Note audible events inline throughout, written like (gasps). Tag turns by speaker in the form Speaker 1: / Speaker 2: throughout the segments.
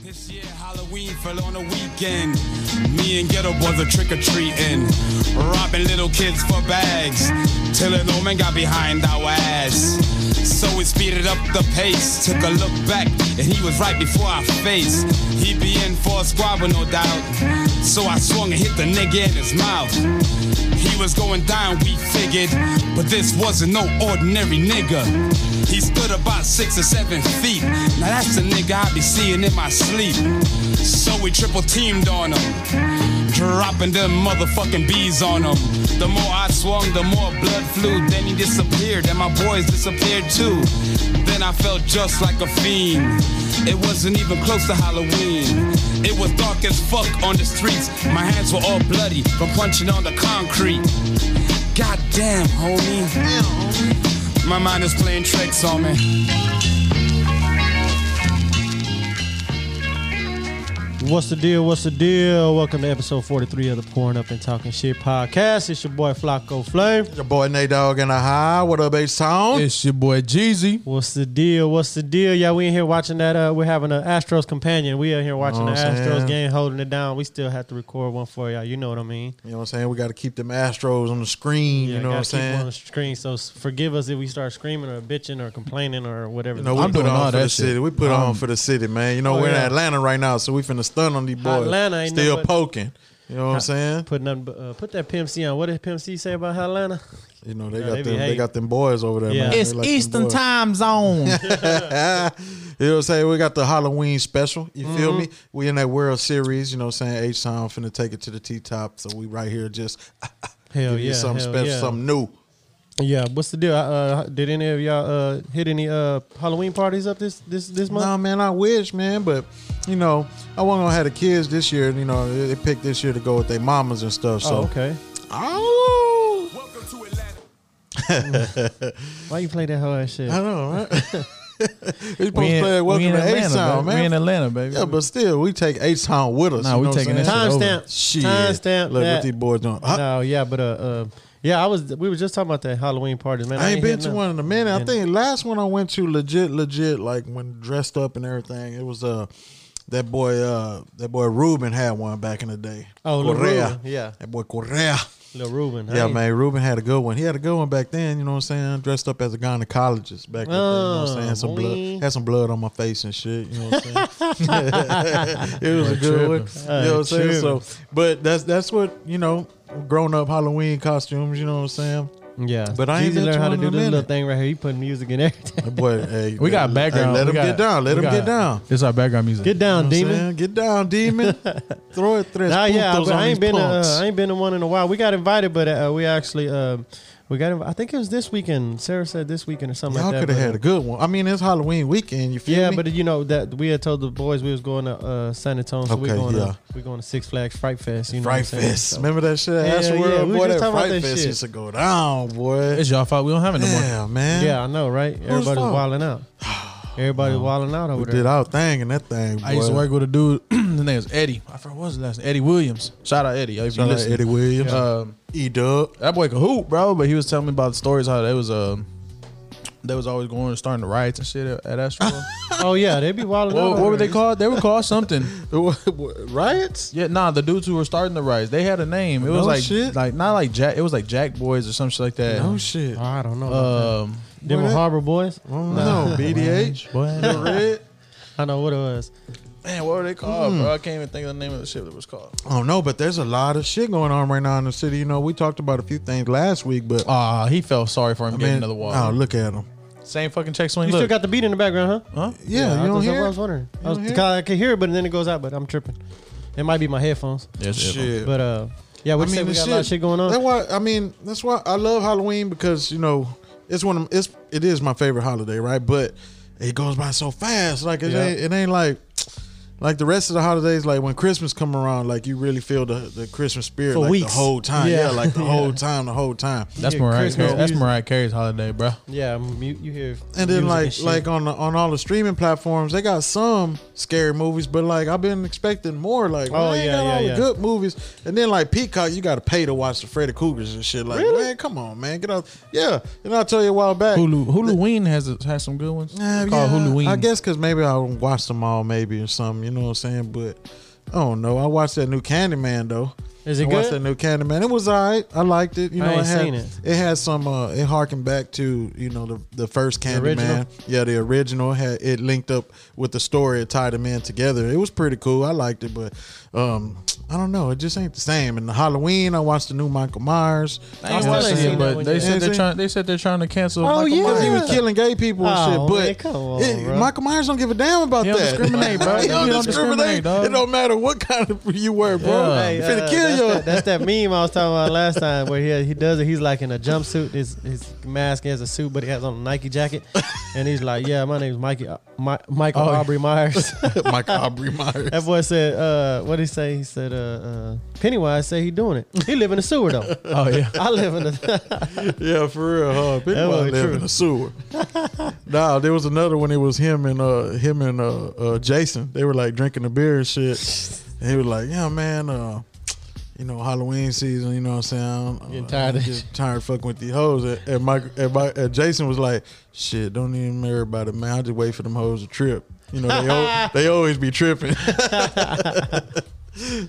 Speaker 1: This year Halloween fell on a weekend. Me and Ghetto Boys are trick or treating, robbing little kids for bags. Till an old man got behind our ass. So we speeded up the pace, took a look back, and he was right before our face. He be in for a squabble, no doubt. So I swung and hit the nigga in his mouth. He was going down, we figured, but this wasn't no ordinary nigga. He stood about six or seven feet. Now that's the nigga I be seeing in my sleep. So we triple teamed on him, dropping them motherfucking bees on him. The more I swung, the more blood flew. Then he disappeared, and my boys disappeared too. Then I felt just like a fiend. It wasn't even close to Halloween. It was dark as fuck on the streets. My hands were all bloody from punching on the concrete. Goddamn, homie. My mind is playing tricks on me.
Speaker 2: What's the deal? What's the deal? Welcome to episode 43 of the Pouring Up and Talking Shit podcast. It's your boy Flacco Flame.
Speaker 3: Your boy Nate Dog in the high. What up, H Town?
Speaker 4: It's your boy Jeezy.
Speaker 2: What's the deal? What's the deal? Yeah, we in here watching that. Uh, we're having an Astros companion. We are here watching
Speaker 3: Know
Speaker 2: the
Speaker 3: what I'm
Speaker 2: Astros
Speaker 3: saying?
Speaker 2: game, holding it down. We still have to record one for y'all. You know what I mean?
Speaker 3: You know what I'm saying? We got to keep them Astros on the screen.
Speaker 2: Yeah,
Speaker 3: you know what I'm
Speaker 2: gotta keep
Speaker 3: saying?
Speaker 2: On the screen, so s- forgive us if we start screaming or bitching or complaining or whatever.
Speaker 3: You know, we
Speaker 4: I'm
Speaker 3: put
Speaker 4: doing all
Speaker 3: on for
Speaker 4: that
Speaker 3: the
Speaker 4: shit.
Speaker 3: city. We put on for the city, man. You know,
Speaker 2: Oh,
Speaker 3: we're
Speaker 2: yeah.
Speaker 3: in Atlanta right now, so we finna stun on these boys.
Speaker 2: Atlanta ain't
Speaker 3: Still
Speaker 2: nothing but-
Speaker 3: poking. You know what I'm saying?
Speaker 2: put nothing. But, uh, put that PMC on. What did PMC say about Atlanta?
Speaker 3: You know, they
Speaker 2: Nah,
Speaker 3: got
Speaker 2: they be
Speaker 3: them they
Speaker 2: hating.
Speaker 3: got them boys over there,
Speaker 2: Yeah.
Speaker 3: man. They
Speaker 4: It's
Speaker 3: like them
Speaker 4: Eastern
Speaker 3: boys.
Speaker 4: time zone.
Speaker 3: You know what I'm saying? We got the Halloween special. You feel
Speaker 2: Mm-hmm.
Speaker 3: me? We in that World Series, you know what I'm saying? H Town finna take it to the T top. So we right here just
Speaker 2: Hell
Speaker 3: give
Speaker 2: yeah,
Speaker 3: you something
Speaker 2: hell
Speaker 3: special,
Speaker 2: yeah.
Speaker 3: something new.
Speaker 2: Yeah, what's the deal? Uh, did any of y'all uh, hit any uh, Halloween parties up this this this month?
Speaker 3: No, man, I wish, man, but you know, I wasn't gonna have the kids this year. You know, they they picked this year to go with their mamas and stuff. So,
Speaker 2: Oh, okay.
Speaker 3: Oh,
Speaker 1: Welcome to Atlanta.
Speaker 2: Why you play that whole ass shit?
Speaker 3: I know,
Speaker 4: (laughs)
Speaker 3: (laughs) right? we supposed
Speaker 4: we
Speaker 3: to
Speaker 4: in,
Speaker 3: play at
Speaker 4: we
Speaker 3: Welcome
Speaker 4: in
Speaker 3: to
Speaker 4: Atlanta,
Speaker 3: H Town,
Speaker 4: baby. We in
Speaker 3: man.
Speaker 4: Atlanta, baby.
Speaker 3: Yeah, but still, we take H Town with us.
Speaker 4: Nah,
Speaker 3: you
Speaker 4: we
Speaker 3: know what I'm
Speaker 4: taking
Speaker 3: saying?
Speaker 4: that shit over.
Speaker 2: Timestamp.
Speaker 3: Shit.
Speaker 2: Timestamp.
Speaker 3: Look
Speaker 2: that.
Speaker 3: what these boys doing. I,
Speaker 2: No, yeah, but uh, uh, yeah, I was. We were just talking about that Halloween party, man.
Speaker 3: I ain't been
Speaker 2: hit
Speaker 3: to
Speaker 2: none.
Speaker 3: one in a minute. I
Speaker 2: And-
Speaker 3: think last one I went to legit, legit, like when dressed up and everything. It was uh that boy, uh that boy Ruben had one back in the day.
Speaker 2: Oh, Lil
Speaker 3: Correa.
Speaker 2: Ruben, yeah.
Speaker 3: that boy Correa.
Speaker 2: Lil Ruben. I
Speaker 3: Yeah,
Speaker 2: ain't-
Speaker 3: man, Ruben had a good one. He had a good one back then, you know what I'm saying? Dressed up as a gynecologist back in the day, you know what I'm saying? Some
Speaker 2: Oh, boy.
Speaker 3: blood had some blood on my face and shit, you know what I'm
Speaker 2: (laughs)
Speaker 3: saying? (laughs) it was a good one. You know what I'm saying? So but that's that's what, you know, grown up Halloween costumes, you know what I'm saying?
Speaker 2: (laughs) Yeah,
Speaker 3: But I ain't
Speaker 2: Jeezy
Speaker 3: been
Speaker 2: learned
Speaker 3: to
Speaker 2: how to
Speaker 3: one
Speaker 2: do
Speaker 3: in a
Speaker 2: this little
Speaker 3: minute.
Speaker 2: thing right here. He putting music in everything.
Speaker 3: Boy, hey,
Speaker 4: we got
Speaker 3: hey,
Speaker 4: background.
Speaker 3: let
Speaker 4: We
Speaker 3: him
Speaker 4: got-
Speaker 3: get down. Let
Speaker 4: we
Speaker 3: him
Speaker 4: got-
Speaker 3: get down.
Speaker 4: It's our background
Speaker 2: (laughs)
Speaker 4: music.
Speaker 2: Get
Speaker 3: You know
Speaker 2: down,
Speaker 3: what I'm
Speaker 2: demon.
Speaker 3: saying? Get
Speaker 2: (laughs)
Speaker 3: down, demon. Throw it through.
Speaker 2: Nah, yeah, but I ain't been. To, uh, I ain't been to one in a while. We got invited, but uh, we actually uh, we got. inv- I think it was this weekend. Sarah said this weekend or something
Speaker 3: Y'all
Speaker 2: like that.
Speaker 3: could have
Speaker 2: but,
Speaker 3: had a good one. I mean, it's Halloween weekend. You feel
Speaker 2: yeah,
Speaker 3: me?
Speaker 2: but you know that we had told the boys we was going to uh, San Antonio, so we
Speaker 3: Okay,
Speaker 2: going
Speaker 3: yeah.
Speaker 2: to we going to Six Flags Fright Fest. You know
Speaker 3: Fright
Speaker 2: what I'm saying?
Speaker 3: Fest.
Speaker 2: So-
Speaker 3: Remember that shit? That's
Speaker 2: Hell
Speaker 3: where
Speaker 2: yeah, we
Speaker 3: boy,
Speaker 2: just
Speaker 3: that
Speaker 2: talking about
Speaker 3: Fright
Speaker 2: that
Speaker 3: Fest
Speaker 2: shit.
Speaker 3: used to go down, boy.
Speaker 4: It's y'all fault. We don't have it no more.
Speaker 3: Yeah, man.
Speaker 2: Yeah, I know, right? Everybody's
Speaker 3: fault?
Speaker 2: wilding
Speaker 3: (sighs)
Speaker 2: out. Everybody's wilding out over
Speaker 3: We
Speaker 2: there.
Speaker 3: did our thing and that thing, boy.
Speaker 4: I used to work with a dude. (clears throat) His name was Eddie. I forgot what was his last name. Eddie Williams. Shout out Eddie. If you
Speaker 3: Shout out
Speaker 4: listen.
Speaker 3: Eddie Williams.
Speaker 4: Um,
Speaker 2: (laughs)
Speaker 3: E Dub.
Speaker 4: that boy could hoop, bro. But he was telling me about the stories how they was um they was always going and starting the riots and shit at,
Speaker 3: (laughs)
Speaker 4: at Astro.
Speaker 2: Oh yeah, they be wilding out.
Speaker 4: what, what
Speaker 2: over
Speaker 4: were they
Speaker 2: there.
Speaker 4: called? They were called something.
Speaker 3: Riots?
Speaker 4: Yeah, nah, the dudes who were starting the riots, they had a name. It was
Speaker 3: No
Speaker 4: like
Speaker 3: shit.
Speaker 4: like not like Jack. It was like Jack Boys or some shit like that.
Speaker 3: Oh shit. I
Speaker 2: I don't know. about
Speaker 4: Um,
Speaker 2: that. Them
Speaker 3: Uh, what?
Speaker 2: Harbor boys.
Speaker 3: don't know. BDH.
Speaker 4: what?
Speaker 3: The red.
Speaker 2: I know what it was.
Speaker 4: Man, what were they called, bro? I can't even think of the name of the shit that was called.
Speaker 3: (laughs) I don't know, but there's a lot of shit going on right now in the city. You know, we talked about a few things last week, but
Speaker 2: Oh,
Speaker 4: Ah, he felt sorry for
Speaker 3: I
Speaker 4: him getting
Speaker 3: mean,
Speaker 4: another wall.
Speaker 3: Oh, look at him.
Speaker 4: Same fucking check swing.
Speaker 2: You still
Speaker 4: Look,
Speaker 2: got the beat in the background, huh?
Speaker 4: huh?
Speaker 3: Yeah, you
Speaker 2: I
Speaker 3: don't
Speaker 2: was,
Speaker 3: hear
Speaker 2: I
Speaker 3: it?
Speaker 2: was wondering. I, was,
Speaker 3: don't hear it?
Speaker 2: I could hear it, but then it goes out. But I'm tripping. It might be my headphones.
Speaker 4: Yes,
Speaker 3: Shit.
Speaker 2: But uh, yeah, we
Speaker 3: I
Speaker 2: said
Speaker 3: mean,
Speaker 2: we
Speaker 3: the
Speaker 2: got a lot of shit going on.
Speaker 3: That's why I mean that's why I love Halloween because you know it's one of it's it is my favorite holiday, right? But it goes by so fast. Like it
Speaker 2: Yeah.
Speaker 3: ain't it ain't like like the rest of the holidays. Like when Christmas come around, like you really feel the, the Christmas spirit
Speaker 2: For
Speaker 3: like
Speaker 2: weeks.
Speaker 3: the whole
Speaker 2: (laughs)
Speaker 3: time.
Speaker 2: Yeah.
Speaker 3: Yeah, like the whole time, the whole time.
Speaker 4: That's
Speaker 2: Yeah,
Speaker 4: Mariah.
Speaker 2: Christmas
Speaker 4: Carey. That's
Speaker 2: music.
Speaker 4: Mariah Carey's holiday, bro.
Speaker 2: yeah, you, you hear.
Speaker 3: And then
Speaker 2: music
Speaker 3: like
Speaker 2: shit.
Speaker 3: like on the, on all the streaming platforms, they got some scary movies, but like I've been expecting more. Like
Speaker 2: Oh,
Speaker 3: oh yeah,
Speaker 2: yeah, yeah,
Speaker 3: all
Speaker 2: yeah.
Speaker 3: the good movies. And then like Peacock, you got to pay to watch the Freddy Cougars and shit. Like
Speaker 2: Really?
Speaker 3: man, come on, man, get out. Yeah, and I'll tell you a while back.
Speaker 4: Hulu Huluween has has some good ones.
Speaker 3: Uh,
Speaker 4: It's called
Speaker 3: yeah,
Speaker 4: Huluween.
Speaker 3: I guess because maybe I watched them all, maybe or something. You You know what I'm saying? But I don't know. I watched that new Candyman though.
Speaker 2: Is it
Speaker 3: I watched
Speaker 2: good?
Speaker 3: that new Candyman. It was alright. I liked it. You
Speaker 2: I
Speaker 3: know,
Speaker 2: ain't
Speaker 3: it had
Speaker 2: seen it.
Speaker 3: had some. uh It harkened back to you know the the first
Speaker 2: original?
Speaker 3: Candyman. Yeah, the original had it linked up with the story. It tied them in together. It was pretty cool. I liked it, but um I don't know. It just ain't the same. And the Halloween, I watched the new Michael Myers.
Speaker 4: I ain't
Speaker 2: still
Speaker 4: watching
Speaker 2: ain't seen
Speaker 4: it,
Speaker 2: that
Speaker 4: but
Speaker 2: one
Speaker 4: they
Speaker 2: yet.
Speaker 4: said
Speaker 3: Ain't
Speaker 4: they're
Speaker 3: seen-
Speaker 4: trying. They said they're trying to cancel.
Speaker 2: Oh,
Speaker 4: Michael
Speaker 2: yeah.
Speaker 4: Myers.
Speaker 3: Because he was killing gay people and
Speaker 2: Oh,
Speaker 3: shit, but
Speaker 2: man, come on,
Speaker 3: it-
Speaker 2: bro.
Speaker 3: Michael Myers don't give a damn about
Speaker 4: He don't
Speaker 3: that.
Speaker 4: discriminate,
Speaker 3: (laughs)
Speaker 4: bro.
Speaker 3: he don't,
Speaker 4: He don't
Speaker 3: discriminate.
Speaker 4: discriminate, dog.
Speaker 3: It don't matter what kind of you were, bro.
Speaker 4: Yeah.
Speaker 2: Hey,
Speaker 3: you finna
Speaker 2: uh,
Speaker 3: kill
Speaker 2: that's
Speaker 3: your
Speaker 2: that, that's that meme I was talking about last time where he he does it. He's like in a jumpsuit. His his mask he has a suit, but he has on a Nike jacket, and he's like, "Yeah, my name's Mikey uh, Mi- Michael
Speaker 3: Oh,
Speaker 2: Aubrey
Speaker 3: (laughs)
Speaker 2: Myers."
Speaker 3: Michael Aubrey Myers.
Speaker 2: that boy said, uh, "What did he say?" He said, uh, uh, "Pennywise say he doing it. He live in the sewer though.
Speaker 4: Oh yeah.
Speaker 2: I live in the
Speaker 3: (laughs) yeah, for real, huh? People
Speaker 2: That was
Speaker 3: live
Speaker 2: true.
Speaker 3: in a sewer.
Speaker 2: (laughs)
Speaker 3: nah, there was another one. It was him and uh him and uh, uh Jason. They were like drinking a beer and shit. and he was like, "Yeah, man, uh, you know Halloween season. You know what I'm saying? I'm,
Speaker 2: Getting
Speaker 3: uh,
Speaker 2: tired of-
Speaker 3: just tired of fucking with these hoes." And, and Mike, and, Mike, and Jason was like, "Shit, don't even worry about it, man. I just wait for them hoes to trip. You know, they
Speaker 2: (laughs)
Speaker 3: al- they always be tripping." (laughs)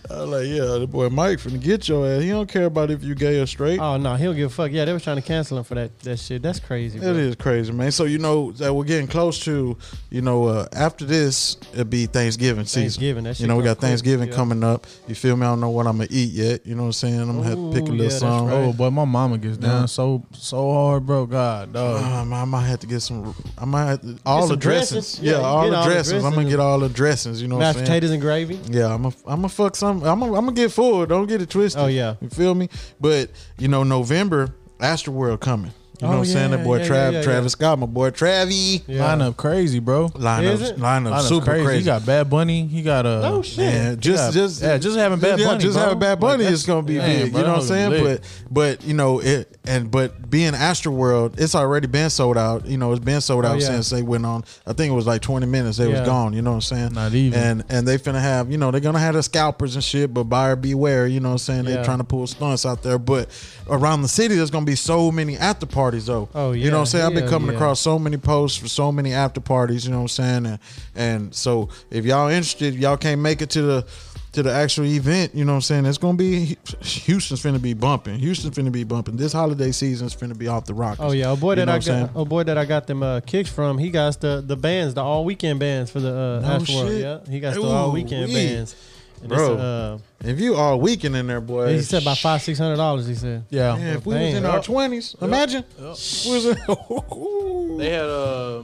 Speaker 3: I was like, yeah, the boy Mike finna get your ass. He don't care about if you gay or
Speaker 2: (laughs)
Speaker 3: straight.
Speaker 2: oh no, he don't give a fuck. Yeah, they was trying to cancel him for that that shit. That's crazy. Bro.
Speaker 3: It is crazy, man. So you know that we're getting close to, you know, uh, after this it'll be Thanksgiving season.
Speaker 2: Thanksgiving, that shit
Speaker 3: you know, we
Speaker 2: come
Speaker 3: got
Speaker 2: quick,
Speaker 3: Thanksgiving
Speaker 2: yeah.
Speaker 3: coming up. You feel me? I don't know what I'm gonna eat yet. You know what I'm saying? I'm gonna have to pick a
Speaker 2: Ooh,
Speaker 3: little
Speaker 2: yeah, that's
Speaker 3: song.
Speaker 2: right.
Speaker 4: Oh boy, my mama gets down so so hard, bro. God, dog.
Speaker 3: Um, I might have to get some. I might have to, all
Speaker 2: Get
Speaker 3: the
Speaker 2: some dressings.
Speaker 3: dressings.
Speaker 2: Yeah,
Speaker 3: Yeah,
Speaker 2: you
Speaker 3: all
Speaker 2: get
Speaker 3: the
Speaker 2: all the
Speaker 3: dressings. I'm gonna
Speaker 2: dressings.
Speaker 3: get all the dressings. You know,
Speaker 2: Mashed
Speaker 3: what I'm saying?
Speaker 2: potatoes and gravy.
Speaker 3: Yeah, I'm a, I'm a fuck some. I'm a, I'm gonna get full. Don't get it twisted.
Speaker 2: Oh, yeah.
Speaker 3: you feel me? But you know, November, Astroworld coming. You know
Speaker 2: Oh,
Speaker 3: what I'm saying?
Speaker 2: yeah,
Speaker 3: That boy
Speaker 2: yeah, yeah,
Speaker 3: Trav,
Speaker 2: yeah,
Speaker 3: Travis Scott, my boy Travie.
Speaker 2: Yeah.
Speaker 4: Lineup crazy, bro.
Speaker 2: Is
Speaker 3: Lineup,
Speaker 2: it?
Speaker 3: lineup,
Speaker 4: Lineup's
Speaker 3: super crazy.
Speaker 4: He got Bad Bunny. He got uh,
Speaker 2: Oh, shit.
Speaker 3: yeah, just,
Speaker 4: Yeah,
Speaker 3: just,
Speaker 4: yeah, just having Bad Bunny,
Speaker 3: just
Speaker 4: bro.
Speaker 3: having bad
Speaker 4: Like,
Speaker 3: bunny
Speaker 4: that's-
Speaker 3: is gonna be
Speaker 4: Yeah,
Speaker 3: big.
Speaker 4: bro,
Speaker 3: you know what I'm saying?
Speaker 4: that was lit.
Speaker 3: But, but you know it, and but being Astroworld, it's already been sold out. You know, it's been
Speaker 4: Oh,
Speaker 3: sold out
Speaker 2: yeah.
Speaker 3: since they went on. I think it was like 20 minutes. They
Speaker 2: Yeah.
Speaker 3: was gone. You know what I'm saying?
Speaker 4: Not even.
Speaker 3: And and they finna have. You know, they're gonna have the scalpers and shit. But buyer beware. You know what I'm saying? They
Speaker 2: Yeah.
Speaker 3: trying to pull stunts out there. But around the city, there's gonna be so many after parties though.
Speaker 2: Oh,
Speaker 3: You know
Speaker 2: yeah.
Speaker 3: what I'm saying? I've been
Speaker 2: Hell
Speaker 3: coming
Speaker 2: yeah.
Speaker 3: across so many posts for so many after parties. You know what I'm saying? And, and so if y'all interested, y'all can't make it to the to the actual event. You know what I'm saying? It's gonna be Houston's finna be bumping. Houston's finna be bumping. This holiday season's finna be off the rock.
Speaker 2: Oh yeah, oh boy that I
Speaker 3: what I'm
Speaker 2: got, oh boy that I got them uh, kicks from. He got the the bands, the all weekend bands for the uh,
Speaker 3: No
Speaker 2: Astro World.
Speaker 3: shit.
Speaker 2: Yeah, he got the all weekend
Speaker 3: Ooh-wee.
Speaker 2: bands. And
Speaker 3: Bro.
Speaker 2: it's, uh,
Speaker 3: If you all weekend in there, boy.
Speaker 2: he said about five six hundred dollars. He said.
Speaker 4: Yeah.
Speaker 3: Man, if we was
Speaker 2: Dang.
Speaker 3: in our twenties, imagine. (laughs) We was in- (laughs)
Speaker 4: They had
Speaker 2: uh,
Speaker 4: a.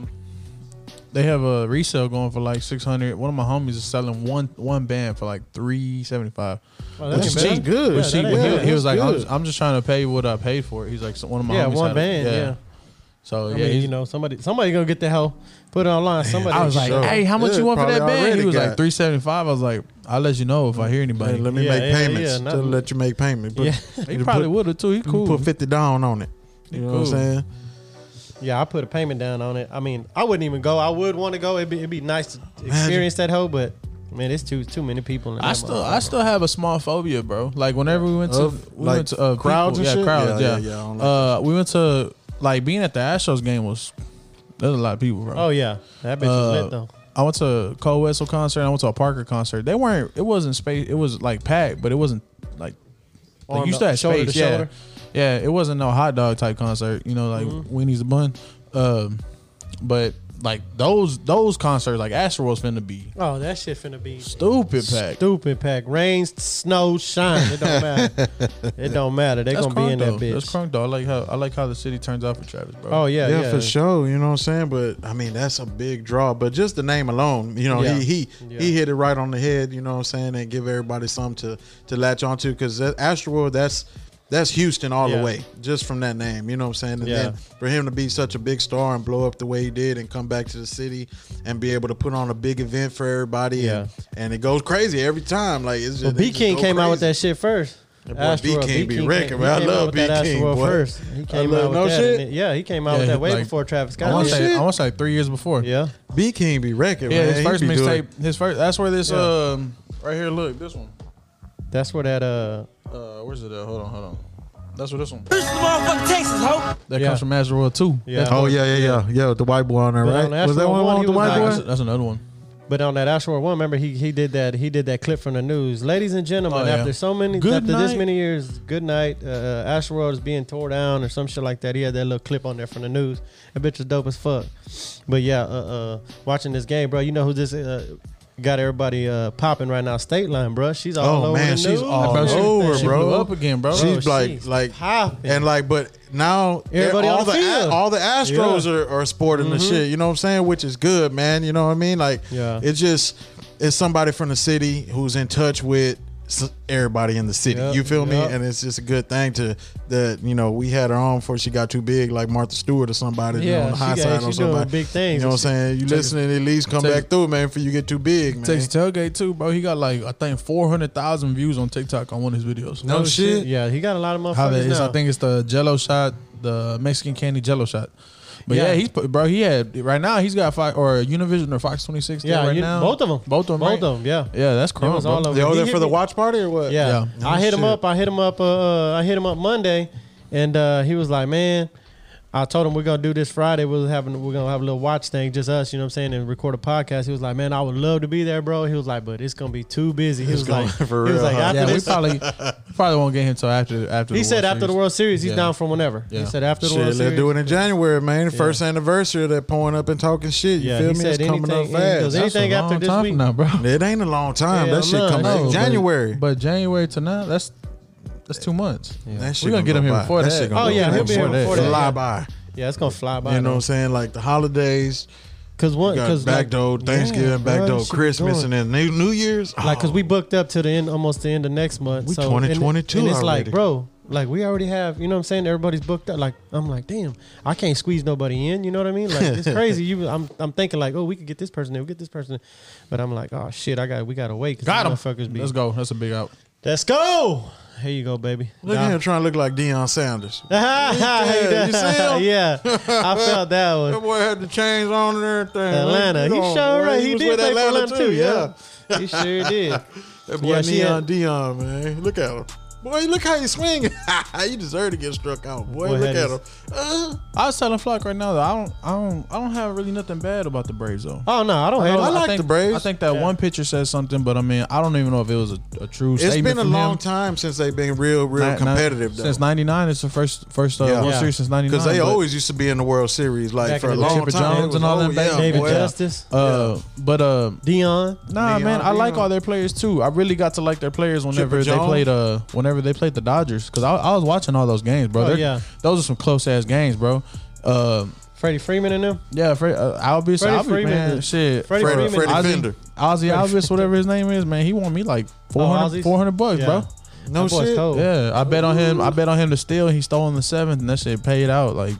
Speaker 4: They have a resale going for like six hundred. One of my homies is selling one one band for like three seventy five.
Speaker 2: Oh,
Speaker 3: Which
Speaker 2: ain't
Speaker 3: is
Speaker 2: bad.
Speaker 3: good.
Speaker 2: Yeah,
Speaker 4: But she,
Speaker 2: that
Speaker 3: ain't
Speaker 4: he-
Speaker 3: bad.
Speaker 2: ain't
Speaker 4: he, was
Speaker 3: That's
Speaker 4: like, I'm
Speaker 3: good.
Speaker 4: just, I'm just trying to pay what I paid for it. He's like, so one of my
Speaker 2: bad. yeah,
Speaker 4: homies
Speaker 2: one
Speaker 4: had it.
Speaker 2: band. Yeah.
Speaker 4: So
Speaker 2: I
Speaker 4: yeah,
Speaker 2: mean,
Speaker 4: he's-
Speaker 2: you know, somebody somebody gonna get the hell put it online. Somebody.
Speaker 4: I was like,
Speaker 3: sure.
Speaker 4: hey, how much
Speaker 3: Yeah,
Speaker 4: you want for
Speaker 3: probably
Speaker 4: that band?
Speaker 3: already
Speaker 4: He was
Speaker 3: got-
Speaker 4: like three seventy five. I was like, I'll let you know if I hear
Speaker 3: Hey,
Speaker 4: anybody.
Speaker 3: let me
Speaker 2: Yeah,
Speaker 3: make
Speaker 2: yeah,
Speaker 3: payments.
Speaker 2: yeah,
Speaker 3: to
Speaker 2: nothing.
Speaker 3: let you make payment. But (laughs)
Speaker 2: Yeah.
Speaker 4: (laughs) he probably would have too. He cool.
Speaker 3: put fifty down on it. You know what
Speaker 4: cool.
Speaker 3: I'm saying?
Speaker 2: yeah, I put a payment down on it. I mean, I wouldn't even go. I would want to go. It'd be, it'd be nice to experience that hoe, but man, it's too too many people. In
Speaker 4: I
Speaker 2: that
Speaker 4: still,
Speaker 2: motherfucker.
Speaker 4: I still have a small phobia, bro. Like whenever we went to,
Speaker 3: Of,
Speaker 4: we
Speaker 3: like,
Speaker 4: went to uh,
Speaker 3: crowds and
Speaker 4: people-
Speaker 3: shit?
Speaker 4: yeah, crowds,
Speaker 3: Yeah,
Speaker 4: yeah,
Speaker 3: yeah, yeah, I don't like
Speaker 4: uh, we went to like being at the Astros game was there's a lot of people, bro.
Speaker 2: Oh yeah, that bitch was
Speaker 4: Uh,
Speaker 2: lit though.
Speaker 4: I went to a Cole Wessel concert. and I went to a Parker concert. They weren't. It wasn't space. It was like packed, but it wasn't like. Like
Speaker 2: Arm
Speaker 4: you
Speaker 2: to-
Speaker 4: still had
Speaker 2: shoulder
Speaker 4: space,
Speaker 2: to
Speaker 4: yeah,
Speaker 2: shoulder?
Speaker 4: yeah. It wasn't no hot dog type concert, you know, like Winnie's the bun. Um, but like those those concerts, like Astro was finna be
Speaker 2: Oh, that shit finna be
Speaker 4: stupid packed.
Speaker 2: Stupid pack. Rain, snow, shine. It don't matter.
Speaker 3: (laughs)
Speaker 2: it don't matter. They
Speaker 4: That's
Speaker 2: gonna be
Speaker 4: crunk,
Speaker 2: in
Speaker 4: though.
Speaker 2: that bitch.
Speaker 4: That's crunk though. I like how I like how the city turns out for Travis, bro.
Speaker 2: Oh yeah,
Speaker 3: yeah,
Speaker 2: yeah.
Speaker 3: for sure. You know what I'm saying? But I mean, that's a big draw. But just the name alone, you know,
Speaker 2: Yeah.
Speaker 3: he he
Speaker 2: Yeah.
Speaker 3: he hit it right on the head. You know what I'm saying? And give everybody something to to latch onto because that Astroworld, that's that's Houston all
Speaker 2: Yeah.
Speaker 3: the way, just from that name. You know what I'm saying? And
Speaker 2: Yeah.
Speaker 3: then for him to be such a big star and blow up the way he did, and come back to the city and be able to put on a big event for everybody,
Speaker 2: Yeah.
Speaker 3: and, and it goes crazy every time. Like it's just
Speaker 2: But
Speaker 3: it
Speaker 2: B
Speaker 3: just
Speaker 2: King
Speaker 3: go
Speaker 2: came out with
Speaker 3: crazy.
Speaker 2: that shit first.
Speaker 3: boy
Speaker 2: Astroworld.
Speaker 3: B King be
Speaker 2: came-
Speaker 3: wrecking,
Speaker 2: he
Speaker 3: man. I
Speaker 2: came out
Speaker 3: love
Speaker 2: with that
Speaker 3: B King,
Speaker 2: Astroworld
Speaker 3: boy.
Speaker 2: first. He came
Speaker 3: love
Speaker 2: out with
Speaker 3: no
Speaker 2: that.
Speaker 3: shit.
Speaker 2: and it- yeah, he came out with
Speaker 4: Yeah,
Speaker 2: that way
Speaker 4: like-
Speaker 2: before Travis
Speaker 4: I
Speaker 2: Scott.
Speaker 4: want
Speaker 3: wanna
Speaker 4: to
Speaker 2: did.
Speaker 4: say
Speaker 3: shit.
Speaker 4: I want to say three years before.
Speaker 2: yeah.
Speaker 3: B King be wrecking.
Speaker 4: yeah.
Speaker 3: man.
Speaker 4: His
Speaker 3: He
Speaker 4: first
Speaker 3: be doing-
Speaker 4: mixtape. His first. That's where this
Speaker 2: Yeah.
Speaker 4: um right here. Look, this one.
Speaker 2: That's where that uh
Speaker 4: Uh, where's it at? Hold on, hold on. That's where this one.
Speaker 5: This is motherfucking Texas, ho.
Speaker 4: That
Speaker 2: Yeah.
Speaker 4: comes from Astro World too.
Speaker 2: Yeah.
Speaker 4: That's
Speaker 3: Oh yeah, yeah, yeah, yeah. The white boy on there,
Speaker 2: But
Speaker 3: right?
Speaker 2: on
Speaker 3: was that
Speaker 2: Astroworld
Speaker 3: one,
Speaker 2: one,
Speaker 3: with
Speaker 2: he
Speaker 3: the
Speaker 2: was
Speaker 3: white
Speaker 2: like-
Speaker 3: boy?
Speaker 4: That's, that's another one.
Speaker 2: But on that Ashore one, remember he he did that he did that clip from the news. Ladies and gentlemen,
Speaker 4: Oh, yeah.
Speaker 2: after so many
Speaker 4: Good
Speaker 2: after this
Speaker 4: night.
Speaker 2: many years, good night. Uh, Ashore is being tore down or some shit like that. He had that little clip on there from the news. That bitch is dope as fuck. But yeah, uh, uh, watching this game, bro. You know who this uh, got everybody uh, popping right now? State line, bro. She's all
Speaker 3: Oh,
Speaker 2: over
Speaker 3: man,
Speaker 2: the
Speaker 3: she's
Speaker 2: news.
Speaker 3: all
Speaker 4: Bro, she-
Speaker 3: over,
Speaker 4: she
Speaker 3: bro.
Speaker 4: blew up again, bro.
Speaker 3: She's
Speaker 2: Bro,
Speaker 3: like,
Speaker 2: she's
Speaker 3: like,
Speaker 2: popping.
Speaker 3: and like, but now
Speaker 2: Everybody
Speaker 3: all
Speaker 2: on the field.
Speaker 3: all the Astros
Speaker 2: Yeah. Mm-hmm.
Speaker 3: are, are sporting the shit. You know what I'm saying? Which is good, man. You know what I mean? Like,
Speaker 2: Yeah.
Speaker 3: it's just it's somebody from the city who's in touch with s- everybody in the city.
Speaker 2: Yep,
Speaker 3: You feel me?
Speaker 2: yep.
Speaker 3: And it's just a good thing to that you know we had her on before she got too big, like Martha Stewart or somebody. you know,
Speaker 2: Yeah,
Speaker 3: on the
Speaker 2: she
Speaker 3: high
Speaker 2: got-
Speaker 3: side
Speaker 2: she
Speaker 3: on
Speaker 2: doing
Speaker 3: somebody.
Speaker 2: big things.
Speaker 3: You know what I'm saying? You listening? At least come
Speaker 4: take-
Speaker 3: back through, man. Before you get too big, man.
Speaker 4: Takes tailgate too, bro. He got like I think four hundred thousand views on TikTok on one of his videos. Oh,
Speaker 3: No shit.
Speaker 2: Yeah, he got a lot of motherfuckers
Speaker 4: How that is?
Speaker 2: now.
Speaker 4: I think it's the Jello shot, the Mexican candy Jello shot. But yeah,
Speaker 2: Yeah.
Speaker 4: he's bro. He had right now. He's got Fox or Univision or Fox twenty six.
Speaker 2: yeah,
Speaker 4: right
Speaker 2: you-
Speaker 4: now.
Speaker 2: both of them,
Speaker 4: Both of them.
Speaker 2: both
Speaker 4: right?
Speaker 2: of them. Yeah,
Speaker 4: Yeah, that's
Speaker 2: It
Speaker 4: crazy.
Speaker 2: was all over.
Speaker 3: They all
Speaker 2: He
Speaker 3: there
Speaker 2: hit
Speaker 3: for the
Speaker 2: me-
Speaker 3: watch party or what?
Speaker 2: Yeah.
Speaker 4: Yeah.
Speaker 2: I hit him
Speaker 3: Shit.
Speaker 2: up. I hit him up. Uh, I hit him up Monday, and uh, he was like, "Man." I told him we're gonna do this Friday. We're having we're gonna have a little watch thing, just us, you know what I'm saying, and record a podcast. He was like, "Man, I would love to be there, bro." He was like, "But it's gonna be too busy." He was
Speaker 3: gonna- (laughs)
Speaker 2: like,
Speaker 3: for
Speaker 2: "He was
Speaker 3: real,
Speaker 2: like
Speaker 3: huh?
Speaker 2: after
Speaker 4: Yeah, we
Speaker 2: this." (laughs)
Speaker 4: probably probably won't get him till after after.
Speaker 2: he
Speaker 4: the
Speaker 2: said
Speaker 4: World
Speaker 2: after the
Speaker 4: Series.
Speaker 2: World Series, he's
Speaker 4: Yeah.
Speaker 2: down from whenever. He
Speaker 4: Yeah.
Speaker 2: said after the
Speaker 3: Shit,
Speaker 2: World
Speaker 3: let's
Speaker 2: Series,
Speaker 3: do it in January, man. The First anniversary of that pouring up and talking shit. You
Speaker 2: Yeah,
Speaker 3: feel
Speaker 2: he
Speaker 3: me?
Speaker 2: said
Speaker 3: It's coming up
Speaker 2: anything- any-
Speaker 3: fast.
Speaker 2: does
Speaker 4: That's a
Speaker 2: Anything after
Speaker 4: long
Speaker 2: this
Speaker 4: time
Speaker 2: week?
Speaker 4: from
Speaker 2: (laughs)
Speaker 4: now, bro.
Speaker 3: It ain't a long time.
Speaker 2: Hell
Speaker 3: that shit
Speaker 2: no,
Speaker 3: coming
Speaker 2: no,
Speaker 3: up
Speaker 4: but-
Speaker 3: January.
Speaker 4: But, January to now, that's that's two months.
Speaker 3: that shit
Speaker 4: We're gonna get him here
Speaker 3: by.
Speaker 4: before
Speaker 3: That
Speaker 4: that.
Speaker 3: shit gonna
Speaker 2: Oh,
Speaker 3: go
Speaker 2: yeah,
Speaker 3: by
Speaker 2: he'll be here before that,
Speaker 3: Fly
Speaker 2: yeah.
Speaker 3: by.
Speaker 2: yeah, it's gonna fly by.
Speaker 3: You know what I'm saying? Like the holidays,
Speaker 2: because one,
Speaker 3: got
Speaker 2: because
Speaker 3: back door, Thanksgiving, back door, Christmas, and then New New Year's.
Speaker 2: like because
Speaker 3: Oh,
Speaker 2: we booked up to the end almost the end of next month
Speaker 3: We
Speaker 2: so and-
Speaker 3: 2022
Speaker 2: and it's
Speaker 3: already.
Speaker 2: like bro like we already have you know what i'm saying everybody's booked up like i'm like damn i can't squeeze nobody in you know what i mean like
Speaker 3: (laughs)
Speaker 2: it's crazy you i'm, I'm thinking like oh we could get this person in, we get this person in. but i'm like oh shit i got we gotta wait
Speaker 4: Got
Speaker 2: because motherfuckers
Speaker 4: him.
Speaker 2: be
Speaker 4: Let's go. That's a big out.
Speaker 2: let's go here you go baby
Speaker 3: look at
Speaker 2: (laughs)
Speaker 3: him trying to look like Deion Sanders.
Speaker 2: yeah,
Speaker 3: You see
Speaker 2: (laughs)
Speaker 3: him?
Speaker 2: yeah i felt
Speaker 3: (laughs)
Speaker 2: that
Speaker 3: That
Speaker 2: one
Speaker 3: boy had the chains on and everything.
Speaker 2: atlanta
Speaker 3: You
Speaker 2: he
Speaker 3: know,
Speaker 2: sure right he
Speaker 3: was
Speaker 2: did
Speaker 3: with
Speaker 2: play for atlanta too yeah he sure
Speaker 3: (laughs)
Speaker 2: did
Speaker 3: That boy
Speaker 2: Yeah, she
Speaker 3: Neon
Speaker 2: had-
Speaker 3: Dion, man. Look at him. Boy, look how he's swinging. (laughs) you deserve to get struck out, boy.
Speaker 2: Boy
Speaker 3: look
Speaker 2: had
Speaker 3: at
Speaker 2: his-
Speaker 3: him. Uh,
Speaker 4: I was telling Flock right now that I don't, I don't, I don't have really nothing bad about the Braves though.
Speaker 2: oh no i don't hate
Speaker 4: know-
Speaker 2: him.
Speaker 3: I like
Speaker 4: think,
Speaker 3: the Braves.
Speaker 4: I think that
Speaker 2: Yeah.
Speaker 4: one pitcher says something, but I mean, I don't even know if it was a, a true
Speaker 3: it's
Speaker 4: statement.
Speaker 3: been a
Speaker 4: from
Speaker 3: long
Speaker 4: him.
Speaker 3: time since they've been real, real
Speaker 4: Not- not-
Speaker 3: competitive, though.
Speaker 4: Since '99, it's the first first uh,
Speaker 3: Yeah.
Speaker 4: World
Speaker 2: Yeah.
Speaker 4: Series since '99.
Speaker 3: Because they always used to be in the World Series, like
Speaker 2: Back
Speaker 3: for a
Speaker 2: in the day.
Speaker 3: long
Speaker 4: Chipper
Speaker 3: time. It
Speaker 4: Jones
Speaker 3: was,
Speaker 4: and all
Speaker 3: oh,
Speaker 4: them back-
Speaker 3: yeah,
Speaker 2: david
Speaker 3: boy.
Speaker 2: justice
Speaker 4: Uh, but uh,
Speaker 2: dion
Speaker 4: Nah,
Speaker 3: Leon,
Speaker 4: man, I like
Speaker 3: Leon.
Speaker 4: all their players too. I really got to like their players whenever they
Speaker 3: Jones.
Speaker 4: played. Uh, whenever they played the Dodgers, because I, I was watching all those games, bro.
Speaker 2: Oh,
Speaker 4: They're-
Speaker 2: yeah.
Speaker 4: those are some close ass games, bro. Uh,
Speaker 2: freddie freeman and them
Speaker 4: yeah, Fred, uh, Albies,
Speaker 2: Freddie
Speaker 4: Albies,
Speaker 2: Freeman
Speaker 4: man,
Speaker 2: is-
Speaker 4: shit.
Speaker 2: Freddie
Speaker 3: Freddie-
Speaker 2: Freeman.
Speaker 3: Freddie
Speaker 4: Ozzy-
Speaker 3: Fender.
Speaker 4: Ozzy Albies, whatever his name is, man, he won me like 400,
Speaker 2: Oh, Ozzy's?
Speaker 4: 400 bucks,
Speaker 2: Yeah.
Speaker 4: bro.
Speaker 3: No
Speaker 2: That boy's
Speaker 3: shit.
Speaker 2: cold.
Speaker 4: Yeah, I bet on him. I bet on him to steal. and He stole in the seventh, and that shit paid out. Like,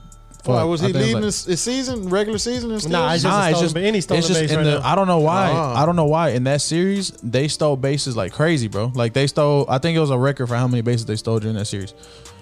Speaker 3: Why
Speaker 4: fuck,
Speaker 3: was
Speaker 4: I
Speaker 3: he
Speaker 4: think it
Speaker 3: leading
Speaker 4: like-
Speaker 3: this his season, regular season? And stuff?
Speaker 2: Nah, it's just a
Speaker 4: Nah, it's
Speaker 2: stolen
Speaker 4: just-
Speaker 2: ba- any stolen
Speaker 4: it's just
Speaker 2: base
Speaker 4: in
Speaker 2: right
Speaker 4: the,
Speaker 2: now.
Speaker 4: I don't know why.
Speaker 3: Ah.
Speaker 4: I don't know why in that series they stole bases like crazy, bro. Like they stole. I think it was a record for how many bases they stole during that series.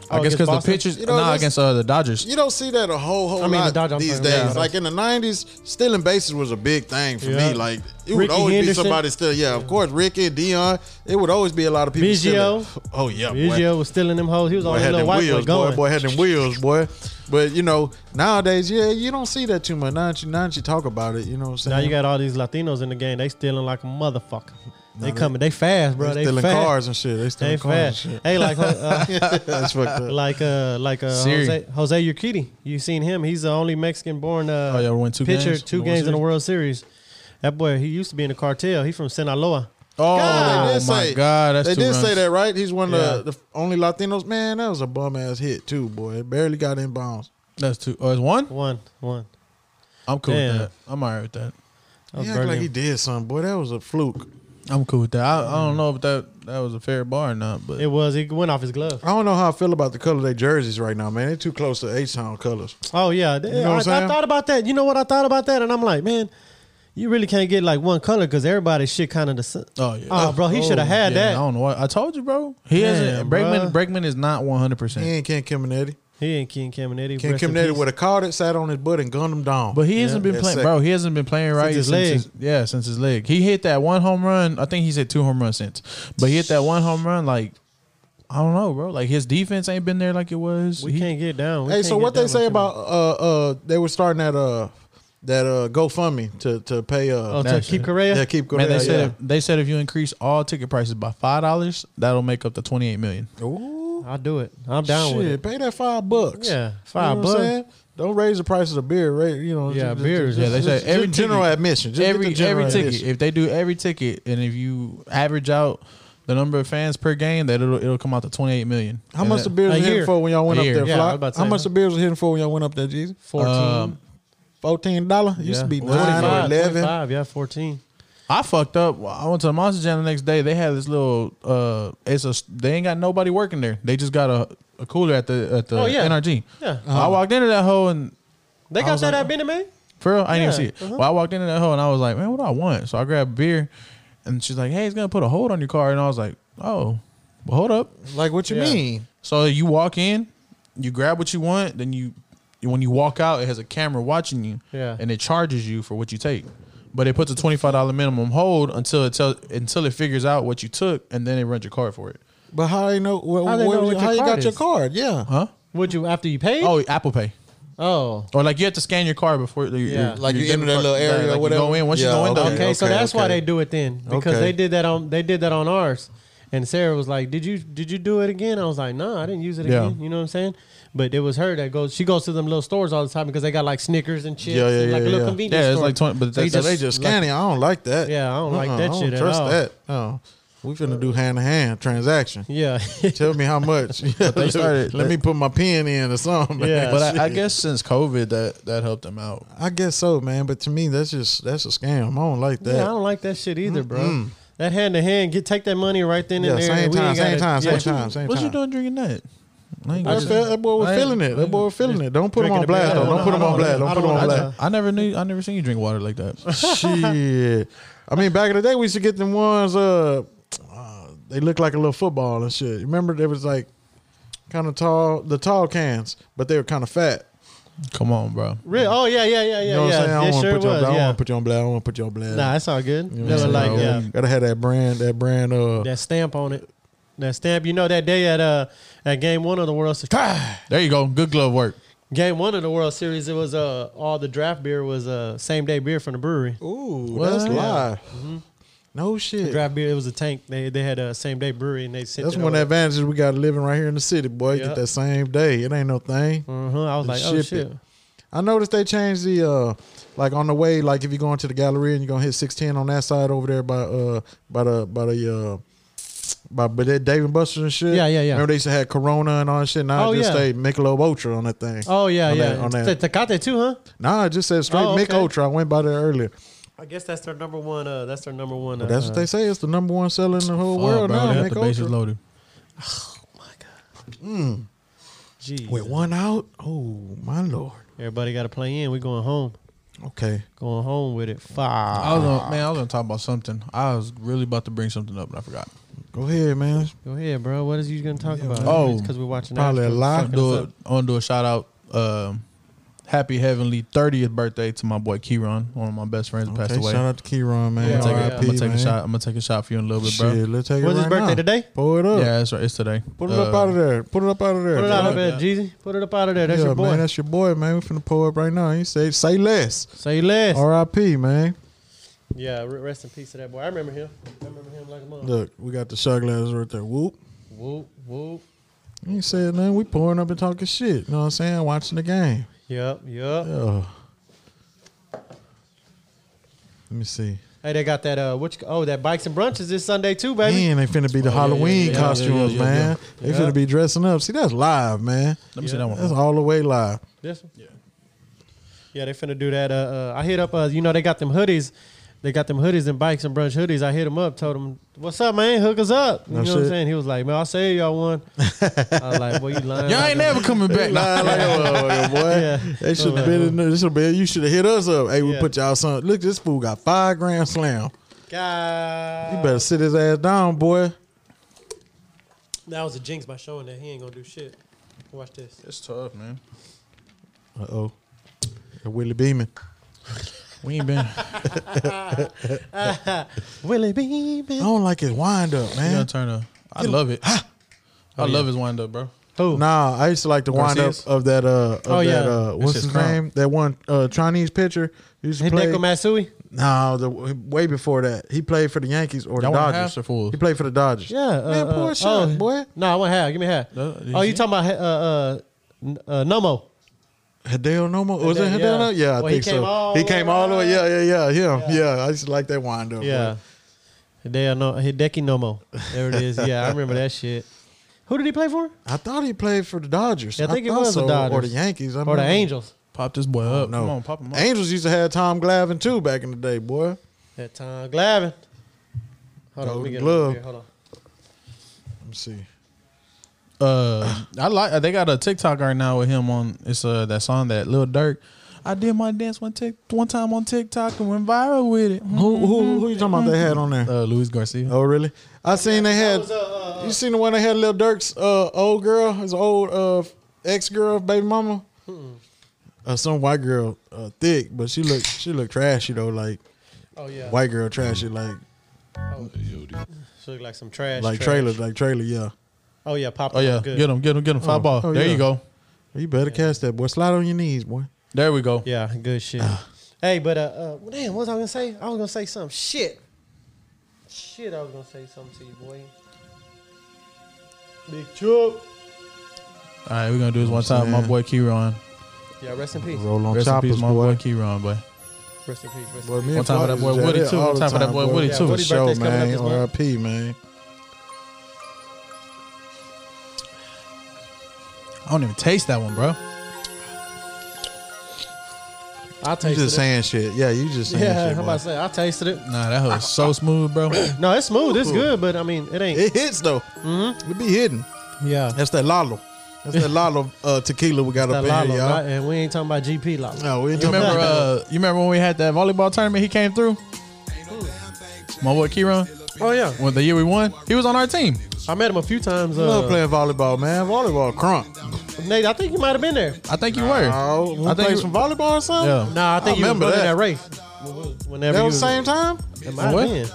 Speaker 4: I
Speaker 2: Oh,
Speaker 4: guess
Speaker 2: against
Speaker 4: because the
Speaker 2: Boston?
Speaker 4: pitchers.
Speaker 3: You know,
Speaker 4: nah,
Speaker 3: that's-
Speaker 4: against uh, the Dodgers.
Speaker 3: you don't see that a whole whole
Speaker 2: I mean, the
Speaker 3: lot
Speaker 2: Dodgers, I'm
Speaker 3: these
Speaker 2: sorry, yeah.
Speaker 3: days. Like in the nineties, stealing bases was a big thing for
Speaker 2: Yeah.
Speaker 3: me. Like it would
Speaker 2: Ricky
Speaker 3: always
Speaker 2: Henderson.
Speaker 3: be somebody still. Yeah, of course, Ricky, Dion. It would always be a lot of people.
Speaker 2: Biggio.
Speaker 3: stealing. Oh yeah, boy.
Speaker 2: Biggio was stealing them hoes. He was
Speaker 3: Boy
Speaker 2: on his
Speaker 3: had
Speaker 2: little
Speaker 3: them
Speaker 2: white
Speaker 3: wheels,
Speaker 2: boy going.
Speaker 3: boy. Boy had them wheels, boy. But you know, nowadays, yeah, you don't see that too much. Now that you, now that you talk about it, you know what I'm saying.
Speaker 2: Now you got all these Latinos in the game. They stealing like a motherfucker. They
Speaker 3: they-
Speaker 2: coming. They fast, bro.
Speaker 3: They
Speaker 2: They
Speaker 3: stealing
Speaker 2: fast.
Speaker 3: cars and shit. They
Speaker 2: They
Speaker 3: stealing cars
Speaker 2: fast.
Speaker 3: and shit.
Speaker 2: Hey,
Speaker 3: (laughs)
Speaker 2: like uh,
Speaker 3: That's
Speaker 2: (laughs)
Speaker 3: fucked up.
Speaker 2: like uh like uh
Speaker 4: Siri.
Speaker 2: Jose, Jose Urquidy. You seen him? He's the only Mexican born uh
Speaker 4: Oh, yeah, we won two
Speaker 2: pitcher
Speaker 4: games in
Speaker 2: two
Speaker 4: the World
Speaker 2: games in the
Speaker 4: Series.
Speaker 2: World Series. That boy, he used to be in the cartel. He from Sinaloa.
Speaker 4: Oh
Speaker 3: God, they
Speaker 4: my
Speaker 3: did say-
Speaker 4: God, that's
Speaker 3: they
Speaker 4: two
Speaker 3: did
Speaker 4: runs.
Speaker 3: say that, right? He's one
Speaker 2: Yeah.
Speaker 3: of the, the only Latinos. Man, that was a bum ass hit too, boy. It barely got inbounds.
Speaker 4: That's two. Oh, it's one.
Speaker 2: One one.
Speaker 4: I'm cool
Speaker 2: Damn.
Speaker 4: with that. I'm alright with that.
Speaker 2: That was
Speaker 3: he act like
Speaker 2: Birmingham.
Speaker 3: he did something, boy. That was a fluke.
Speaker 4: I'm cool with that. I, I
Speaker 3: Mm.
Speaker 4: don't know if that that was a fair bar or not, but
Speaker 2: It was. He went off his glove.
Speaker 3: I don't know how I feel about the color of their jerseys right now, man. They're too close to H Town colors.
Speaker 2: Oh yeah,
Speaker 3: what I'm
Speaker 2: I, I
Speaker 3: saying?
Speaker 2: thought about that. You know what I thought about that, and I'm like, man, you really can't get like one color because everybody's shit kind of the. s-
Speaker 4: oh yeah.
Speaker 2: Oh, bro, he should have had
Speaker 4: Yeah, I
Speaker 2: that.
Speaker 4: don't know. What, I told you, bro. He
Speaker 2: Damn,
Speaker 4: hasn't.
Speaker 2: bruh.
Speaker 4: Bregman. Bregman is not 100.
Speaker 3: He
Speaker 4: percent
Speaker 3: ain't Ken Kiminetti.
Speaker 2: He ain't King Caminiti.
Speaker 3: Ken
Speaker 2: Rest in
Speaker 3: Kiminetti
Speaker 2: peace.
Speaker 3: would have caught it, sat on his butt, and gunned him down.
Speaker 4: But he hasn't
Speaker 3: Yeah.
Speaker 4: been
Speaker 3: Yeah,
Speaker 4: playing,
Speaker 3: sec-
Speaker 4: bro. He hasn't been playing right
Speaker 2: his
Speaker 4: since
Speaker 2: leg.
Speaker 4: his- yeah, since his leg. He hit that one home run. I think he's hit two home runs since. But he hit that one home run like I don't know, bro. Like his defense ain't been there like it was.
Speaker 2: We
Speaker 4: He-
Speaker 2: can't get down. We
Speaker 3: hey,
Speaker 2: can't
Speaker 3: so
Speaker 2: get
Speaker 3: what they
Speaker 2: down
Speaker 3: say
Speaker 2: with
Speaker 3: about uh uh they were starting at uh that uh GoFundMe to to pay uh
Speaker 2: Oh, to
Speaker 4: Naturally.
Speaker 2: keep Correa.
Speaker 3: yeah keep going.
Speaker 4: Man, they
Speaker 3: yeah,
Speaker 4: said if, they said if you increase all ticket prices by five dollars, that'll make up the twenty eight million.
Speaker 3: yeah. Ooh,
Speaker 2: I'll do it. I'm down
Speaker 3: shit,
Speaker 2: with it.
Speaker 3: pay that five bucks.
Speaker 2: Yeah,
Speaker 3: five
Speaker 2: five bucks.
Speaker 3: bucks. Don't raise the price of the beer, right? You know,
Speaker 2: Yeah,
Speaker 3: ju- ju-
Speaker 2: beers,
Speaker 3: ju-
Speaker 2: yeah,
Speaker 4: they
Speaker 3: just-
Speaker 4: say
Speaker 3: just
Speaker 4: every
Speaker 3: general
Speaker 4: ticket-
Speaker 3: admission. Just get
Speaker 4: every
Speaker 3: the general
Speaker 4: every ticket.
Speaker 3: admission.
Speaker 4: If they do every ticket, and if you average out the number of fans per game, that it'll it'll come out to twenty eight million.
Speaker 3: How
Speaker 4: And
Speaker 3: much
Speaker 4: that-
Speaker 3: the beers
Speaker 2: a
Speaker 3: were hitting
Speaker 2: year.
Speaker 3: for when y'all went
Speaker 4: A
Speaker 3: up
Speaker 4: year.
Speaker 3: there?
Speaker 2: Yeah, I
Speaker 3: Fly?
Speaker 2: was about to
Speaker 3: How
Speaker 2: say,
Speaker 3: much
Speaker 2: huh?
Speaker 3: the beers were hitting for when y'all went up there, Jesus?
Speaker 2: Fourteen.
Speaker 4: Um,
Speaker 3: Fourteen dollar. Used
Speaker 2: yeah.
Speaker 3: to be nine or
Speaker 2: 25,
Speaker 3: eleven.
Speaker 2: 25, yeah, fourteen.
Speaker 4: I fucked up. I went to the Monster Jam the next day. They had this little. uh It's a. They ain't got nobody working there. They just got a, a cooler at the at the
Speaker 2: Oh, yeah.
Speaker 4: NRG.
Speaker 2: Yeah,
Speaker 4: I walked into that hole and
Speaker 2: they
Speaker 4: I
Speaker 2: got
Speaker 4: was
Speaker 2: that
Speaker 4: like,
Speaker 3: uh,
Speaker 2: at Benny Man.
Speaker 4: For real? I
Speaker 2: Yeah,
Speaker 4: didn't
Speaker 2: uh-huh.
Speaker 4: even see it. Well, I walked into that hole and I was like, man, what do I want? So I grabbed beer and she's like, hey, it's going to put a hold on your car. And I was like, oh, well, hold up.
Speaker 3: Like what you
Speaker 2: Yeah.
Speaker 3: mean?
Speaker 4: So you walk in, you grab what you want, then you, when you walk out, it has a camera watching you
Speaker 2: Yeah.
Speaker 4: and it charges you for what you take. But it puts a $25 minimum hold until it tells, until it figures out what you took and then it runs your card for it.
Speaker 3: But how they know? Well,
Speaker 2: How they
Speaker 3: where
Speaker 2: know
Speaker 3: you-
Speaker 2: what
Speaker 3: how
Speaker 2: your
Speaker 3: you
Speaker 2: card
Speaker 3: got your
Speaker 2: is?
Speaker 3: card? Yeah.
Speaker 4: Huh?
Speaker 2: Would you after you paid?
Speaker 4: Oh, Apple Pay.
Speaker 2: oh,
Speaker 4: Or like you have to scan your card before you
Speaker 2: Yeah.
Speaker 3: Like you enter that little area or
Speaker 4: You go
Speaker 3: whatever?
Speaker 4: in. Once
Speaker 3: Yeah,
Speaker 4: you go in,
Speaker 2: okay,
Speaker 4: though,
Speaker 2: so
Speaker 3: Oh, okay,
Speaker 2: that's why they
Speaker 3: okay.
Speaker 2: do it then because
Speaker 3: Okay.
Speaker 2: they did that on they did that on ours. And Sarah was like, "Did you did you do it again?" I was like, "No, I didn't use it
Speaker 4: Yeah.
Speaker 2: again." You know what I'm saying? But it was her that goes. She goes to them little stores all the time because they got like Snickers and chips,
Speaker 3: Yeah, yeah,
Speaker 2: and like a
Speaker 3: yeah,
Speaker 2: little
Speaker 3: yeah.
Speaker 2: convenience
Speaker 4: yeah, it's
Speaker 2: store.
Speaker 4: like 20, but
Speaker 3: They
Speaker 4: that's,
Speaker 3: just, they just scanning. I don't like that. Uh-uh,
Speaker 2: Yeah, I don't like that
Speaker 3: I don't
Speaker 2: shit at
Speaker 3: Trust
Speaker 2: all.
Speaker 3: that. Oh, we finna do hand to hand transaction. (laughs)
Speaker 2: yeah,
Speaker 3: Tell me
Speaker 2: (laughs)
Speaker 3: how much. (laughs)
Speaker 4: they started-
Speaker 3: Let me put my pen in or something. man. (laughs)
Speaker 2: Yeah.
Speaker 4: But I, I
Speaker 3: Shit.
Speaker 4: guess since COVID, that that helped them out.
Speaker 3: I guess so, man. But to me, that's just that's a scam. I don't like that.
Speaker 2: Yeah, I don't like that shit either, bro. That hand to hand, get take that money right then
Speaker 3: Yeah,
Speaker 2: and there.
Speaker 3: same
Speaker 2: and we
Speaker 3: time,
Speaker 2: ain't
Speaker 3: same
Speaker 2: gotta-
Speaker 3: time, same
Speaker 2: yeah.
Speaker 3: time.
Speaker 4: What you doing drinking that? I, ain't
Speaker 3: I
Speaker 4: got
Speaker 3: felt that boy was
Speaker 4: I ain't-
Speaker 3: feeling it. That boy was feeling it. Don't put him
Speaker 2: Drinking
Speaker 3: on
Speaker 2: the beer.
Speaker 3: blast.
Speaker 2: I
Speaker 3: Though.
Speaker 2: don't
Speaker 3: Don't
Speaker 2: know.
Speaker 3: put him
Speaker 2: I
Speaker 3: on
Speaker 2: don't
Speaker 3: blast.
Speaker 2: know.
Speaker 3: Don't
Speaker 2: I
Speaker 3: put him
Speaker 2: don't
Speaker 3: on
Speaker 2: know.
Speaker 3: blast.
Speaker 4: I never knew. I never seen you drink water like that.
Speaker 2: (laughs)
Speaker 3: Shit. I mean, back in the day, we used to get them ones. Uh, uh, they look like a little football and shit. Remember, there was like kind of tall, the tall cans, but they were kind of fat.
Speaker 4: Come on, bro.
Speaker 2: Real? Oh yeah, yeah, yeah, yeah,
Speaker 3: You know what
Speaker 2: yeah.
Speaker 3: I'm saying?
Speaker 2: It
Speaker 3: I don't want
Speaker 2: sure
Speaker 3: to put you on
Speaker 2: was.
Speaker 3: blast. I don't
Speaker 2: Yeah.
Speaker 3: want to put you on blast. I don't want to put you on blast.
Speaker 2: Nah, it's all good.
Speaker 3: You know
Speaker 2: they
Speaker 3: what
Speaker 2: were
Speaker 3: I'm
Speaker 2: like,
Speaker 3: saying?
Speaker 2: yeah,
Speaker 3: Gotta have that brand. That brand. Uh,
Speaker 2: that stamp on it, that stamp. You know that day at uh at game one of the World Series,
Speaker 4: There you go. Good glove work.
Speaker 2: game one of the World Series, it was uh all the draft beer was uh same day beer from the brewery.
Speaker 3: ooh,
Speaker 4: What?
Speaker 3: that's
Speaker 4: Yeah.
Speaker 3: live.
Speaker 2: Mm-hmm.
Speaker 3: No shit.
Speaker 2: Draft beer, it was a tank. They they had a same day brewery and they sent.
Speaker 3: That's one of the advantages we got living right here in the city, boy.
Speaker 2: Yeah.
Speaker 3: Get that same day. It ain't no thing.
Speaker 2: Uh-huh. I was
Speaker 3: They
Speaker 2: like, oh
Speaker 3: ship it.
Speaker 2: shit.
Speaker 3: I noticed they changed the uh like on the way, like if you go into the gallery and you're gonna hit six ten on that side over there by uh by the by the uh by but that Dave and Buster's and shit.
Speaker 2: Yeah, yeah, yeah.
Speaker 3: Remember they used to have Corona and all that shit. Now
Speaker 2: Oh,
Speaker 3: it just
Speaker 2: yeah.
Speaker 3: say Michelob Ultra on that thing.
Speaker 2: Oh yeah,
Speaker 3: On
Speaker 2: yeah.
Speaker 3: that- on that.
Speaker 2: It's the Tecate too, huh?
Speaker 3: Nah, it just said straight
Speaker 2: Oh,
Speaker 3: Mick
Speaker 2: okay.
Speaker 3: Ultra. I went by there earlier.
Speaker 2: I guess that's their number one. Uh, that's their number one.
Speaker 3: But that's
Speaker 2: uh,
Speaker 3: what they say. It's the number one seller in the whole
Speaker 4: Fuck,
Speaker 3: world
Speaker 4: Oh,
Speaker 3: now.
Speaker 4: bro. They got
Speaker 3: Mick
Speaker 4: the bases
Speaker 3: Ultra.
Speaker 4: loaded.
Speaker 2: Jeez.
Speaker 3: With one out? Oh my lord.
Speaker 2: Everybody got to play in. We going home.
Speaker 3: Okay.
Speaker 2: Going home with it. Five.
Speaker 4: I was gonna, man. I was gonna talk about something. I was really about to bring something up, and I forgot.
Speaker 3: Go ahead, man.
Speaker 2: Go ahead, bro. What is you gonna talk about?
Speaker 4: Oh,
Speaker 2: because we're watching.
Speaker 3: probably a
Speaker 2: Astros
Speaker 3: lot.
Speaker 2: fucking
Speaker 4: Do
Speaker 2: us
Speaker 4: a,
Speaker 2: up.
Speaker 4: I want to do a shout out. Um, happy heavenly thirtieth birthday to my boy Kieron, one of my best friends who passed
Speaker 3: Okay,
Speaker 4: away.
Speaker 3: Shout out to Keyron, man.
Speaker 2: Yeah,
Speaker 4: I'm gonna take, a-
Speaker 2: R.I.P.,
Speaker 4: I'm gonna take a
Speaker 3: man.
Speaker 4: shot. I'm gonna take a shot for you in a little bit, bro.
Speaker 3: Shit, let's take it
Speaker 2: What's his
Speaker 3: right
Speaker 2: birthday
Speaker 3: now.
Speaker 2: today?
Speaker 3: Pull it up.
Speaker 4: Yeah, that's right. It's today. Uh,
Speaker 3: Pull it up out of there. Put it up out of there.
Speaker 2: Um, Put it out of
Speaker 3: boy.
Speaker 2: there, Jeezy. Put it up out of there. That's
Speaker 3: yeah,
Speaker 2: your boy.
Speaker 3: man. That's your boy, man. We finna pull up right now. You say say less.
Speaker 2: Say less.
Speaker 3: R.I.P. Man.
Speaker 2: Yeah. re- Rest in peace to that boy. I remember him. I remember him like a mom.
Speaker 3: Look, we got the shot glasses right there. Whoop.
Speaker 2: Whoop whoop.
Speaker 3: You ain't said nothing. We pouring up and talking shit. You know what I'm saying? Watching the game.
Speaker 2: Yep. Yep.
Speaker 3: Yeah. Let me see.
Speaker 2: Hey, they got that. Uh, which? Oh, that bikes and brunches this Sunday too, baby.
Speaker 3: Man, they finna be the Halloween
Speaker 4: yeah, yeah,
Speaker 3: costumes,
Speaker 4: yeah, yeah,
Speaker 2: yeah.
Speaker 3: man. They
Speaker 2: Yeah.
Speaker 3: finna be dressing up. See, that's live, man.
Speaker 4: Let me see that one.
Speaker 3: That's all the way live.
Speaker 2: This one? Yeah. Yeah, they finna do that. Uh, uh, I hit up, uh, you know, they got them hoodies. They got them hoodies and bikes and brunch hoodies. I hit him up, told him, "What's up, man? Hook us up." You
Speaker 3: No
Speaker 2: know what I'm
Speaker 3: shit.
Speaker 2: saying? He was like, "Man, I'll save y'all one." I was like, "Boy, you lying?"
Speaker 4: Y'all ain't never coming back. Nah.
Speaker 3: Nah, like, oh, boy.
Speaker 2: Yeah.
Speaker 3: They should have been in there. This should been. You should have hit us up. Hey, we
Speaker 2: Yeah.
Speaker 3: put y'all son. Look, this fool got five grand slam. You
Speaker 2: God,
Speaker 3: better sit his ass down, boy.
Speaker 2: that was a jinx by showing that he ain't gonna do shit. Watch this.
Speaker 4: It's tough, man.
Speaker 3: Uh oh. Willie Beeman.
Speaker 4: We ain't been.
Speaker 2: Willie Beeman.
Speaker 3: I don't like his wind up,
Speaker 4: We gotta
Speaker 3: man. Oh,
Speaker 4: turn a. I
Speaker 3: (gasps)
Speaker 4: love it. I love his wind up, bro.
Speaker 2: Who?
Speaker 3: Nah, I used to like the wind up
Speaker 4: Garcia's?
Speaker 3: of that uh of
Speaker 2: Oh,
Speaker 3: that
Speaker 2: yeah.
Speaker 3: uh what's
Speaker 4: his
Speaker 3: his
Speaker 4: crown.
Speaker 3: name? That one uh Chinese pitcher He used to play.
Speaker 2: Hideko Matsui.
Speaker 3: No, the way before that, he played for the Yankees or the
Speaker 4: Y'all want halves
Speaker 3: Dodgers.
Speaker 4: or fulls?
Speaker 3: He played for the Dodgers.
Speaker 2: Yeah, uh,
Speaker 3: man,
Speaker 2: uh,
Speaker 3: poor shot,
Speaker 2: oh,
Speaker 3: boy.
Speaker 2: No, I want half. Give me half.
Speaker 4: No, did
Speaker 2: oh, you
Speaker 4: you-
Speaker 2: talking about uh, uh, n- uh, Nomo?
Speaker 3: Hideo Nomo was it
Speaker 2: Hideo,
Speaker 3: Hideo?
Speaker 2: yeah.
Speaker 3: Nomo? Yeah, I
Speaker 2: Well, he
Speaker 3: think
Speaker 2: came
Speaker 3: so.
Speaker 2: all
Speaker 3: He
Speaker 2: the
Speaker 3: came
Speaker 2: way
Speaker 3: all the way. Yeah,
Speaker 2: around.
Speaker 3: yeah, yeah, yeah, yeah. I used to like that wind up.
Speaker 2: Yeah. Hideo no, Hideki Nomo. There it is. Yeah, I remember that shit. Who did he play for?
Speaker 3: I thought he played for the Dodgers.
Speaker 2: Yeah, I think it
Speaker 3: thought
Speaker 2: was the
Speaker 3: so,
Speaker 2: Dodgers.
Speaker 3: or the Yankees I
Speaker 2: Or Oh, the
Speaker 3: remember.
Speaker 2: Angels?
Speaker 4: Pop this boy up.
Speaker 3: Oh, No,
Speaker 4: Come on, pop him up.
Speaker 3: Angels used to have Tom Glavine too back in the day, boy.
Speaker 2: That Tom Glavine. Hold on, let me
Speaker 3: Golden
Speaker 2: get
Speaker 3: Glove.
Speaker 2: glove. Here. Hold on.
Speaker 3: Let me see.
Speaker 4: Uh, I like. They got a TikTok right now with him on. It's uh that song that Lil Durk. I did my dance one tick one time on TikTok and went viral with it.
Speaker 3: Who who who you talking about? They had on there.
Speaker 4: Uh, Luis Garcia.
Speaker 3: Oh really? I seen they had.
Speaker 2: Mm-hmm. was, uh,
Speaker 3: you seen the one they had Lil Durk's uh, old girl, his old uh, ex girl, baby mama.
Speaker 2: Hmm.
Speaker 3: Uh, some white girl, uh, thick, but she looked she looked trashy though, like
Speaker 2: Oh yeah.
Speaker 3: white girl trashy, like
Speaker 2: She look like some trash.
Speaker 3: like
Speaker 2: trash.
Speaker 3: trailer, like trailer. Yeah,
Speaker 2: Oh yeah, pop.
Speaker 4: Oh yeah,
Speaker 2: good.
Speaker 4: get him, get him, get him.
Speaker 3: Oh,
Speaker 4: Five ball.
Speaker 3: oh,
Speaker 4: there
Speaker 3: yeah.
Speaker 4: you go.
Speaker 3: you better catch that boy. Slide on your knees, boy.
Speaker 4: There we go.
Speaker 2: Yeah, good shit. hey, but uh, uh, damn, what was I gonna say? I was gonna say something. Shit. Shit, I was gonna say something to you, boy. Big Chuck.
Speaker 4: All right, we're gonna do this one time. My
Speaker 3: Yeah.
Speaker 4: boy Kieron.
Speaker 2: Yeah, rest in peace.
Speaker 3: Roll on
Speaker 4: Rest in peace,
Speaker 3: choppers,
Speaker 4: my boy
Speaker 3: boy.
Speaker 4: Kieron, boy.
Speaker 2: Rest in peace. Rest
Speaker 3: Boy,
Speaker 2: in
Speaker 3: me
Speaker 2: peace.
Speaker 3: and
Speaker 4: One time for that
Speaker 3: Flav
Speaker 4: boy
Speaker 3: is
Speaker 4: Woody,
Speaker 3: there
Speaker 4: too.
Speaker 3: all
Speaker 4: One
Speaker 3: the
Speaker 4: time for that boy Woody,
Speaker 2: Yeah,
Speaker 4: too.
Speaker 3: For
Speaker 2: Woody
Speaker 3: sure,
Speaker 2: birthday's coming up
Speaker 3: man.
Speaker 2: this month.
Speaker 3: R.I.P. Man.
Speaker 4: I don't even taste that one, bro.
Speaker 2: I
Speaker 3: You
Speaker 2: tasted
Speaker 3: just
Speaker 2: it.
Speaker 3: saying shit. Yeah, you just
Speaker 2: (laughs)
Speaker 3: saying
Speaker 2: Yeah,
Speaker 3: shit.
Speaker 2: how
Speaker 3: boy.
Speaker 2: about I say? I tasted it.
Speaker 4: Nah, that was so smooth,
Speaker 3: (coughs)
Speaker 4: bro.
Speaker 2: No, it's smooth. It's
Speaker 3: Ooh.
Speaker 2: good, but I mean, it ain't.
Speaker 3: It hits though. Mm-hmm. It be hidden.
Speaker 2: yeah.
Speaker 3: That's that Lalo. That's that Lalo uh, tequila we got
Speaker 2: That
Speaker 3: up in
Speaker 2: Lalo,
Speaker 3: here, y'all.
Speaker 2: right? and we ain't talking about GP Lalo.
Speaker 3: No, we ain't
Speaker 4: You
Speaker 3: talking
Speaker 4: remember?
Speaker 3: about
Speaker 4: Uh, you remember when we had that volleyball tournament? He came through. My boy Kieron.
Speaker 2: Oh yeah,
Speaker 4: When the year we won, he was on our team.
Speaker 2: I met him a few times.
Speaker 3: I love
Speaker 2: Uh,
Speaker 3: playing volleyball, man. Volleyball crunk.
Speaker 2: Nate, I think you might have been there.
Speaker 4: I think you were.
Speaker 3: Oh,
Speaker 4: I
Speaker 3: we
Speaker 4: think
Speaker 3: played
Speaker 4: you-
Speaker 3: some volleyball or something?
Speaker 4: Yeah.
Speaker 2: Nah, I think
Speaker 3: I
Speaker 2: you was
Speaker 3: remember
Speaker 2: running
Speaker 3: that.
Speaker 2: that race. Whenever
Speaker 3: That
Speaker 2: you
Speaker 3: was the same time?
Speaker 2: it might have
Speaker 4: What?
Speaker 2: been.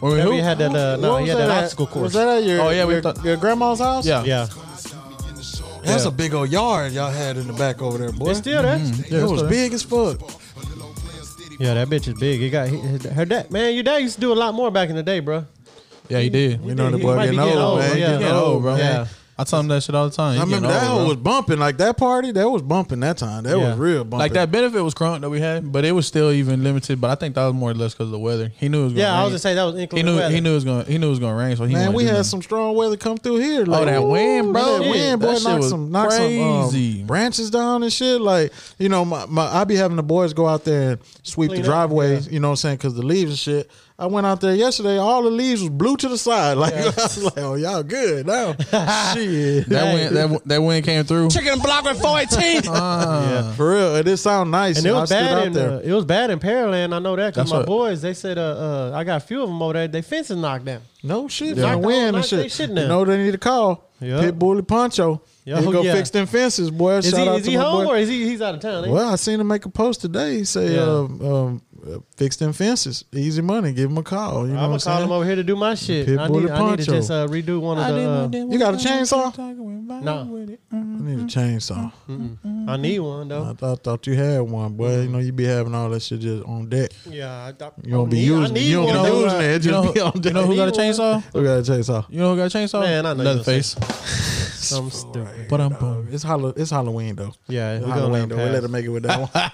Speaker 4: Or
Speaker 2: Remember
Speaker 4: who?
Speaker 2: you had that. Uh, no,
Speaker 3: What
Speaker 2: he
Speaker 3: was
Speaker 2: had that,
Speaker 3: at?
Speaker 2: obstacle course.
Speaker 3: Was that at your,
Speaker 4: Oh, yeah, we
Speaker 3: your,
Speaker 4: thought-
Speaker 3: your grandma's house?
Speaker 4: Yeah.
Speaker 2: yeah,
Speaker 3: That's
Speaker 4: Yeah.
Speaker 3: a big old yard y'all had in the back over there, boy.
Speaker 2: it's still there.
Speaker 4: Yeah,
Speaker 3: Mm-hmm. it
Speaker 4: it's
Speaker 3: was
Speaker 4: still-
Speaker 3: big as fuck.
Speaker 2: Yeah, that bitch is big. It got he- his- her dad. Man, your dad used to do a lot more back in the day, bro.
Speaker 4: Yeah, he did.
Speaker 3: You know
Speaker 2: did.
Speaker 3: the
Speaker 2: He
Speaker 3: boy
Speaker 2: might be
Speaker 3: getting
Speaker 2: getting
Speaker 3: old,
Speaker 2: old,
Speaker 3: man. He
Speaker 2: yeah.
Speaker 3: Getting
Speaker 2: Getting
Speaker 3: old, bro.
Speaker 4: Yeah. Oh, I tell him that shit all the time.
Speaker 3: I
Speaker 4: He getting
Speaker 3: remember that
Speaker 4: old,
Speaker 3: hoe
Speaker 4: bro.
Speaker 3: was bumping. Like that party, that was bumping that time. That
Speaker 2: Yeah.
Speaker 3: was real bumping.
Speaker 4: like that benefit was crunk that we had, but it was still even limited. But I think that was more or less because of the weather. He knew it was. Gonna
Speaker 2: Yeah,
Speaker 4: rain.
Speaker 2: I was gonna say that was
Speaker 4: He
Speaker 2: including.
Speaker 4: knew
Speaker 2: weather.
Speaker 4: he knew it was gonna he knew it was gonna rain. So he
Speaker 3: Man,
Speaker 4: wanted
Speaker 3: we
Speaker 4: to do
Speaker 3: had
Speaker 4: something.
Speaker 3: some strong weather come through here. Like,
Speaker 4: that
Speaker 3: ooh,
Speaker 4: wind, bro.
Speaker 3: That
Speaker 4: Shit,
Speaker 3: wind, boy.
Speaker 4: that shit
Speaker 3: knock
Speaker 4: was
Speaker 3: some, knock some
Speaker 4: crazy.
Speaker 3: um, branches down and shit. Like, you know, my, my I be having the boys go out there and sweep
Speaker 2: Clean
Speaker 3: the
Speaker 2: up,
Speaker 3: driveways. You know what I'm saying? Because the leaves and shit. I went out there yesterday. All the leaves was blue to the side. (laughs) Like, I was like, oh y'all good now. shit,
Speaker 4: That wind that that wind came through.
Speaker 1: Chicken block with 418.
Speaker 3: Uh.
Speaker 2: Yeah.
Speaker 3: for real. It did sound nice.
Speaker 2: And it
Speaker 3: I
Speaker 2: was
Speaker 3: stood out
Speaker 2: bad in
Speaker 3: there.
Speaker 2: uh, it was bad in Pearland. I know that because
Speaker 4: That's
Speaker 2: my
Speaker 4: what-
Speaker 2: boys they said uh, uh I got a few of them over there. They fences knocked down.
Speaker 3: No shit.
Speaker 2: Yeah.
Speaker 3: Yeah.
Speaker 2: Knock
Speaker 3: Win
Speaker 2: on-
Speaker 3: and
Speaker 2: knock they
Speaker 3: shit.
Speaker 2: shit
Speaker 3: you
Speaker 2: down.
Speaker 3: know they need to call.
Speaker 2: Yeah.
Speaker 3: Pit Bully Poncho.
Speaker 2: Yeah,
Speaker 3: he go
Speaker 2: yeah.
Speaker 3: fix them fences, boy.
Speaker 2: Is
Speaker 3: Shout
Speaker 2: he
Speaker 3: out
Speaker 2: is
Speaker 3: to
Speaker 2: he
Speaker 3: my
Speaker 2: home
Speaker 3: boy.
Speaker 2: or is he he's out of town? ain't he?
Speaker 3: Well, I seen him make a post today. He say,
Speaker 2: Yeah.
Speaker 3: um, um, uh, "Fix them fences, easy money. Give him a call."
Speaker 2: I'm
Speaker 3: You know what
Speaker 2: gonna
Speaker 3: I'm
Speaker 2: call
Speaker 3: saying?
Speaker 2: him over here to do my shit.
Speaker 3: Pit
Speaker 2: I
Speaker 3: bull
Speaker 2: need,
Speaker 3: and
Speaker 2: I need to
Speaker 3: poncho.
Speaker 2: just uh, redo one of the.
Speaker 3: You got a chainsaw?
Speaker 2: No.
Speaker 3: I need a
Speaker 2: Mm-hmm.
Speaker 3: chainsaw.
Speaker 2: Uh, I need one though.
Speaker 3: I thought, thought you had one, boy. You know you be having all that shit just on deck.
Speaker 2: yeah, I, I,
Speaker 3: You don't be
Speaker 2: I need, I
Speaker 3: using it.
Speaker 2: need
Speaker 3: You don't
Speaker 2: one.
Speaker 3: be
Speaker 2: though.
Speaker 3: using it. It
Speaker 4: You
Speaker 3: just
Speaker 4: know,
Speaker 3: be on
Speaker 4: you know
Speaker 3: deck.
Speaker 4: who got a chainsaw?
Speaker 3: We got a chainsaw.
Speaker 4: You know who got a chainsaw?
Speaker 2: Man, I know you gonna
Speaker 4: Leatherface.
Speaker 2: Some stupid.
Speaker 4: But I'm
Speaker 3: It's, Hall- it's Halloween though.
Speaker 2: Yeah,
Speaker 3: It's
Speaker 2: we gonna
Speaker 3: Halloween
Speaker 2: let
Speaker 3: though.
Speaker 2: him
Speaker 3: We
Speaker 2: pass.
Speaker 3: let him make it
Speaker 2: (laughs)
Speaker 3: with that one.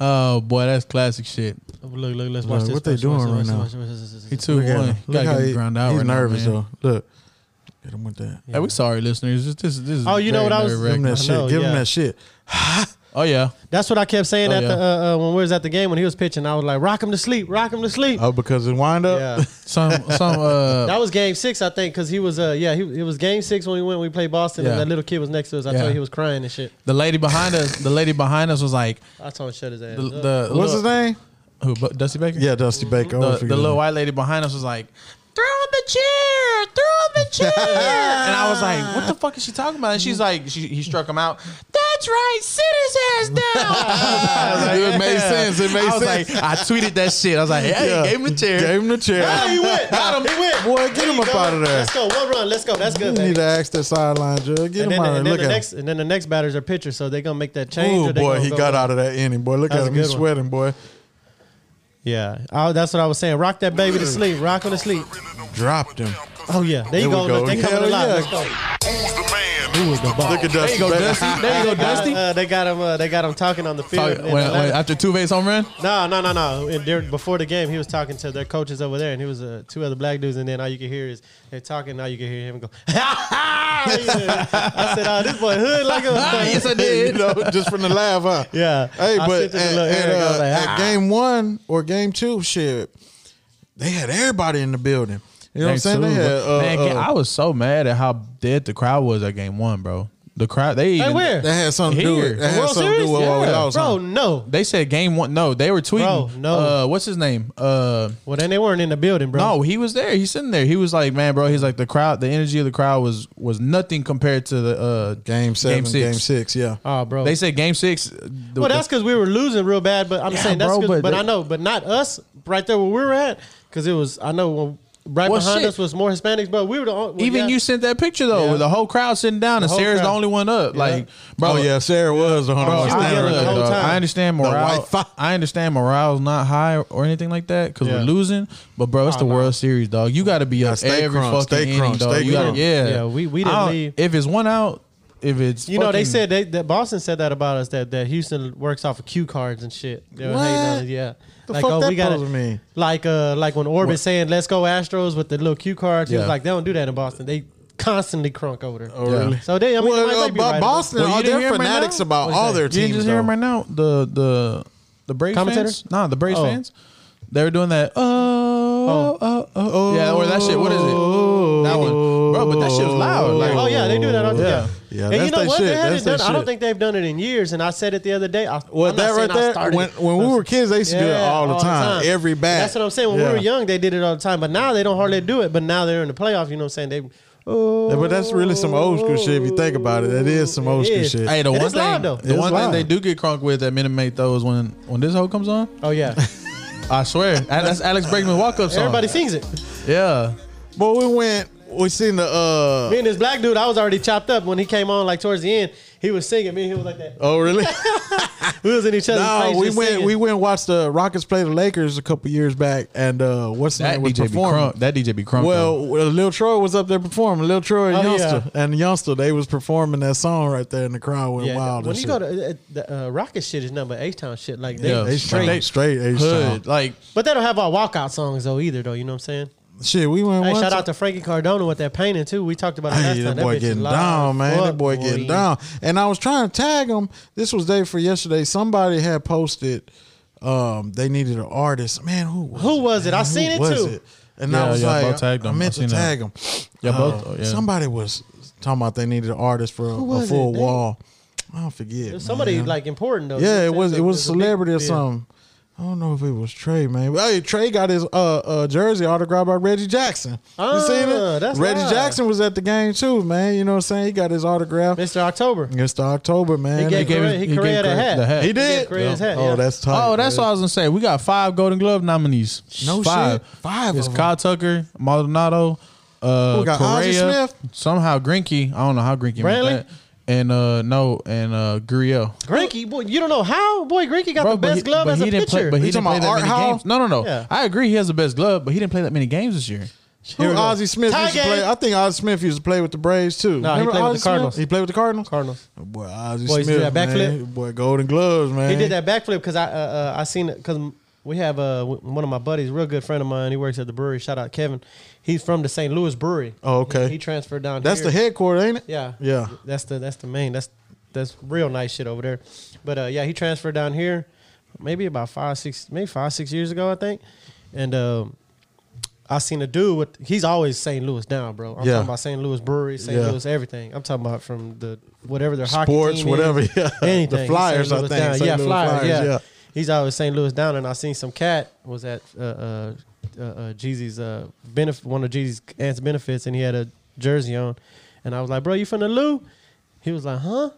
Speaker 4: Oh boy, that's classic shit.
Speaker 2: Look, look, let's
Speaker 3: Look,
Speaker 2: watch this.
Speaker 3: what they
Speaker 2: Watch,
Speaker 3: doing
Speaker 2: watch,
Speaker 3: right
Speaker 2: watch,
Speaker 3: now?
Speaker 2: watch, watch, watch, watch,
Speaker 4: He
Speaker 2: watch.
Speaker 4: two
Speaker 3: Look at
Speaker 4: one.
Speaker 3: him. Look
Speaker 4: Gotta
Speaker 3: how
Speaker 4: get
Speaker 3: he,
Speaker 4: him ground out.
Speaker 3: he's
Speaker 4: right
Speaker 3: nervous
Speaker 4: now, man.
Speaker 3: though. Look, hit him with that.
Speaker 4: Hey, we sorry, listeners. This this this is.
Speaker 2: Oh, you know
Speaker 4: very
Speaker 2: what I was-
Speaker 3: Give him
Speaker 4: nerve-wracking.
Speaker 3: that
Speaker 2: I
Speaker 3: shit.
Speaker 2: know,
Speaker 3: Give him
Speaker 2: yeah.
Speaker 3: that shit.
Speaker 4: Oh yeah.
Speaker 2: That's what I kept saying
Speaker 4: Oh,
Speaker 2: at
Speaker 4: yeah.
Speaker 2: the uh, uh, when we was at the game when he was pitching. I was like, rock him to sleep, rock him to sleep.
Speaker 3: Oh, because it wind up.
Speaker 2: Yeah,
Speaker 3: (laughs)
Speaker 4: Some some uh
Speaker 2: (laughs) that was game six, I think, because he was uh yeah he it was game six when we went we played Boston
Speaker 4: Yeah.
Speaker 2: and that little kid was next to us. I
Speaker 4: Yeah.
Speaker 2: told you he was crying and shit.
Speaker 4: the lady behind us the lady behind us was like
Speaker 2: I told him to shut his ass.
Speaker 4: the,
Speaker 2: up.
Speaker 4: the
Speaker 3: What's
Speaker 4: little-
Speaker 3: his name?
Speaker 4: Who, Bu- Dusty Baker?
Speaker 3: Yeah, Dusty Baker. I always forget
Speaker 4: The, the
Speaker 3: his name.
Speaker 4: little white lady behind us was like, throw him a chair, throw him a chair. and I was like, what the fuck is she talking about? And she's like, she, he struck him out. That that's right. Sit his
Speaker 3: (laughs)
Speaker 4: ass down.
Speaker 3: It made sense. It made
Speaker 4: I was
Speaker 3: sense.
Speaker 4: like, I tweeted that shit. I was like, hey,
Speaker 3: Yeah.
Speaker 4: gave him a chair.
Speaker 3: Gave him the chair.
Speaker 2: he
Speaker 3: (laughs)
Speaker 2: went. Got him. He went.
Speaker 3: Boy, get him up out of there.
Speaker 2: Let's go. One run. Let's go. That's
Speaker 3: You
Speaker 2: good.
Speaker 3: need
Speaker 2: baby.
Speaker 3: to ask that sideline judge. Get
Speaker 2: And
Speaker 3: him
Speaker 2: then, the,
Speaker 3: out of there.
Speaker 2: and, then
Speaker 3: Look
Speaker 2: the
Speaker 3: at
Speaker 2: next,
Speaker 3: him.
Speaker 2: and then the next batters are pitchers, so they're gonna make that change.
Speaker 3: Oh
Speaker 2: or they
Speaker 3: boy,
Speaker 2: gonna
Speaker 3: he
Speaker 2: go
Speaker 3: got
Speaker 2: with-
Speaker 3: out of that inning. Boy, look
Speaker 2: That
Speaker 3: at
Speaker 2: was
Speaker 3: him.
Speaker 2: a
Speaker 3: He's
Speaker 2: good one.
Speaker 3: sweating, boy.
Speaker 2: Yeah, I, that's what I was saying. Rock that baby to sleep. Rock on to sleep.
Speaker 3: Dropped him.
Speaker 2: Oh yeah, there you
Speaker 3: There
Speaker 2: go.
Speaker 3: we go.
Speaker 2: Look, they coming
Speaker 3: Hell
Speaker 2: alive.
Speaker 3: yeah.
Speaker 2: Let's go.
Speaker 5: Who's the man?
Speaker 3: Look at
Speaker 4: There
Speaker 3: Dusty.
Speaker 4: you go,
Speaker 3: Baker.
Speaker 4: Dusty. There you go, Dusty.
Speaker 2: Uh, they got him. Uh, they got him talking on the
Speaker 4: Talk-
Speaker 2: field. in
Speaker 4: when- when-
Speaker 2: Atlanta.
Speaker 4: after two base home run,
Speaker 2: No, no, no, no. And during- before the game, he was talking to their coaches over there, and he was uh, two other black dudes, and then all you could hear is they're talking. Now you can hear him go. (laughs) I said, "Oh, this boy hood like a."
Speaker 4: (laughs) yes
Speaker 2: (laughs)
Speaker 3: (laughs)
Speaker 4: I
Speaker 3: you
Speaker 4: did.
Speaker 3: know, just from the laugh, huh?
Speaker 2: Yeah.
Speaker 3: Hey,
Speaker 2: I
Speaker 3: but
Speaker 2: sent
Speaker 3: at,
Speaker 2: him a little
Speaker 3: at,
Speaker 2: air, I
Speaker 3: uh,
Speaker 2: was like,
Speaker 3: at
Speaker 2: "Ah."
Speaker 3: game one or game two, shit, they had everybody in the building. You know what I'm saying? They had, uh,
Speaker 4: Man,
Speaker 3: uh,
Speaker 4: I was so mad at how dead the crowd was at game one, bro. The crowd, they even,
Speaker 2: where?
Speaker 3: that had something to do
Speaker 4: Here.
Speaker 3: with that had
Speaker 2: World
Speaker 3: something to
Speaker 2: Series,
Speaker 3: do with what we
Speaker 4: Yeah.
Speaker 3: lost. huh?
Speaker 2: bro, no.
Speaker 4: They said game one. No, they were tweeting.
Speaker 2: Bro, no.
Speaker 4: Uh, what's his name? Uh,
Speaker 2: Well, then they weren't in the building, bro.
Speaker 4: no, he was there. He's sitting there. He was like, man, bro. He's like the crowd. The energy of the crowd was was nothing compared to the uh,
Speaker 3: Game seven, game six. yeah.
Speaker 2: oh, bro.
Speaker 4: They said game six. The,
Speaker 2: well, that's because we were losing real bad. But I'm
Speaker 4: Yeah,
Speaker 2: saying that's
Speaker 4: bro,
Speaker 2: 'cause-
Speaker 4: but
Speaker 2: But
Speaker 4: they-
Speaker 2: I know, but not us right there where we were at, because it was. I know when, right
Speaker 4: Well,
Speaker 2: behind
Speaker 4: shit.
Speaker 2: us was more Hispanics, but we were the only,
Speaker 4: even
Speaker 2: yeah.
Speaker 4: you sent that picture though,
Speaker 2: Yeah.
Speaker 4: with the whole crowd sitting down, and
Speaker 2: whole
Speaker 4: Sarah's the
Speaker 2: crowd.
Speaker 4: only one up. Like, bro,
Speaker 3: Oh yeah, Sarah was the hundred
Speaker 4: Bro,
Speaker 3: one
Speaker 2: was
Speaker 4: Oh, I,
Speaker 2: yelling
Speaker 3: standing.
Speaker 2: the
Speaker 4: look,
Speaker 2: whole
Speaker 4: dog,
Speaker 2: time.
Speaker 3: uh,
Speaker 4: I understand morale.
Speaker 3: Wi-Fi.
Speaker 4: I understand morale's not high or anything like that because
Speaker 2: Yeah.
Speaker 4: we're losing. But bro, it's the World Series, dog. You got to be up
Speaker 3: stay
Speaker 4: every
Speaker 3: crunk,
Speaker 4: fucking
Speaker 3: stay
Speaker 4: inning,
Speaker 3: crunk,
Speaker 4: dog.
Speaker 3: stay
Speaker 4: you gotta,
Speaker 3: crunk.
Speaker 4: yeah,
Speaker 2: Yeah, we- we didn't
Speaker 4: I don't-
Speaker 2: leave.
Speaker 4: If it's one out, if it's
Speaker 2: You know, they
Speaker 4: fucking-
Speaker 2: said they, that Boston said that about us that, that Houston works off of cue cards and shit. They were hating on
Speaker 3: What?
Speaker 2: it, yeah. oh,
Speaker 3: The fuck that supposed to mean?
Speaker 2: Like uh, like when Orbit saying "Let's go Astros" with the little cue cards. He
Speaker 4: Yeah.
Speaker 2: was like, they don't do that in Boston. They constantly crunk over there.
Speaker 3: Oh, really?
Speaker 2: So they, I mean,
Speaker 3: well,
Speaker 2: they might
Speaker 3: uh,
Speaker 2: be
Speaker 3: but
Speaker 2: right about-
Speaker 3: Boston,
Speaker 4: Well, you
Speaker 3: all
Speaker 4: didn't
Speaker 3: they're
Speaker 4: hear him right
Speaker 3: fanatics
Speaker 4: now?
Speaker 3: about
Speaker 4: What'd
Speaker 3: all
Speaker 4: he say?
Speaker 3: their
Speaker 4: You didn't
Speaker 3: teams.
Speaker 4: just hear
Speaker 3: though.
Speaker 4: him right now. The the the Braves
Speaker 2: Commentator?
Speaker 4: fans. Nah, the Braves
Speaker 2: Oh.
Speaker 4: fans. They were doing that. Oh, oh, oh, oh. Yeah, or that shit. What is it? That one, bro. But that shit was loud. Like,
Speaker 2: Oh yeah, they do that. All the
Speaker 4: Yeah.
Speaker 2: time.
Speaker 3: Yeah,
Speaker 2: and
Speaker 3: that's
Speaker 2: you know
Speaker 3: their
Speaker 2: what? They
Speaker 3: shit.
Speaker 2: haven't
Speaker 3: That's
Speaker 2: done.
Speaker 3: their
Speaker 2: I don't
Speaker 3: shit.
Speaker 2: think they've done it in years. And I said it the other day. I,
Speaker 4: Oh.
Speaker 3: Well,
Speaker 2: I'm not
Speaker 3: that
Speaker 2: saying
Speaker 3: right
Speaker 2: I
Speaker 3: there,
Speaker 2: started
Speaker 3: when,
Speaker 2: it.
Speaker 3: when we were kids, they used to do it
Speaker 2: Yeah,
Speaker 3: all the time. Every bat.
Speaker 2: That's what I'm saying. When we
Speaker 3: Yeah.
Speaker 2: were young, they did it all the time. But now they don't hardly do it. But now they're in the playoffs. You know what I'm saying? They, oh,
Speaker 3: Yeah, but that's really some old school shit if you think about it. That is some old
Speaker 2: It
Speaker 3: school
Speaker 2: is.
Speaker 3: shit.
Speaker 4: Hey, the
Speaker 2: It
Speaker 4: one
Speaker 2: is loud,
Speaker 4: thing,
Speaker 2: though.
Speaker 4: the
Speaker 3: It is
Speaker 4: one thing
Speaker 3: loud.
Speaker 4: they do get crunk with at Minute Maid though is when when this hoe comes on.
Speaker 2: Oh yeah,
Speaker 4: I swear, that- that's Alex Bregman's walk up
Speaker 2: (laughs)
Speaker 4: song.
Speaker 2: everybody sings it.
Speaker 4: yeah.
Speaker 3: But we went, we seen the, uh,
Speaker 2: Me and this black dude, I was already chopped up when he came on. Like towards the end, he was singing. Me and he was like that.
Speaker 3: oh,
Speaker 4: (laughs)
Speaker 3: really?
Speaker 2: We was in each other's
Speaker 3: no,
Speaker 2: face.
Speaker 3: we
Speaker 2: just
Speaker 3: went,
Speaker 2: singing.
Speaker 3: we went and watched the Rockets play the Lakers a couple years back, and uh, what's
Speaker 4: That
Speaker 3: name was
Speaker 4: DJ be
Speaker 3: performing.
Speaker 4: crunk. That DJ be crunk.
Speaker 3: Well, well, Lil Troy was up there performing. Lil Troy and
Speaker 2: Oh,
Speaker 3: Youngster. And Youngster, they was performing that song right there, and the crowd went
Speaker 2: Yeah,
Speaker 3: wild.
Speaker 2: when
Speaker 3: and
Speaker 2: you go
Speaker 3: shit.
Speaker 2: to uh, the uh, Rocket shit is number H Town shit like they,
Speaker 4: Yeah.
Speaker 3: they
Speaker 2: straight.
Speaker 3: straight, straight H
Speaker 4: though.
Speaker 3: Town.
Speaker 4: hood. Like
Speaker 2: But they don't have our walkout songs though either though. You know what I'm saying?
Speaker 3: Shit, we went
Speaker 2: Hey,
Speaker 3: one
Speaker 2: shout
Speaker 3: time-
Speaker 2: out to Frankie Cardona with that painting too. We talked about it last
Speaker 3: Hey,
Speaker 2: time.
Speaker 3: that boy
Speaker 2: bitch is
Speaker 3: getting
Speaker 2: live.
Speaker 3: down, man.
Speaker 2: Fuck,
Speaker 3: that boy, getting down. And I was trying to tag him. This was day for yesterday. Somebody had posted um, they needed an artist. Man, who was
Speaker 2: Who was it? I
Speaker 3: Man,
Speaker 2: seen
Speaker 3: who
Speaker 2: it,
Speaker 3: was
Speaker 2: too.
Speaker 3: And
Speaker 4: Yeah,
Speaker 3: I was
Speaker 4: yeah,
Speaker 3: like,
Speaker 4: both tagged
Speaker 3: I,
Speaker 4: him. I
Speaker 3: meant to
Speaker 4: seen that.
Speaker 3: tag him.
Speaker 4: Yeah, both-
Speaker 3: Uh,
Speaker 4: oh, yeah.
Speaker 3: Somebody was talking about they needed an artist for a, a
Speaker 2: was
Speaker 3: full
Speaker 2: it? They-
Speaker 3: wall. I don't forget.
Speaker 2: It was Somebody
Speaker 3: man.
Speaker 2: like important though.
Speaker 3: Yeah, it was it was a
Speaker 2: big-
Speaker 3: celebrity or
Speaker 2: yeah.
Speaker 3: something. I don't know if it was Trey, man. But, Hey, Trey got his uh, uh jersey autographed by Reggie Jackson. You
Speaker 2: Ah,
Speaker 3: seen it?
Speaker 2: that's
Speaker 3: Reggie
Speaker 2: live.
Speaker 3: Jackson was at the game too, man. You know what I'm saying? He got his autograph.
Speaker 2: Mr. October.
Speaker 3: It's the October,
Speaker 2: He
Speaker 3: man.
Speaker 2: gave
Speaker 4: gave
Speaker 2: Correa-
Speaker 4: his-
Speaker 2: he
Speaker 4: he gave
Speaker 2: Correa the
Speaker 4: Correa
Speaker 2: hat.
Speaker 4: the hat.
Speaker 3: He did.
Speaker 2: Correa his hat,
Speaker 3: Oh,
Speaker 2: yeah.
Speaker 3: that's tight.
Speaker 4: Oh, that's
Speaker 3: man.
Speaker 4: what I was gonna say. We got five Golden Glove nominees.
Speaker 3: No
Speaker 4: five.
Speaker 3: shit. Five
Speaker 4: It's
Speaker 3: of 'em.
Speaker 4: Kyle Tucker, Maldonado, uh,
Speaker 3: Who got Ozzie
Speaker 4: Correa,
Speaker 3: Smith?
Speaker 4: somehow Grinky. I don't know how Grinky made
Speaker 2: Brantley?
Speaker 4: that. And uh, no, and uh, Guriel.
Speaker 2: Grinky, boy, you don't know how boy Grinky got the
Speaker 4: but
Speaker 2: best
Speaker 4: he-
Speaker 2: glove
Speaker 4: but
Speaker 2: as
Speaker 4: he
Speaker 2: a
Speaker 4: didn't play.
Speaker 2: pitcher.
Speaker 4: But he
Speaker 3: You
Speaker 4: didn't
Speaker 3: talking
Speaker 4: play that
Speaker 3: about
Speaker 4: many
Speaker 3: Art Hall?
Speaker 4: games. No, no, no.
Speaker 2: Yeah.
Speaker 4: I agree. He has the best glove, but he didn't play that many games this year.
Speaker 3: Who Ozzie Smith
Speaker 2: Tie
Speaker 3: used to
Speaker 2: game.
Speaker 3: play? I think Ozzie Smith used to play with the Braves too.
Speaker 2: No, he
Speaker 3: Remember
Speaker 2: played with
Speaker 3: Ozzie
Speaker 2: the Cardinals.
Speaker 3: Smith? He played with the Cardinals.
Speaker 2: Cardinals.
Speaker 3: Boy, Ozzie
Speaker 2: Boy, he used to
Speaker 3: Smith,
Speaker 2: do that
Speaker 3: man.
Speaker 2: backflip.
Speaker 3: Boy, Golden Gloves, man.
Speaker 2: He did that backflip because I uh, uh, I seen it because we have uh, w- one of my buddies, real good friend of mine. He works at the brewery. Shout out Kevin. He's from the St. Louis brewery.
Speaker 3: Oh, okay.
Speaker 2: He, he transferred down.
Speaker 3: That's
Speaker 2: here.
Speaker 3: the headquarters, ain't it?
Speaker 2: Yeah.
Speaker 3: Yeah.
Speaker 2: That's the that's the main. That's that's real nice shit over there. But uh, yeah, he transferred down here, maybe about five six maybe five six years ago I think, and um, I seen a dude with he's always St. Louis down, bro. I'm
Speaker 3: Yeah.
Speaker 2: talking about St. Louis brewery, St.
Speaker 3: Yeah.
Speaker 2: Louis everything. I'm talking about from the whatever their hockey
Speaker 3: Sports,
Speaker 2: team
Speaker 3: whatever.
Speaker 2: is,
Speaker 3: Yeah.
Speaker 2: (laughs) anything.
Speaker 3: The
Speaker 2: He's
Speaker 3: Flyers,
Speaker 2: St.
Speaker 3: I
Speaker 2: Louis
Speaker 3: think.
Speaker 2: down.
Speaker 3: St.
Speaker 2: Yeah,
Speaker 3: Louis
Speaker 2: Flyers,
Speaker 3: Flyers,
Speaker 2: yeah.
Speaker 3: yeah.
Speaker 2: He's always St. Louis down, and I seen some cat was at uh, uh, uh, uh, Jeezy's uh, benef- one of Jeezy's aunt's benefits, and he had a jersey on, and I was like, "Bro, you from the Lou?" He was like, "Huh?"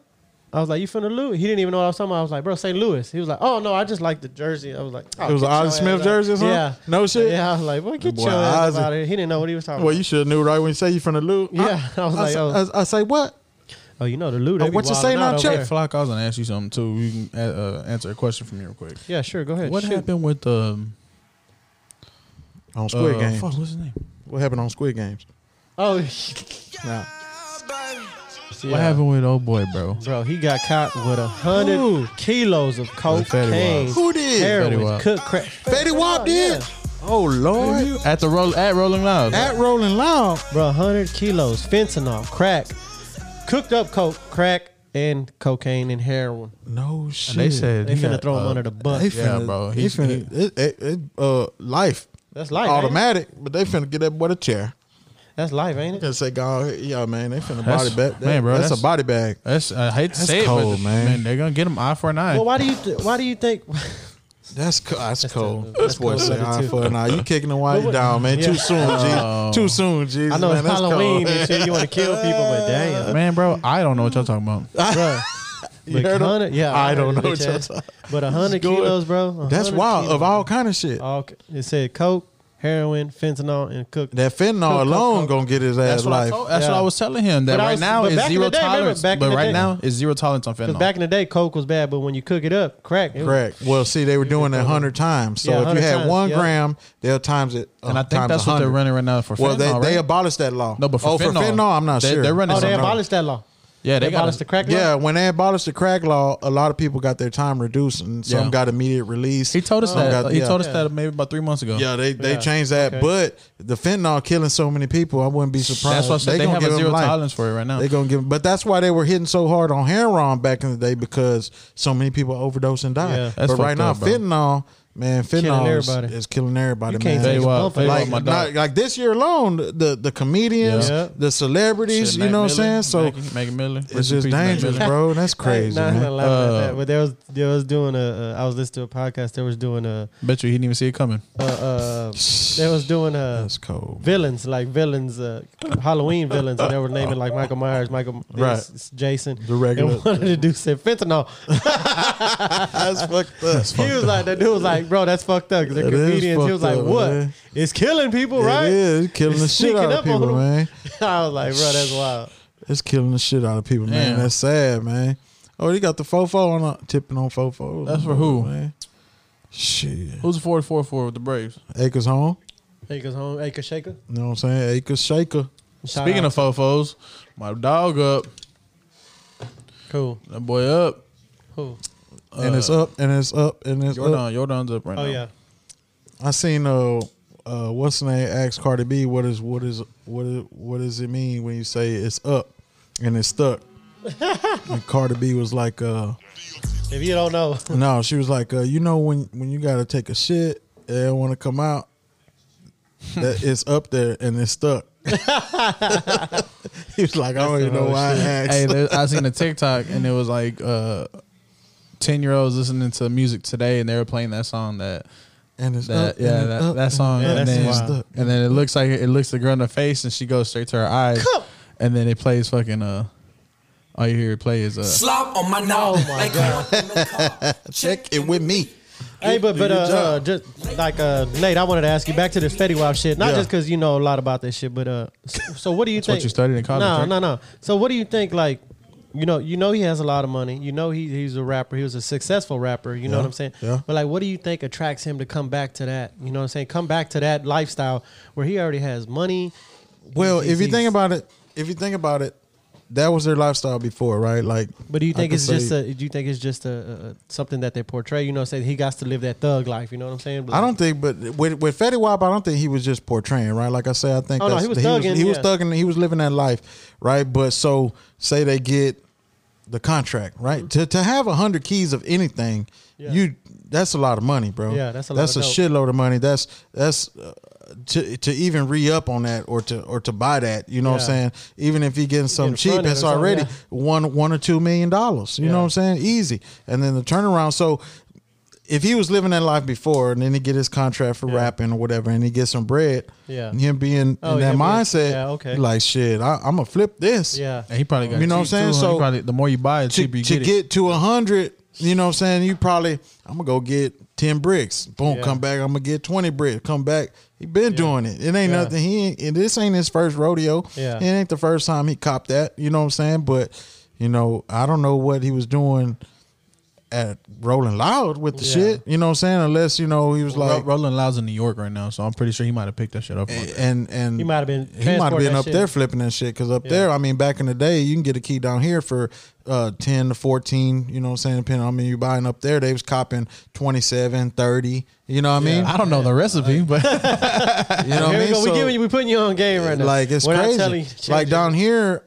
Speaker 2: I was like, "You finna Louis?" He didn't even know what I was talking about. I was like, "Bro, St. Louis." He was like, "Oh no, I just like the jersey." I was like, "Oh,
Speaker 3: It was
Speaker 2: get
Speaker 3: an Ozzie
Speaker 2: your
Speaker 3: Smith
Speaker 2: ass out."
Speaker 3: jersey or something?
Speaker 2: Yeah,
Speaker 3: No shit?
Speaker 2: Yeah, I was like, "Boy, get
Speaker 3: Boy,
Speaker 2: your ass
Speaker 3: Ozzie.
Speaker 2: out of here." He didn't know what he was talking
Speaker 3: Well,
Speaker 2: about.
Speaker 3: you should have knew right when you say you from the loop.
Speaker 2: Yeah, I was like,
Speaker 3: I,
Speaker 2: oh.
Speaker 3: s- I s- I say what?
Speaker 2: Oh, you know the Lou.
Speaker 3: Oh,
Speaker 2: They
Speaker 3: what you say
Speaker 2: saying
Speaker 3: now,
Speaker 2: now,
Speaker 3: Chuck?
Speaker 4: Hey, Flock, I was gonna ask you something too. You can uh, answer a question from me real quick.
Speaker 2: Yeah, sure. Go ahead.
Speaker 4: What
Speaker 2: Shoot.
Speaker 4: happened with the
Speaker 3: On
Speaker 2: Uh,
Speaker 3: Squid Games.
Speaker 4: Fuck, what's his name?
Speaker 3: What happened on Squid Games?
Speaker 2: Oh, (laughs)
Speaker 3: Nah.
Speaker 2: yeah.
Speaker 4: What happened with old boy, bro?
Speaker 2: Bro, he got caught with a hundred kilos of cocaine,
Speaker 3: Who did?
Speaker 4: Fetty
Speaker 2: heroin,
Speaker 4: Wap.
Speaker 2: cook crack.
Speaker 3: Fetty Wap did. Oh Lord.
Speaker 4: At the roll at Rolling Loud.
Speaker 3: At Rolling Loud.
Speaker 2: Bro, hundred kilos, fentanyl, crack, cooked up coke, crack, and cocaine and heroin.
Speaker 3: No shit.
Speaker 4: they said
Speaker 2: They
Speaker 4: he
Speaker 2: finna
Speaker 4: got,
Speaker 2: throw him
Speaker 4: uh,
Speaker 2: under the bus.
Speaker 3: They
Speaker 4: Yeah,
Speaker 3: finna-
Speaker 4: bro.
Speaker 3: He
Speaker 4: He's-
Speaker 3: finna it, it, it, uh life.
Speaker 2: That's life. ain't it?
Speaker 3: Automatic, but they finna get that boy the chair.
Speaker 2: That's life, ain't it?
Speaker 3: Gonna say, God, yeah, man, they finna
Speaker 4: That's-
Speaker 3: body bag. That,
Speaker 4: man, bro,
Speaker 3: that's,
Speaker 4: that's-
Speaker 3: a body bag.
Speaker 4: That's I hate to
Speaker 3: That's
Speaker 4: say it,
Speaker 3: cold,
Speaker 4: but
Speaker 3: man.
Speaker 4: they're gonna get him eye for an eye.
Speaker 2: Well, why do you th- why do you think? (laughs)
Speaker 3: That's co- that's, cold.
Speaker 2: tough.
Speaker 3: This
Speaker 2: That's
Speaker 3: boy
Speaker 2: cold
Speaker 3: say,
Speaker 2: blooded,
Speaker 3: "Eye
Speaker 2: too."
Speaker 3: for an eye." You kicking the white
Speaker 2: what-
Speaker 3: down, man. Too
Speaker 2: Yeah.
Speaker 3: soon, (laughs) Jesus. Too soon, Jesus.
Speaker 2: I know
Speaker 3: man,
Speaker 2: it's
Speaker 3: that's
Speaker 2: Halloween
Speaker 3: (laughs) Cold.
Speaker 2: and shit. You want to kill people,
Speaker 3: (laughs)
Speaker 2: but damn,
Speaker 4: man, bro, I don't know what y'all talking about.
Speaker 2: bro.
Speaker 3: You heard him?
Speaker 2: yeah,
Speaker 3: I
Speaker 2: heard
Speaker 3: don't
Speaker 2: it,
Speaker 3: know
Speaker 2: bitch
Speaker 3: what you're
Speaker 2: ass.
Speaker 3: talking
Speaker 2: But a hundred
Speaker 3: Go ahead.
Speaker 2: kilos, bro. a
Speaker 3: That's
Speaker 2: hundred
Speaker 3: wild.
Speaker 2: kilos.
Speaker 3: Of all kind of shit.
Speaker 2: All c- it said coke, heroin, fentanyl, and cook.
Speaker 3: That fentanyl
Speaker 2: Coke,
Speaker 3: alone
Speaker 2: Coke,
Speaker 3: gonna get his ass
Speaker 4: That's what I
Speaker 3: life.
Speaker 4: told, That's what I
Speaker 2: Yeah.
Speaker 4: was telling him. That
Speaker 2: But I
Speaker 4: right
Speaker 2: was-
Speaker 4: now
Speaker 2: but
Speaker 4: is
Speaker 2: back in
Speaker 4: zero
Speaker 2: the day, remember,
Speaker 4: tolerance.
Speaker 2: back in
Speaker 4: But
Speaker 2: the
Speaker 4: right
Speaker 2: day.
Speaker 4: now is zero tolerance on
Speaker 2: Because
Speaker 4: fentanyl.
Speaker 2: back in the day, coke was bad, but when you cook it up, crack. It
Speaker 3: Correct. Well, see, they were doing that hundred times. So
Speaker 2: Yeah,
Speaker 3: if you
Speaker 2: 100
Speaker 3: had
Speaker 2: times,
Speaker 3: one
Speaker 2: yeah.
Speaker 3: gram, they'll times it. uh,
Speaker 4: and I think
Speaker 3: times
Speaker 4: that's what they're
Speaker 3: 100.
Speaker 4: running right now for
Speaker 3: Well,
Speaker 4: fentanyl.
Speaker 3: they,
Speaker 4: right?
Speaker 3: they abolished that law.
Speaker 4: No, but for
Speaker 3: oh, for
Speaker 4: fentanyl,
Speaker 3: fentanyl, I'm not
Speaker 4: they-
Speaker 3: sure.
Speaker 4: they're running
Speaker 2: Oh, they
Speaker 4: Something.
Speaker 2: abolished that law.
Speaker 4: yeah,
Speaker 2: They,
Speaker 4: they, got
Speaker 2: abolished the crack. law?
Speaker 3: Yeah, when they abolished the crack law, a lot of people got their time reduced, and some
Speaker 4: Yeah.
Speaker 3: got immediate release.
Speaker 4: He told us
Speaker 3: Some
Speaker 4: that.
Speaker 3: got-
Speaker 4: he
Speaker 3: Oh, yeah.
Speaker 4: told us that maybe about three months ago.
Speaker 3: Yeah, they, they
Speaker 2: Yeah.
Speaker 3: changed that,
Speaker 2: Okay.
Speaker 3: but the fentanyl killing so many people, I wouldn't be surprised.
Speaker 4: that's why I said they,
Speaker 3: gonna
Speaker 4: have a
Speaker 3: give 'em
Speaker 4: zero
Speaker 3: life.
Speaker 4: tolerance for it right now.
Speaker 3: They gonna give, 'em- but that's why they were hitting so hard on heroin back in the day because so many people overdose and die.
Speaker 2: Yeah.
Speaker 4: That's
Speaker 3: but right
Speaker 4: fucked
Speaker 3: now,
Speaker 4: up, bro.
Speaker 3: fentanyl, man, fentanyl
Speaker 2: Killing
Speaker 3: is,
Speaker 2: everybody.
Speaker 3: is killing everybody.
Speaker 2: You can't
Speaker 3: man.
Speaker 2: take
Speaker 4: Fetty Wap, Fetty Wap,
Speaker 3: like,
Speaker 4: uh, my dog.
Speaker 3: not- like this year alone, the the comedians,
Speaker 2: Yeah. Yeah.
Speaker 3: the celebrities,
Speaker 4: Shit,
Speaker 3: you
Speaker 4: Mac
Speaker 3: know what I'm saying.
Speaker 4: Miller,
Speaker 3: So
Speaker 4: Mac- Mac Miller.
Speaker 3: it's
Speaker 4: Rest in
Speaker 3: just
Speaker 4: peace, Mac
Speaker 3: dangerous,
Speaker 4: Miller.
Speaker 3: bro.
Speaker 4: (laughs)
Speaker 3: That's crazy.
Speaker 2: I ain't
Speaker 3: man.
Speaker 2: gonna lie about
Speaker 4: Uh,
Speaker 2: that, but they was they was doing a. Uh, I was listening to a podcast. They was doing a.
Speaker 4: Bet you he didn't even see it coming.
Speaker 2: Uh, uh, they was doing a
Speaker 3: That's cold.
Speaker 2: villains like villains, uh, Halloween villains, and they were naming like Michael Myers, Michael,
Speaker 3: Right.
Speaker 2: this, this Jason.
Speaker 3: The regular-
Speaker 2: And one of the dudes said fentanyl.
Speaker 3: That's fucked up.
Speaker 2: He was like, the dude was like, bro, that's fucked up. Because they're
Speaker 3: It is
Speaker 2: comedians. He was
Speaker 3: fucked
Speaker 2: like,
Speaker 3: up,
Speaker 2: what?
Speaker 3: man.
Speaker 2: It's killing people,
Speaker 3: It
Speaker 2: (laughs) right?
Speaker 3: is killing the shit
Speaker 2: Sneaking
Speaker 3: out of
Speaker 2: up on
Speaker 3: people,
Speaker 2: them.
Speaker 3: man.
Speaker 2: I was like, bro, that's wild.
Speaker 3: It's killing the shit out of people, man.
Speaker 4: Damn.
Speaker 3: That's sad, man. Oh, they got the fofo on uh, tipping on fofo.
Speaker 4: That's for who?
Speaker 3: man? Shit,
Speaker 4: Who's the 44 for with the Braves?
Speaker 3: Acres home.
Speaker 2: Acres home, acre shaker.
Speaker 3: You know what I'm saying? Acres shaker.
Speaker 2: Shout
Speaker 4: Speaking
Speaker 2: out.
Speaker 4: of fofos, my dog up,
Speaker 2: cool,
Speaker 4: that boy up.
Speaker 2: cool.
Speaker 3: and it's
Speaker 4: Uh.
Speaker 3: up, and it's up, and it's up.
Speaker 4: Jordan, Jordan's up right now.
Speaker 2: Oh yeah,
Speaker 3: I seen uh, uh what's his name ask Cardi B what is what is what is, what does it mean when you say it's up and it's
Speaker 2: (laughs)
Speaker 3: stuck? and Cardi B was like, uh,
Speaker 2: if you don't
Speaker 3: (laughs)
Speaker 2: know,
Speaker 3: no, she was like, uh, you know when when you gotta take a shit and it want to come out,
Speaker 2: (laughs)
Speaker 3: that it's up there and it's stuck. he was like, I don't even know why I asked.
Speaker 4: Hey, there, I seen a TikTok and it was like uh, 10 year olds listening to music today and they were playing that song that.
Speaker 3: and it's
Speaker 4: That,
Speaker 3: up.
Speaker 4: yeah,
Speaker 3: and it's
Speaker 4: that,
Speaker 3: up,
Speaker 4: that song,
Speaker 2: Yeah,
Speaker 4: and,
Speaker 2: that's
Speaker 4: then,
Speaker 2: wild.
Speaker 4: and then it looks like it looks the girl in the face, and she goes straight to her eyes, and then it plays fucking uh, all you hear it play is uh,
Speaker 5: Slop on my knob.
Speaker 2: Oh, my
Speaker 5: like
Speaker 2: God.
Speaker 5: I'm in the car.
Speaker 3: (laughs) Check it with me.
Speaker 2: hey, but but uh,
Speaker 3: your job.
Speaker 2: uh, just like uh, Nate, I wanted to ask you back to the Fetty Wap shit. Not
Speaker 3: Yeah.
Speaker 2: just because you know a lot about this shit, but uh, so, so what do you
Speaker 4: what
Speaker 2: think?
Speaker 4: you studied in college,
Speaker 2: No,
Speaker 4: right?
Speaker 2: no, no. So what do you think? Like, you know, you know, he has a lot of money. You know, he he's a rapper. He was a successful rapper. You know
Speaker 3: Yeah,
Speaker 2: what I'm saying?
Speaker 3: yeah.
Speaker 2: But like, what do you think attracts him to come back to that? You know what I'm saying? Come back to that lifestyle where he already has money.
Speaker 3: Well,
Speaker 2: He's-
Speaker 3: if you
Speaker 2: he's-
Speaker 3: think about it, if you think about it, that was their lifestyle before, right? Like,
Speaker 2: But do you
Speaker 3: I
Speaker 2: think
Speaker 3: could
Speaker 2: it's just
Speaker 3: say-
Speaker 2: a? Do you think it's just a, a, a something that they portray? You know, say he got to live that thug life. You know what I'm saying? But
Speaker 3: I don't think, but with with Fetty Wap, I don't think he was just portraying, right? Like I said, I think
Speaker 2: Oh, no,
Speaker 3: that's-
Speaker 2: he was thugging,
Speaker 3: he was
Speaker 2: yeah.
Speaker 3: thugging, he was living that life, right? But so say they get the contract, right? To to have a hundred keys of anything,
Speaker 2: Mm-hmm. Yeah.
Speaker 3: you that's a lot of money, bro.
Speaker 2: Yeah, that's a lot
Speaker 3: that's
Speaker 2: of
Speaker 3: a
Speaker 2: dope.
Speaker 3: shitload of money. That's that's. Uh, to, to even re up on that or to or to buy that you know what I'm
Speaker 2: Yeah.
Speaker 3: saying even if you're getting something cheap
Speaker 2: fronted or
Speaker 3: it's
Speaker 2: something,
Speaker 3: already
Speaker 2: yeah.
Speaker 3: one one or two million dollars you know
Speaker 2: Yeah.
Speaker 3: what I'm saying easy and then the turnaround so if he was living that life before and then he get his contract for rapping or whatever and he get some bread,
Speaker 2: Yeah.
Speaker 3: and him being
Speaker 2: Oh,
Speaker 3: in that
Speaker 2: him being-
Speaker 3: mindset,
Speaker 2: yeah, okay.
Speaker 3: like shit, I, I'm gonna flip this.
Speaker 2: Yeah.
Speaker 4: And he probably got
Speaker 3: You know what
Speaker 4: cheap,
Speaker 3: I'm saying?
Speaker 4: too, huh? He
Speaker 3: So-
Speaker 4: probably, the more you buy, it,
Speaker 3: to,
Speaker 4: cheaper you
Speaker 3: to
Speaker 4: get,
Speaker 3: get, to a hundred, you know what I'm saying? You probably I'm gonna go get ten bricks. Boom,
Speaker 2: Yeah.
Speaker 3: come back. I'm gonna get twenty bricks. Come back. He been doing it. It ain't
Speaker 2: Yeah.
Speaker 3: nothing. He ain't. and This ain't his first rodeo.
Speaker 2: Yeah.
Speaker 3: It ain't the first time he copped that. You know what I'm saying? But you know, I don't know what he was doing at Rolling Loud with the
Speaker 2: Yeah.
Speaker 3: shit. You know what I'm saying? Unless you know he was
Speaker 4: it. Like,
Speaker 3: like. Eh,
Speaker 4: Rolling Loud's in New York right now, so I'm pretty sure he might have picked that shit up.
Speaker 3: and and
Speaker 2: He might have been
Speaker 3: he might have
Speaker 2: transporting
Speaker 3: been
Speaker 2: that
Speaker 3: up
Speaker 2: shit.
Speaker 3: there flipping that shit because up there, I mean, back in the day, you can get a key down here for uh, 10 to 14, you know what I'm saying? Depending, I mean, you buying up there, they was copping 27, 30, you know what I mean?
Speaker 2: (laughs)
Speaker 4: I don't know the recipe, but
Speaker 3: You know what
Speaker 2: Here
Speaker 3: I
Speaker 2: we
Speaker 3: mean?
Speaker 2: go.
Speaker 3: So,
Speaker 2: we giving you, we putting you on game right now.
Speaker 3: like, it's
Speaker 2: We're not telling
Speaker 3: crazy.
Speaker 2: you-
Speaker 3: Like, down here,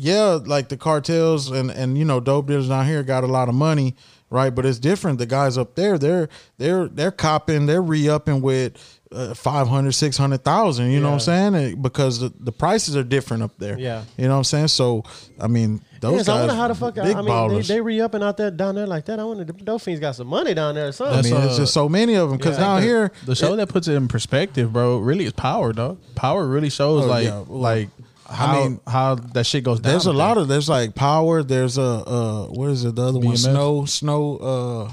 Speaker 3: yeah, like the cartels and, and, you know, dope dealers down here got a lot of money. Right, but it's different. The guys up there, they're they're they're copping, they're re-upping with uh, 500, 600,000, you know what I'm
Speaker 2: Yeah.
Speaker 3: saying? And- Because the, the prices are different up there.
Speaker 2: Yeah.
Speaker 3: You know what I'm saying? So I mean, those
Speaker 2: Yes,
Speaker 3: guys,
Speaker 2: I wonder how the fuck. I
Speaker 3: big
Speaker 2: mean, they,
Speaker 3: ballers.
Speaker 2: they re upping out there down there like that. I wonder the Dolphins got some money down there or
Speaker 3: I
Speaker 2: something.
Speaker 3: mean,
Speaker 4: That's,
Speaker 3: it's
Speaker 4: uh,
Speaker 3: just so many of them. Because
Speaker 2: yeah.
Speaker 3: down here,
Speaker 4: the show that puts it in perspective, bro, really is power, dog. Power really shows
Speaker 3: Oh,
Speaker 4: like
Speaker 3: yeah.
Speaker 4: like how
Speaker 3: mean,
Speaker 4: how that shit goes down.
Speaker 3: there's a
Speaker 4: with
Speaker 3: lot
Speaker 4: them.
Speaker 3: of there's like power. There's a uh, what is it? The other one,
Speaker 4: BMF?
Speaker 3: snow, snow. Uh,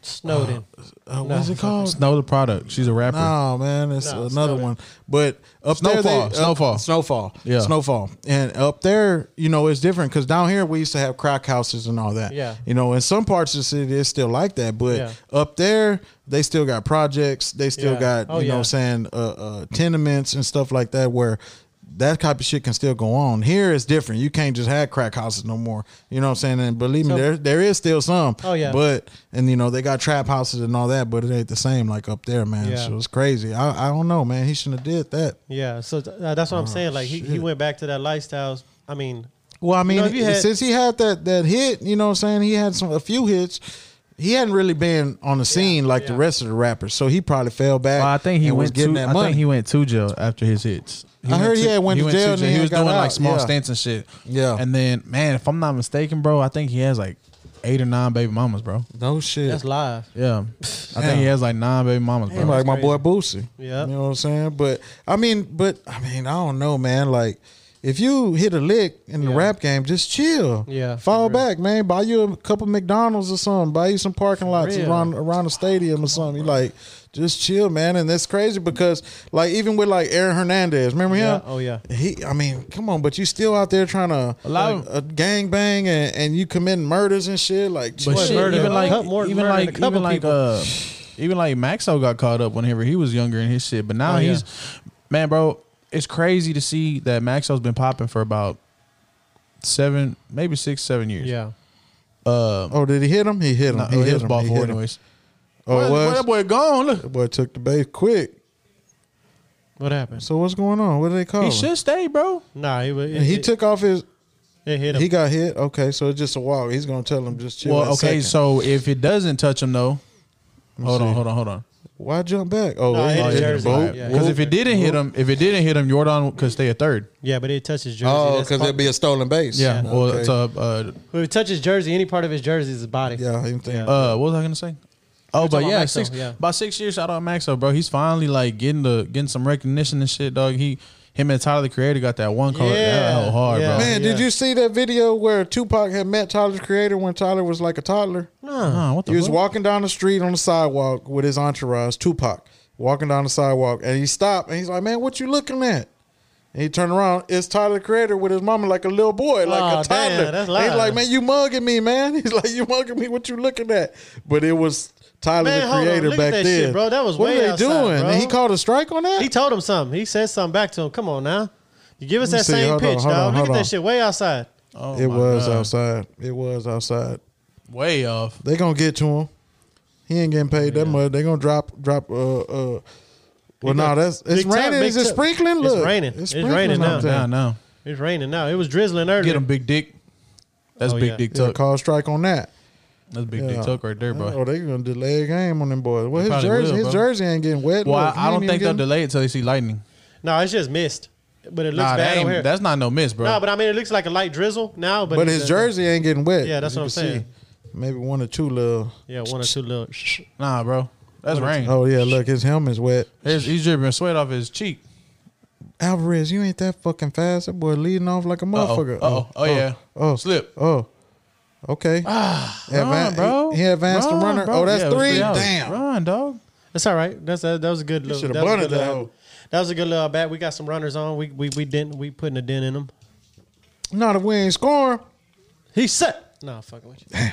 Speaker 2: Snowden.
Speaker 3: uh, what's
Speaker 2: No.
Speaker 3: it called?
Speaker 4: Snow the product. She's a rapper.
Speaker 3: No, man, it's
Speaker 2: No,
Speaker 3: another
Speaker 2: Snowden.
Speaker 3: one. But up
Speaker 4: Snowfall,
Speaker 3: there, they,
Speaker 4: Snowfall.
Speaker 3: up, snowfall,
Speaker 4: Yeah.
Speaker 3: snowfall, and up there, you know, it's different because down here we used to have crack houses and all that.
Speaker 2: Yeah.
Speaker 3: you know, in some parts of the city it's still like that, but
Speaker 2: Yeah.
Speaker 3: up there they still got projects, they still
Speaker 2: Yeah.
Speaker 3: got
Speaker 2: Oh,
Speaker 3: you know,
Speaker 2: yeah.
Speaker 3: what I'm saying uh, uh, tenements and stuff like that where. That type of shit can still go on. Here it's different. You can't just have crack houses no more. You know what I'm saying? And believe me,
Speaker 2: So-
Speaker 3: there there is still some.
Speaker 2: Oh, yeah.
Speaker 3: But and you know they got trap houses and all that, but it ain't the same like up there, man.
Speaker 2: Yeah.
Speaker 3: So it's crazy. I, I don't know, man. He shouldn't have did that.
Speaker 2: Yeah, so th- uh, that's what I'm saying. Like he, he
Speaker 3: oh, shit.
Speaker 2: went back to that lifestyle. I mean,
Speaker 3: Well, I mean,
Speaker 2: know, if you had-
Speaker 3: since he had that that hit, you know what I'm saying? He had some a few hits. He hadn't really been on the scene like the
Speaker 2: yeah.
Speaker 3: rest of the rappers, so he probably fell back.
Speaker 4: Well, I think he
Speaker 3: and was
Speaker 4: went
Speaker 3: getting
Speaker 4: to.
Speaker 3: that
Speaker 4: I
Speaker 3: money.
Speaker 4: think he went to jail after his hits.
Speaker 3: I heard he had went to jail and then
Speaker 4: He was
Speaker 3: got
Speaker 4: doing
Speaker 3: out,
Speaker 4: like small
Speaker 3: yeah.
Speaker 4: stints and shit.
Speaker 3: Yeah.
Speaker 4: And then, man, if I'm not mistaken, bro, I think he has like eight or nine baby mamas, bro.
Speaker 3: no shit.
Speaker 2: that's live.
Speaker 4: Yeah. I think he has like nine baby mamas, bro.
Speaker 3: Kinda like my
Speaker 2: crazy.
Speaker 3: boy Boosie.
Speaker 2: Yeah.
Speaker 3: You know what I'm saying? But I mean, but I mean, I don't know, man. Like, if you hit a lick in the
Speaker 2: Yeah.
Speaker 3: rap game, just chill.
Speaker 2: Yeah, for real.
Speaker 3: Fall back, man. Buy you a couple McDonald's or something. Buy you some parking lots
Speaker 2: real.
Speaker 3: around around the stadium or something. You like just chill, man. And that's crazy because like even with like Aaron Hernandez, remember him?
Speaker 2: Yeah, oh, yeah.
Speaker 3: He I mean, come on, but you still out there trying to
Speaker 4: A lot of-
Speaker 3: like, a gang bang and, and you committing murders and shit. Like
Speaker 4: But
Speaker 3: chill.
Speaker 4: shit,
Speaker 2: murder-
Speaker 4: even
Speaker 2: a
Speaker 4: like,
Speaker 2: couple- more
Speaker 4: even
Speaker 2: murder than a
Speaker 4: like,
Speaker 2: couple
Speaker 4: even like,
Speaker 2: people.
Speaker 4: uh, even like Maxo got caught up whenever he was younger in his shit, but now
Speaker 2: Oh, yeah.
Speaker 4: he's, man, bro, it's crazy to see that Maxo's been popping for about seven, maybe six, seven years.
Speaker 2: Yeah,
Speaker 4: Uh,
Speaker 3: Oh, did he hit him? He hit him.
Speaker 4: no,
Speaker 3: he
Speaker 4: it
Speaker 3: hit
Speaker 4: was
Speaker 3: him.
Speaker 4: ball
Speaker 3: He
Speaker 4: four
Speaker 3: hit him.
Speaker 4: anyways.
Speaker 3: Oh, it
Speaker 4: Where- where
Speaker 3: was.
Speaker 4: that boy gone? Look,
Speaker 3: That boy took the base quick.
Speaker 2: what happened?
Speaker 3: So what's going on? What do they call
Speaker 4: he
Speaker 3: him?
Speaker 4: should stay, bro.
Speaker 2: Nah, he wa- it,
Speaker 3: And he
Speaker 2: it-
Speaker 3: took off his.
Speaker 2: it hit him.
Speaker 3: He got hit. Okay, so it's just a walk. He's gonna tell him just chill.
Speaker 4: well,
Speaker 3: a
Speaker 4: okay,
Speaker 3: second.
Speaker 4: so if it doesn't touch him though, hold
Speaker 3: see.
Speaker 4: on, hold on, hold on.
Speaker 3: why jump back? Oh,
Speaker 2: No,
Speaker 3: it
Speaker 2: it
Speaker 3: hit
Speaker 2: hit
Speaker 3: him.
Speaker 2: jersey.
Speaker 3: Boop,
Speaker 2: Yeah.
Speaker 4: Because
Speaker 3: whoop.
Speaker 4: if it didn't hit him, if it didn't hit him, Jordan could stay a third.
Speaker 2: yeah, but it touched his jersey.
Speaker 3: oh,
Speaker 2: That's
Speaker 3: because
Speaker 2: part-
Speaker 3: it'd be a stolen base.
Speaker 4: Yeah,
Speaker 3: Okay.
Speaker 4: well, it's a uh,
Speaker 2: If it touches jersey, any part of his jersey is his body.
Speaker 3: yeah. I didn't think-
Speaker 4: uh, what was I gonna say? Oh, but
Speaker 2: talking
Speaker 4: yeah,
Speaker 2: about Maxo,
Speaker 4: six
Speaker 2: yeah.
Speaker 4: about six years. Shout out Maxo, bro. He's finally like getting the getting some recognition and shit, dog. He him and Tyler the Creator got that one call
Speaker 2: Yeah,
Speaker 4: that held hard,
Speaker 2: yeah.
Speaker 4: bro.
Speaker 3: Man, did
Speaker 2: yeah.
Speaker 3: you see that video where Tupac had met Tyler's creator when Tyler was like a toddler?
Speaker 4: Nah, what the
Speaker 3: He was
Speaker 2: Uh-huh.
Speaker 4: fuck?
Speaker 3: walking down the street on the sidewalk with his entourage, Tupac, walking down the sidewalk, and he stopped and he's like, "Man, what you looking at?" And he turned around. It's Tyler the Creator with his mama, like a little boy, like
Speaker 2: Aw,
Speaker 3: a toddler.
Speaker 2: damn, that's
Speaker 3: And he's
Speaker 2: live.
Speaker 3: like, "Man, you mugging me, man." (laughs) He's like, "You mugging me? What you looking at?" But it was Tyler
Speaker 2: Man,
Speaker 3: the
Speaker 2: hold on.
Speaker 3: Creator
Speaker 2: Look at
Speaker 3: back
Speaker 2: that
Speaker 3: then,
Speaker 2: shit, bro. That was
Speaker 3: what
Speaker 2: way
Speaker 3: are they
Speaker 2: outside,
Speaker 3: doing?
Speaker 2: bro.
Speaker 3: And he called a strike on that.
Speaker 2: He told him something. He said something back to him. Come on now, you give us
Speaker 3: Let me
Speaker 2: that
Speaker 3: see.
Speaker 2: same
Speaker 3: Hold on,
Speaker 2: pitch,
Speaker 3: hold on,
Speaker 2: dog. Look
Speaker 3: hold
Speaker 2: at
Speaker 3: on.
Speaker 2: that shit way outside.
Speaker 4: Oh,
Speaker 3: it
Speaker 4: my
Speaker 3: was uh,
Speaker 4: God.
Speaker 3: outside. It was outside.
Speaker 4: way off.
Speaker 3: They gonna get to him. He ain't getting paid that
Speaker 4: Yeah.
Speaker 3: much. They gonna drop drop. Uh, uh well, no,
Speaker 2: got
Speaker 3: that's it's
Speaker 2: big time,
Speaker 3: raining.
Speaker 2: big
Speaker 3: Is it
Speaker 2: time.
Speaker 3: sprinkling?
Speaker 2: It's
Speaker 3: Look,
Speaker 2: raining. It's
Speaker 3: sprinkling
Speaker 2: raining
Speaker 3: out
Speaker 2: now.
Speaker 3: there.
Speaker 4: Nah, nah.
Speaker 2: It's raining now. It was drizzling earlier.
Speaker 4: Get him, big dick. That's
Speaker 2: Oh,
Speaker 4: big
Speaker 2: yeah.
Speaker 4: dick
Speaker 3: Yeah,
Speaker 4: tuck.
Speaker 3: call a strike on that.
Speaker 4: That's big
Speaker 3: Yeah.
Speaker 4: dick tuck right there, bro.
Speaker 3: Oh, they gonna delay a game on them boys. Well, his
Speaker 4: They probably
Speaker 3: jersey,
Speaker 4: will,
Speaker 3: his
Speaker 4: bro.
Speaker 3: jersey ain't getting wet.
Speaker 4: Well,
Speaker 3: Look, he
Speaker 4: I, I
Speaker 3: ain't
Speaker 4: don't
Speaker 3: even
Speaker 4: think they'll
Speaker 3: getting-
Speaker 4: delay it till they see lightning.
Speaker 2: No, it's just missed. But it looks
Speaker 4: Nah, that
Speaker 2: bad over
Speaker 4: ain't,
Speaker 2: here.
Speaker 4: that's not no miss, bro.
Speaker 2: No, but I mean, it looks like a light drizzle now. But,
Speaker 3: But
Speaker 2: it-
Speaker 3: his jersey ain't getting wet.
Speaker 2: Yeah, that's
Speaker 3: You
Speaker 2: what I'm
Speaker 3: can see.
Speaker 2: saying.
Speaker 3: Maybe one or two little.
Speaker 2: Yeah, one or two little.
Speaker 4: Nah, bro. That's rain.
Speaker 3: Oh yeah, look, his helmet's wet.
Speaker 4: His, he's dripping sweat off his cheek.
Speaker 3: Alvarez, you ain't that fucking fast. That boy leading off like a motherfucker.
Speaker 4: Uh-oh. Uh-oh. Oh, yeah.
Speaker 3: Oh,
Speaker 4: Slip.
Speaker 3: Oh, okay. Advan-
Speaker 4: Ah, Run, bro.
Speaker 3: He, he advanced
Speaker 4: Run,
Speaker 3: the runner.
Speaker 4: bro.
Speaker 3: Oh, that's
Speaker 4: Yeah, it was
Speaker 3: three.
Speaker 4: outs.
Speaker 3: Damn.
Speaker 4: Run, dog.
Speaker 2: That's all right. That's that, that was a good look.
Speaker 3: shoulda
Speaker 2: that was a
Speaker 3: bunted
Speaker 2: good
Speaker 3: that
Speaker 2: little-
Speaker 3: hoe.
Speaker 2: That was a good little bat. We got some runners on. We we we didn't. We putting a dent in them.
Speaker 3: Not if we ain't scoring.
Speaker 2: He set. Nah, fucking with you. No,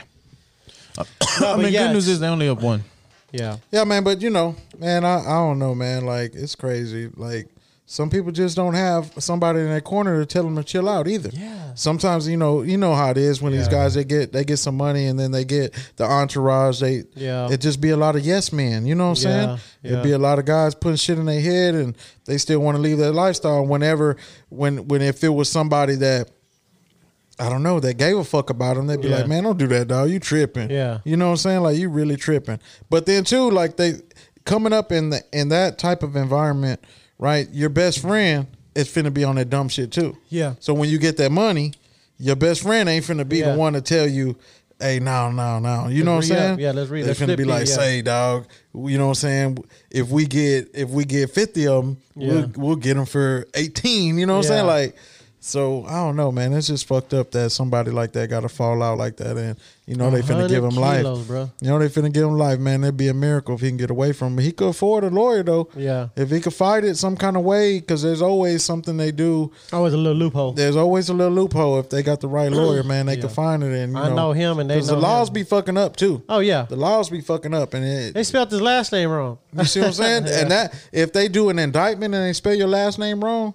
Speaker 4: (coughs) I
Speaker 2: but
Speaker 4: mean,
Speaker 2: yeah,
Speaker 4: good news
Speaker 2: it's-
Speaker 4: is they only up one.
Speaker 2: yeah.
Speaker 3: Yeah, man. But you know, man, I, I don't know, man. Like it's crazy. Like some people just don't have somebody in their corner to tell them to chill out either.
Speaker 2: Yeah.
Speaker 3: Sometimes you know you know how it is when these
Speaker 2: Yeah.
Speaker 3: guys they get they get some money and then they get the entourage. They
Speaker 2: Yeah.
Speaker 3: It just be a lot of yes men. You know what I'm saying?
Speaker 2: Yeah,
Speaker 3: It'd be
Speaker 2: yeah.
Speaker 3: a lot of guys putting shit in their head and they still want to leave their lifestyle. Whenever when when if it was somebody that. I don't know. They gave a fuck about them. They'd be
Speaker 2: Yeah.
Speaker 3: like, "Man, don't do that, dog. You tripping."
Speaker 2: Yeah.
Speaker 3: You know what I'm saying? Like you really tripping. But then too, like they coming up in the in that type of environment, right? Your best friend is finna be on that dumb shit too.
Speaker 2: Yeah.
Speaker 4: (laughs)
Speaker 3: So when you get that money, your best friend ain't finna be
Speaker 2: Yeah.
Speaker 3: the one to tell you, hey, no, no, no. You know
Speaker 2: Let's
Speaker 3: what I'm
Speaker 2: re-up.
Speaker 3: saying?
Speaker 2: Yeah, let's re-
Speaker 3: They
Speaker 2: let's
Speaker 3: finna
Speaker 2: flip
Speaker 3: be
Speaker 2: it,
Speaker 3: like,
Speaker 2: yeah.
Speaker 3: say, dog, you know what I'm saying? If we get if we get fifty of them,
Speaker 2: Yeah.
Speaker 3: we'll we'll get them for eighteen. You know what I'm saying?
Speaker 2: Yeah.
Speaker 3: Like. So I don't know, man. It's just fucked up that somebody like that got to fall out like that, and you know they finna
Speaker 2: 100
Speaker 3: give him life.
Speaker 2: kilos, bro.
Speaker 3: You know they finna give him life, man. That'd be a miracle if he can get away from it. He could afford a lawyer though.
Speaker 2: Yeah.
Speaker 3: If he could fight it some kind of way, because there's always something they do.
Speaker 2: Always Oh, a little loophole.
Speaker 3: There's always a little loophole if they got
Speaker 2: (clears throat)
Speaker 3: the right lawyer, man. They
Speaker 2: Yeah.
Speaker 3: could find it. And you
Speaker 2: I know him and they
Speaker 3: 'cause the
Speaker 2: know
Speaker 3: laws
Speaker 2: him.
Speaker 3: be fucking up too.
Speaker 2: oh yeah.
Speaker 3: The laws be fucking up, and
Speaker 2: They
Speaker 3: it,
Speaker 2: spelled his last name
Speaker 4: (laughs)
Speaker 2: wrong.
Speaker 3: you see what
Speaker 2: (laughs)
Speaker 3: I'm saying. And that if they do an indictment and they spell your last name wrong.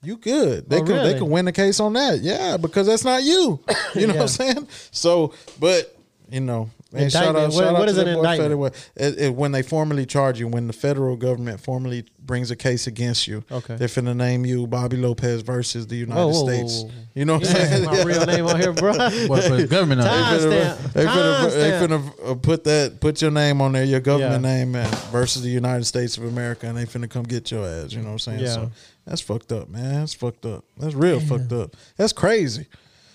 Speaker 3: You good. They
Speaker 2: Oh,
Speaker 3: could
Speaker 2: really?
Speaker 3: they could win the case on that. Yeah, because that's not you. You
Speaker 2: (coughs)
Speaker 3: know what
Speaker 2: Yeah.
Speaker 3: I'm saying? So, but you know, man, shout out,
Speaker 2: Indictment. What-
Speaker 3: shout
Speaker 2: what
Speaker 3: out
Speaker 2: is
Speaker 3: to
Speaker 2: an
Speaker 3: that boy
Speaker 2: indictment?
Speaker 3: Fetty well, it, it, when they formally charge you, when the federal government formally brings a case against you,
Speaker 2: Okay.
Speaker 3: they're finna name you Bobby Lopez versus the United
Speaker 2: Whoa, whoa, whoa,
Speaker 3: States.
Speaker 2: whoa.
Speaker 3: You know what
Speaker 2: You ain't
Speaker 3: I'm
Speaker 2: saying (laughs)
Speaker 3: saying?
Speaker 2: my
Speaker 3: (laughs)
Speaker 2: real name on here, bro.
Speaker 4: (laughs) But for the government,
Speaker 2: Time.
Speaker 4: uh,
Speaker 3: They finna-
Speaker 2: Timestamp.
Speaker 3: They finna, they
Speaker 2: Timestamp.
Speaker 3: finna uh, put that put your name on there, your government
Speaker 2: Yeah.
Speaker 3: name, man, versus the United States of America, and they finna come get your ass. You know what I'm saying?
Speaker 2: Yeah.
Speaker 3: So that's fucked up, man. That's fucked up. That's real fucked up. That's crazy.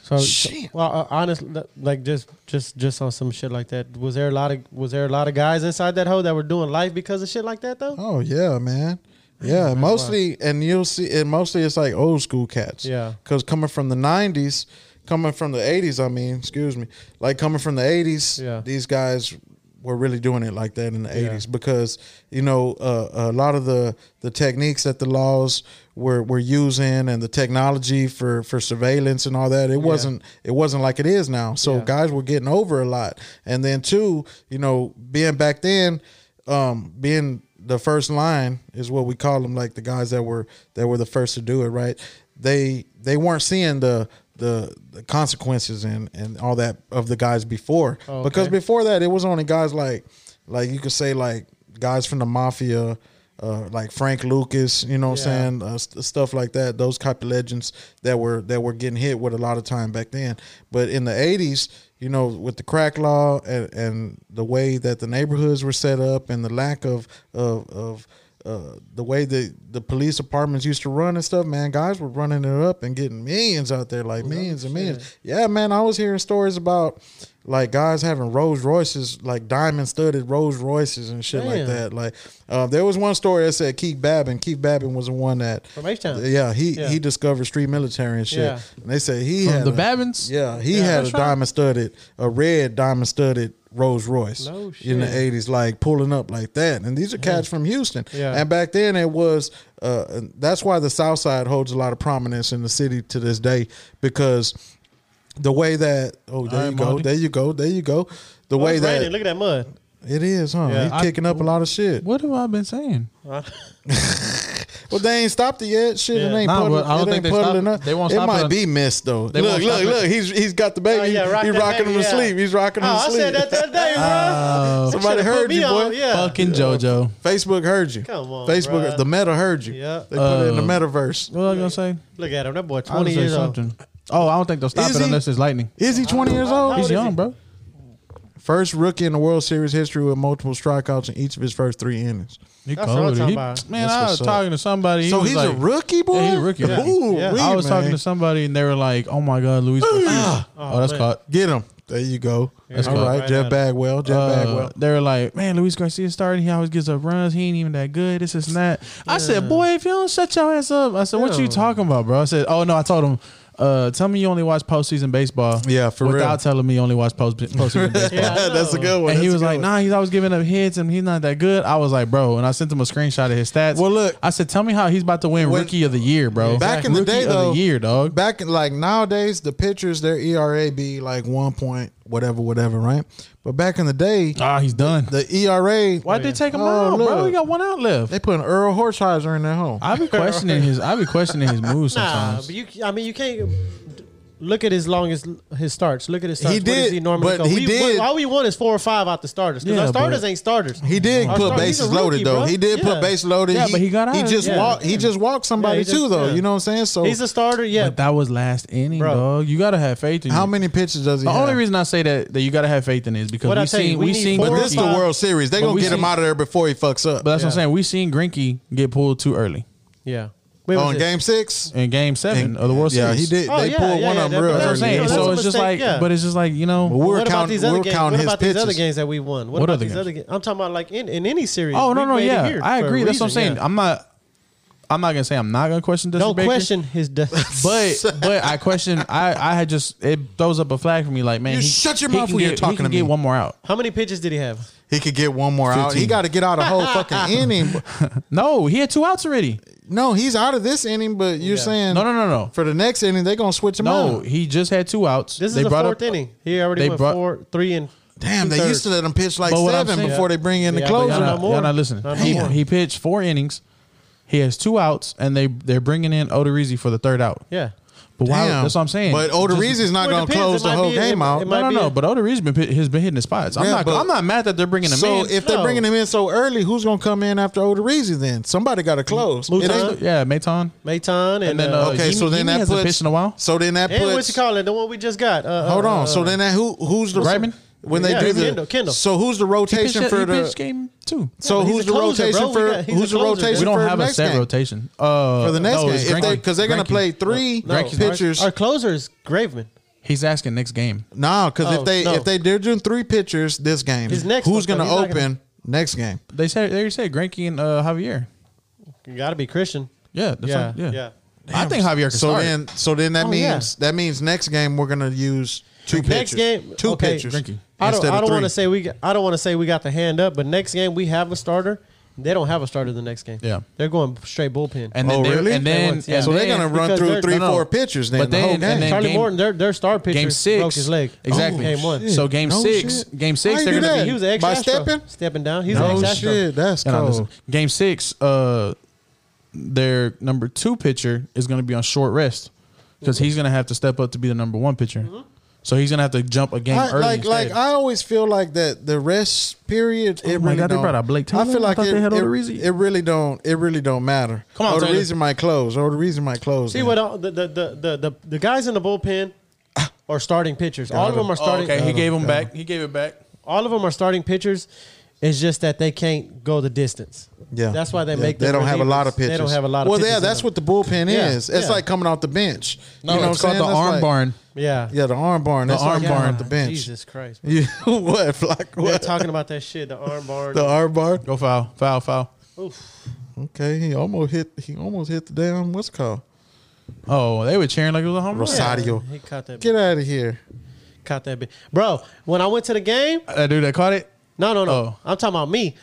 Speaker 2: So,
Speaker 3: Shit.
Speaker 2: well, uh, honestly, th- like just, just, just on some shit like that. Was there a lot of, was there a lot of guys inside that hole that were doing life because of shit like that though?
Speaker 3: Oh yeah, man. Yeah, mostly, and you'll see, and mostly it's like old school cats.
Speaker 2: Yeah.
Speaker 3: because coming from the '90s, coming from the '80s, I mean, excuse me, like coming from the '80s,
Speaker 2: Yeah.
Speaker 3: these guys were really doing it like that in the
Speaker 2: Yeah.
Speaker 3: '80s because you know uh, a lot of the the techniques that the laws were were using and the technology for for surveillance and all that it wasn't it wasn't like it is now. So
Speaker 2: Yeah.
Speaker 3: guys were getting over a lot, and then two, you know, being back then um, being the first line is what we call them, like the guys that were that were the first to do it, right? They they weren't seeing the the, the consequences and and all that of the guys before
Speaker 2: Oh, Okay.
Speaker 3: because before that it was only guys like like you could say like guys from the mafia. Uh, like Frank Lucas, you know what
Speaker 2: Yeah.
Speaker 3: I'm saying, uh, st- stuff like that. Those type of legends that were that were getting hit with a lot of time back then. But in the '80s, you know, with the crack law and, and the way that the neighborhoods were set up and the lack of of, of uh, the way the the police departments used to run and stuff, man, guys were running it up and getting millions out there, like millions and millions. Yeah, man, I was hearing stories about like guys having Rolls Royces, like diamond studded Rolls Royces and shit like
Speaker 2: Damn.
Speaker 3: that. Like, uh, there was one story that said Keith Babin. Keith Babin was the one that
Speaker 2: From H-Town.
Speaker 3: Yeah, he
Speaker 2: Yeah.
Speaker 3: he discovered street military and shit.
Speaker 2: Yeah.
Speaker 3: And they said he
Speaker 4: from
Speaker 3: had a-
Speaker 4: the Babins.
Speaker 3: yeah, he
Speaker 2: Yeah,
Speaker 3: had a
Speaker 2: that's right.
Speaker 3: diamond studded, a red diamond studded Rolls Royce
Speaker 2: No
Speaker 3: in the
Speaker 2: shit.
Speaker 3: eighties, like pulling up like that. And these are cats from Houston.
Speaker 2: Yeah.
Speaker 3: And back then it was uh, that's why the South Side holds a lot of prominence in the city to this day because the way that oh there
Speaker 4: right,
Speaker 3: you go
Speaker 4: Monty.
Speaker 3: there you go there you go the
Speaker 2: Oh,
Speaker 3: way
Speaker 2: it's
Speaker 3: that
Speaker 2: raining. look at that mud.
Speaker 3: it is huh
Speaker 2: Yeah,
Speaker 3: he's
Speaker 2: I-
Speaker 3: kicking up a lot of shit
Speaker 4: What have I been saying?
Speaker 3: well they ain't stopped it yet shit it
Speaker 2: Yeah.
Speaker 3: ain't
Speaker 4: Nah,
Speaker 3: puddling,
Speaker 4: but I don't
Speaker 3: it
Speaker 4: think
Speaker 3: ain't
Speaker 4: they
Speaker 3: puddling
Speaker 4: stopped-
Speaker 3: enough.
Speaker 4: they won't
Speaker 3: it
Speaker 4: stop it
Speaker 3: might
Speaker 4: un-
Speaker 3: be missed though
Speaker 4: They
Speaker 3: look
Speaker 4: won't stop
Speaker 3: look
Speaker 4: it.
Speaker 3: look he's he's got the baby
Speaker 2: Oh, yeah, rock
Speaker 3: he's
Speaker 2: that
Speaker 3: rocking
Speaker 2: baby,
Speaker 3: him to
Speaker 2: yeah.
Speaker 3: sleep he's rocking
Speaker 2: Oh,
Speaker 3: him to
Speaker 2: I
Speaker 3: sleep
Speaker 2: said that that day, bro. They
Speaker 3: Oh. Somebody
Speaker 2: shoulda put
Speaker 3: heard
Speaker 2: me
Speaker 3: you, boy.
Speaker 2: on, Yeah.
Speaker 4: Fucking JoJo.
Speaker 3: (laughs) Facebook heard you.
Speaker 2: Come on,
Speaker 3: Facebook,
Speaker 2: bruh.
Speaker 3: the meta heard you.
Speaker 2: Yeah.
Speaker 3: They put it in the metaverse.
Speaker 4: What was I gonna say?
Speaker 2: Look at him. That boy,
Speaker 4: I was
Speaker 2: twenty
Speaker 4: gonna say
Speaker 2: years old.
Speaker 4: something. Oh, I don't think they'll stop
Speaker 3: Is
Speaker 4: it
Speaker 3: he?
Speaker 4: unless it's lightning.
Speaker 3: Is he 20 years
Speaker 2: How old
Speaker 3: old?
Speaker 2: is
Speaker 4: He's young,
Speaker 2: he?
Speaker 4: bro.
Speaker 3: First rookie in the World Series history with multiple strikeouts in each of his first three innings.
Speaker 4: He
Speaker 2: That's what I'm
Speaker 4: cold.
Speaker 2: talking
Speaker 4: He-
Speaker 2: about.
Speaker 4: Man,
Speaker 3: That's
Speaker 4: I
Speaker 3: what's
Speaker 4: was
Speaker 3: up.
Speaker 4: talking to somebody. he
Speaker 3: so
Speaker 4: was
Speaker 3: he's a
Speaker 4: like-
Speaker 3: rookie, boy?
Speaker 4: Yeah, he's a rookie.
Speaker 3: Ooh,
Speaker 2: Yeah.
Speaker 3: wee,
Speaker 4: I was talking
Speaker 3: man.
Speaker 4: to somebody and they were like, Ah! "Oh my god, Luis! Garcia. oh, that's
Speaker 2: man.
Speaker 4: caught.
Speaker 3: Ah, Get him. There you go.
Speaker 2: That's
Speaker 3: All
Speaker 2: cool.
Speaker 3: right,
Speaker 2: Right
Speaker 3: Jeff
Speaker 2: now.
Speaker 3: Bagwell. Jeff
Speaker 4: Uh,
Speaker 3: Bagwell.
Speaker 4: They were like, man, Luis Garcia started. He always gives up runs. He ain't even that good. This is not. I said, boy, if you don't shut your ass up, I said, what you
Speaker 2: Yeah.
Speaker 4: talking about, bro? I said, oh no, I told him. Uh, tell me you only watch postseason baseball.
Speaker 3: Yeah, for real.
Speaker 4: without telling me you only
Speaker 3: (laughs)
Speaker 4: watch post postseason baseball.
Speaker 2: Yeah, I
Speaker 3: That's a
Speaker 2: know.
Speaker 3: good one.
Speaker 4: and he
Speaker 3: That's a
Speaker 4: was
Speaker 3: good
Speaker 4: like,
Speaker 3: one.
Speaker 4: nah, he's always giving up hits and he's not that good. I was like, bro, and I sent him a screenshot of his stats.
Speaker 3: Well, look.
Speaker 4: I said, tell me how he's about to win
Speaker 3: When-
Speaker 4: rookie of the year, bro.
Speaker 3: Back in the
Speaker 4: rookie
Speaker 3: day,
Speaker 4: of
Speaker 3: though,
Speaker 4: the year, dog.
Speaker 3: Back in like nowadays, the pitchers their ERA be like one point whatever, whatever, right? But back in the day,
Speaker 4: Ah, he's done.
Speaker 3: the ERA
Speaker 4: Why'd they take him
Speaker 3: Oh,
Speaker 4: out, bro?
Speaker 3: look.
Speaker 4: We got one out left.
Speaker 3: they put an Earl Horsheiser in their home. (laughs)
Speaker 4: I be questioning his. I be questioning his moves
Speaker 2: Nah,
Speaker 4: sometimes.
Speaker 2: but you. I mean, you can't. Look at his longest his starts. Look at his starts.
Speaker 3: He
Speaker 2: What does
Speaker 3: did,
Speaker 2: he normally
Speaker 3: but
Speaker 2: go?
Speaker 3: he
Speaker 2: we,
Speaker 3: did.
Speaker 2: All we want is four or five out the starters. Because
Speaker 4: Yeah,
Speaker 2: our starters
Speaker 4: but-
Speaker 2: ain't starters.
Speaker 3: He did
Speaker 2: Our
Speaker 3: put
Speaker 2: starter- Oh, he's a
Speaker 3: bases loaded
Speaker 2: rookie,
Speaker 3: though.
Speaker 2: bro.
Speaker 3: He did
Speaker 2: Yeah.
Speaker 3: put bases loaded.
Speaker 4: Yeah, but he got out
Speaker 3: He
Speaker 4: of
Speaker 3: just
Speaker 4: it.
Speaker 3: walked. He
Speaker 2: Yeah.
Speaker 3: just walked
Speaker 2: Yeah,
Speaker 3: somebody
Speaker 2: he just-
Speaker 3: too though.
Speaker 2: yeah.
Speaker 3: You know what I'm saying? So
Speaker 2: He's a starter. Yeah,
Speaker 4: But that was last inning,
Speaker 2: Bro.
Speaker 4: dog. You gotta have faith in
Speaker 3: how
Speaker 4: you.
Speaker 3: many pitches does he?
Speaker 4: The
Speaker 3: have?
Speaker 4: only reason I say that that you gotta have faith in it is because
Speaker 2: What'd I
Speaker 4: we
Speaker 2: tell you?
Speaker 4: seen
Speaker 2: We
Speaker 4: we
Speaker 2: need
Speaker 4: seen.
Speaker 2: four
Speaker 3: But
Speaker 2: or
Speaker 3: this is the
Speaker 2: five-
Speaker 3: World Series. They
Speaker 4: But
Speaker 3: gonna
Speaker 4: we
Speaker 3: get him
Speaker 4: see-
Speaker 3: out of there before he fucks up.
Speaker 4: But that's what I'm
Speaker 2: Yeah.
Speaker 4: saying. We seen Grinky get pulled too early
Speaker 2: yeah. When was
Speaker 3: on
Speaker 2: it?
Speaker 3: Game Six,
Speaker 4: in Game Seven
Speaker 3: And-
Speaker 4: of the World
Speaker 3: yeah,
Speaker 4: Series.
Speaker 3: he did.
Speaker 2: Oh,
Speaker 3: they
Speaker 2: yeah,
Speaker 3: pulled
Speaker 2: yeah,
Speaker 3: one
Speaker 2: yeah, that-
Speaker 3: of them real
Speaker 4: That's what I'm
Speaker 3: early.
Speaker 4: saying.
Speaker 2: Yeah,
Speaker 4: so
Speaker 2: that's
Speaker 4: it's
Speaker 2: a
Speaker 4: just
Speaker 2: mistake,
Speaker 4: like,
Speaker 2: yeah.
Speaker 4: but it's just like you know.
Speaker 3: But we're
Speaker 2: what about
Speaker 3: counting.
Speaker 2: these other
Speaker 3: We're
Speaker 2: games?
Speaker 3: counting
Speaker 2: What
Speaker 3: his
Speaker 2: about these other
Speaker 3: pitches.
Speaker 2: games that we won? What,
Speaker 4: What
Speaker 2: about
Speaker 4: other
Speaker 2: these
Speaker 4: games?
Speaker 2: other games? I'm talking about like in, in any series.
Speaker 4: Oh no
Speaker 2: We
Speaker 4: no
Speaker 2: made it
Speaker 4: yeah,
Speaker 2: here
Speaker 4: I
Speaker 2: for a
Speaker 4: agree. That's what I'm
Speaker 2: reason,
Speaker 4: saying.
Speaker 2: yeah.
Speaker 4: I'm not. I'm not gonna say I'm not gonna question Dusty
Speaker 2: Don't
Speaker 4: Baker,
Speaker 2: question his. De-
Speaker 4: (laughs)
Speaker 2: (laughs)
Speaker 4: But but I question. I I had just it throws up a flag for me. Like man,
Speaker 3: You
Speaker 4: he-
Speaker 3: shut your
Speaker 4: he
Speaker 3: mouth
Speaker 4: can
Speaker 3: when
Speaker 4: get-
Speaker 3: you're talking
Speaker 4: he can
Speaker 3: to me.
Speaker 4: Get one more out.
Speaker 2: How many pitches did he have?
Speaker 3: He could get one more out. He
Speaker 4: 15.
Speaker 3: got to get out a whole fucking inning.
Speaker 4: No, he had two outs already.
Speaker 3: No, he's out of this inning. But you're saying
Speaker 4: No no no no.
Speaker 3: For the next inning, they're gonna switch him
Speaker 4: No,
Speaker 3: out.
Speaker 4: he just had two outs.
Speaker 2: This is
Speaker 4: They
Speaker 2: the
Speaker 4: brought
Speaker 2: fourth
Speaker 4: up-
Speaker 2: inning. He already
Speaker 4: they
Speaker 2: went
Speaker 4: brought-
Speaker 2: four, three, and
Speaker 3: Damn, they
Speaker 2: two-thirds.
Speaker 3: used to let him pitch like
Speaker 4: But what I'm
Speaker 3: seven
Speaker 4: saying-
Speaker 3: before they bring in the
Speaker 2: Yeah, but
Speaker 3: closer.
Speaker 4: Y'all
Speaker 2: Not
Speaker 4: not,
Speaker 2: more.
Speaker 4: y'all not listening.
Speaker 2: Not
Speaker 4: he,
Speaker 2: more.
Speaker 4: he pitched four innings. He has two outs, and they they're bringing in Odorizzi for the third out.
Speaker 2: yeah.
Speaker 4: But why?
Speaker 3: Damn.
Speaker 4: That's what I'm saying.
Speaker 3: But Odorizzi's not
Speaker 2: Well, it
Speaker 3: going to
Speaker 2: depends.
Speaker 3: close
Speaker 2: It
Speaker 3: the
Speaker 2: might
Speaker 3: whole
Speaker 2: be-
Speaker 3: game
Speaker 2: it-
Speaker 3: out.
Speaker 2: it might
Speaker 4: no, no,
Speaker 2: be
Speaker 4: no.
Speaker 2: a-
Speaker 4: But Odorizzi been pit- has been hitting the spots. I'm
Speaker 3: Yeah,
Speaker 4: not.
Speaker 3: but-
Speaker 4: I'm not mad that they're bringing him
Speaker 3: so
Speaker 4: in.
Speaker 3: if they're
Speaker 2: No.
Speaker 3: bringing him in so early, who's going to come in after Odorizzi then? Somebody got to close. It
Speaker 2: Mouton.
Speaker 3: ain't-
Speaker 4: yeah, Maton.
Speaker 2: Maton and,
Speaker 4: And then,
Speaker 2: uh,
Speaker 4: uh,
Speaker 3: okay, so
Speaker 4: Yimi-
Speaker 3: then
Speaker 4: Yimi
Speaker 3: that
Speaker 4: hasn't
Speaker 3: puts
Speaker 4: pitched in a while.
Speaker 3: So then that
Speaker 2: and what you
Speaker 3: puts
Speaker 2: call it? The one we just got. Uh,
Speaker 3: Hold
Speaker 2: uh,
Speaker 3: on. So
Speaker 2: uh,
Speaker 3: then that who who's the
Speaker 4: Reitman?
Speaker 3: when they
Speaker 2: Yeah,
Speaker 3: do the
Speaker 2: Kendall, Kendall.
Speaker 3: So who's the
Speaker 4: He
Speaker 3: rotation
Speaker 4: pitched,
Speaker 3: for
Speaker 4: he
Speaker 3: the
Speaker 4: pitched game two.
Speaker 3: So
Speaker 2: Yeah, but he's
Speaker 3: who's
Speaker 2: a
Speaker 3: the
Speaker 2: closer,
Speaker 3: rotation
Speaker 2: bro. We
Speaker 3: for
Speaker 2: got- he's a
Speaker 3: who's the
Speaker 2: closer.
Speaker 3: rotation
Speaker 4: We don't
Speaker 3: for
Speaker 4: have
Speaker 3: the
Speaker 4: a
Speaker 3: next
Speaker 4: set
Speaker 3: game?
Speaker 4: rotation. Uh,
Speaker 3: For the next
Speaker 4: no,
Speaker 3: game,
Speaker 4: it's
Speaker 3: if they
Speaker 4: Greinke.
Speaker 3: because they're gonna
Speaker 4: Greinke.
Speaker 3: play three
Speaker 2: No,
Speaker 4: Greinke's-
Speaker 3: pitchers.
Speaker 2: uh, Our closer is Graveman.
Speaker 4: He's asking next game.
Speaker 3: Nah, because
Speaker 2: Oh,
Speaker 3: if they
Speaker 2: no.
Speaker 3: if they they're doing three pitchers this game,
Speaker 2: His next
Speaker 3: who's
Speaker 2: one,
Speaker 3: gonna
Speaker 2: though, he's not
Speaker 3: open next game?
Speaker 4: They said they said Granky and uh, Javier.
Speaker 2: You got to be Christian.
Speaker 4: Yeah, that's
Speaker 2: Yeah,
Speaker 4: right. yeah,
Speaker 2: yeah.
Speaker 4: I think Javier can
Speaker 3: So
Speaker 4: start.
Speaker 3: then, so then that
Speaker 2: Oh, yeah.
Speaker 3: means that means next game we're gonna use two
Speaker 2: Next
Speaker 3: pitchers.
Speaker 2: game,
Speaker 3: two
Speaker 2: okay.
Speaker 3: pitchers
Speaker 4: Grinky.
Speaker 2: I don't.
Speaker 3: instead
Speaker 2: I
Speaker 3: of
Speaker 2: don't
Speaker 3: three.
Speaker 2: want to say we. got- I don't want to say we got the hand up. But next game we have a starter. They don't have a starter the next game.
Speaker 4: Yeah.
Speaker 2: they're going straight bullpen.
Speaker 4: and then
Speaker 3: Oh,
Speaker 4: they-
Speaker 3: really?
Speaker 4: And then
Speaker 2: They want- yeah.
Speaker 4: and
Speaker 3: so they're
Speaker 4: then-
Speaker 3: gonna run
Speaker 2: because
Speaker 3: through
Speaker 2: they're-
Speaker 3: three,
Speaker 4: no, no.
Speaker 3: four pitchers then
Speaker 4: But
Speaker 3: the whole
Speaker 4: then- and
Speaker 3: game.
Speaker 4: then
Speaker 2: Charlie
Speaker 4: game-
Speaker 2: Morton, their their star pitcher,
Speaker 4: game six
Speaker 2: broke his leg. Oh,
Speaker 4: Exactly.
Speaker 2: game one.
Speaker 4: So game
Speaker 3: No
Speaker 4: six,
Speaker 3: shit.
Speaker 4: game six,
Speaker 3: How
Speaker 4: they're
Speaker 3: you
Speaker 4: gonna
Speaker 3: do that?
Speaker 4: be
Speaker 2: He was an ex
Speaker 3: By
Speaker 2: Astro.
Speaker 3: stepping?
Speaker 2: stepping down. He's an
Speaker 3: No
Speaker 2: ex Astro.
Speaker 3: shit, that's
Speaker 4: Y'all not
Speaker 3: cold.
Speaker 4: listening. Game six, uh, their number two pitcher is going to be on short rest because he's going to have to step up to be the number one pitcher.
Speaker 2: Mm-hmm.
Speaker 4: So he's going to have to jump a game
Speaker 3: I,
Speaker 4: early.
Speaker 3: like, like
Speaker 4: instead.
Speaker 3: I always feel like that the rest period. It
Speaker 4: Oh my
Speaker 3: really
Speaker 4: God, they
Speaker 3: don't-
Speaker 4: brought out Blake
Speaker 3: I
Speaker 4: Taylor?
Speaker 3: feel
Speaker 4: I
Speaker 3: like
Speaker 4: thought
Speaker 3: it,
Speaker 4: they had
Speaker 3: it-
Speaker 4: Odorizzi.
Speaker 3: it really don't. It really don't matter.
Speaker 4: Come on,
Speaker 3: or the
Speaker 4: Taylor.
Speaker 3: reason my clothes, or the reason my clothes.
Speaker 2: See what all- the the, the the the the guys in the bullpen
Speaker 3: Ah.
Speaker 2: are starting pitchers. All of them
Speaker 3: Oh,
Speaker 2: are starting.
Speaker 4: Oh, okay, he gave him back. He gave it back.
Speaker 2: all of them are starting pitchers. It's just that they can't go the distance.
Speaker 3: Yeah,
Speaker 2: that's why they
Speaker 3: Yeah.
Speaker 2: make.
Speaker 3: They
Speaker 2: them
Speaker 3: don't have a
Speaker 2: relievers.
Speaker 3: lot of pitches.
Speaker 2: They don't have a lot. of
Speaker 3: Well,
Speaker 2: pitches
Speaker 3: yeah,
Speaker 2: in
Speaker 3: that's
Speaker 2: them.
Speaker 3: what the bullpen
Speaker 2: Yeah.
Speaker 3: is. It's
Speaker 2: Yeah.
Speaker 3: like coming off the bench.
Speaker 4: No,
Speaker 3: you know
Speaker 4: it's
Speaker 3: what
Speaker 4: called
Speaker 3: I'm
Speaker 4: the
Speaker 3: saying? That's
Speaker 4: arm
Speaker 3: like-
Speaker 4: barn.
Speaker 2: Yeah,
Speaker 3: Yeah, the arm barn. That's
Speaker 4: The arm
Speaker 3: like coming
Speaker 4: barn.
Speaker 3: off the bench.
Speaker 2: Jesus Christ!
Speaker 3: (laughs) You what, Flock?
Speaker 2: They're
Speaker 3: What?
Speaker 2: talking about that shit. The arm bar.
Speaker 3: The arm barn.
Speaker 4: Go foul, foul, foul.
Speaker 3: Okay, he almost hit. He almost hit the damn. What's it called?
Speaker 4: Oh, they were cheering like it was a home run.
Speaker 3: Rosado. Sadio.
Speaker 2: He caught that.
Speaker 3: Get out of here.
Speaker 2: Caught that bit, bro. When I went to the game,
Speaker 4: That dude that caught it.
Speaker 2: no, no, no.
Speaker 4: Oh.
Speaker 2: I'm talking about me.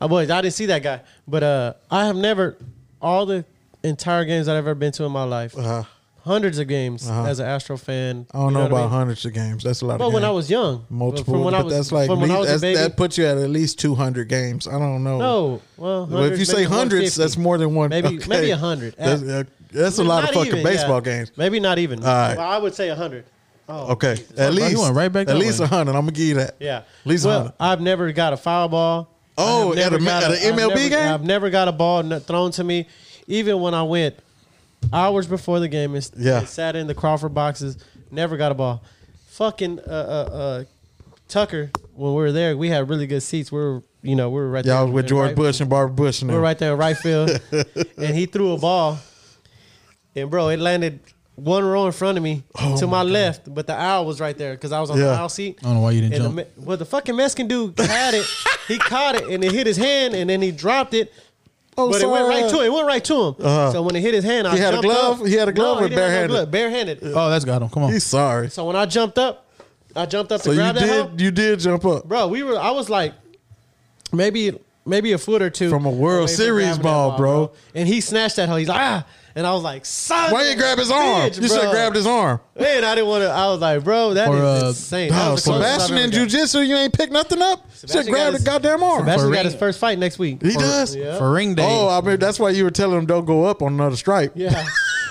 Speaker 2: I was. I didn't see that guy, but uh, I have never all the entire games I've ever been to in my life.
Speaker 3: Uh,
Speaker 2: Hundreds of games as an Astro fan.
Speaker 3: Uh-huh. I don't
Speaker 2: you
Speaker 3: know,
Speaker 2: what
Speaker 3: about
Speaker 2: mean?
Speaker 3: hundreds of games. That's a lot.
Speaker 2: But
Speaker 3: of
Speaker 2: when I
Speaker 3: games.
Speaker 2: was young,
Speaker 3: multiple,
Speaker 2: From when I
Speaker 3: but
Speaker 2: was,
Speaker 3: that's like
Speaker 2: from when I
Speaker 3: least-
Speaker 2: was a
Speaker 3: that's,
Speaker 2: baby.
Speaker 3: that puts you at at least two hundred games. I don't know.
Speaker 2: no, well,
Speaker 3: Well, if you
Speaker 2: 100s,
Speaker 3: say
Speaker 2: maybe
Speaker 3: hundreds,
Speaker 2: 150.
Speaker 3: that's more than one.
Speaker 2: Maybe-
Speaker 3: okay.
Speaker 2: maybe 100.
Speaker 3: That's, uh, that's a lot of
Speaker 2: Not
Speaker 3: fucking
Speaker 2: even,
Speaker 3: baseball
Speaker 2: yeah.
Speaker 3: games.
Speaker 2: Maybe not even.
Speaker 3: right.
Speaker 2: Well, I would say hundred. Oh,
Speaker 3: Okay, at
Speaker 4: Bro, you
Speaker 3: least
Speaker 4: went right back
Speaker 3: At
Speaker 4: that
Speaker 3: least
Speaker 4: way.
Speaker 3: hundred. I'm gonna give you that.
Speaker 2: Yeah.
Speaker 3: at least
Speaker 2: well,
Speaker 3: hundred.
Speaker 2: I've never got a foul ball.
Speaker 3: Oh,
Speaker 2: I have
Speaker 3: at
Speaker 2: never
Speaker 3: a ma-
Speaker 2: got
Speaker 3: at an MLB
Speaker 2: I've never,
Speaker 3: game?
Speaker 2: I've never got a ball n- thrown to me, even when I went hours before the game and, s-
Speaker 3: Yeah.
Speaker 2: and sat in the Crawford boxes. Never got a ball. Fucking uh, uh, uh, Tucker. When we were there, we had really good seats. We were, you know, we were right there
Speaker 3: Y'all was with
Speaker 2: in
Speaker 3: George
Speaker 2: right-
Speaker 3: Bush and Barbara Bush. And
Speaker 2: We were
Speaker 3: (laughs) them.
Speaker 2: right there in right field, and he threw a ball, and bro, it landed one row in front of me to my, left, but the aisle was right there because I was on the
Speaker 3: Oh Yeah.
Speaker 2: aisle seat.
Speaker 4: I don't know why you didn't
Speaker 2: And the,
Speaker 4: jump.
Speaker 2: Me- well, the fucking Mexican dude had it. he caught it and it hit his hand, and then he dropped it.
Speaker 3: Oh,
Speaker 2: but it went right to him. It went right to him. So when it hit his hand, I
Speaker 3: Uh-huh. He had a
Speaker 2: jumped
Speaker 3: glove?
Speaker 2: Up.
Speaker 3: He had a glove
Speaker 2: No,
Speaker 3: or
Speaker 2: he didn't have no
Speaker 3: barehanded?
Speaker 2: glove, barehanded.
Speaker 4: Oh, that's got him. Come on.
Speaker 3: He's sorry.
Speaker 2: So when I jumped up, I jumped up
Speaker 3: So
Speaker 2: to
Speaker 3: you
Speaker 2: grab that hoe.
Speaker 3: did you did jump up
Speaker 2: bro. We were. I was like, maybe maybe a foot or two
Speaker 3: From a World
Speaker 2: away from
Speaker 3: Series
Speaker 2: grabbing that
Speaker 3: ball, bro.
Speaker 2: And he snatched that hoe. He's like, ah, and I was like, son.
Speaker 3: Why you
Speaker 2: of a
Speaker 3: grab his arm?
Speaker 2: bitch,
Speaker 3: You should
Speaker 2: bro.
Speaker 3: have grabbed his arm.
Speaker 2: Man, I didn't want to. I was like, bro, that is
Speaker 4: Or, uh,
Speaker 2: insane. That
Speaker 3: Oh,
Speaker 2: was the closest I've
Speaker 3: Sebastian
Speaker 2: ever
Speaker 3: in
Speaker 2: got.
Speaker 3: jujitsu, you ain't picked nothing up. Should
Speaker 2: Sebastian got
Speaker 3: grab the
Speaker 2: his-
Speaker 3: goddamn arm.
Speaker 2: Sebastian got
Speaker 4: ring.
Speaker 2: his first fight next week.
Speaker 3: he does.
Speaker 2: Yeah.
Speaker 4: For ring day.
Speaker 3: Oh, I mean that's why you were telling him don't go up on another stripe.
Speaker 4: (laughs)
Speaker 2: Yeah.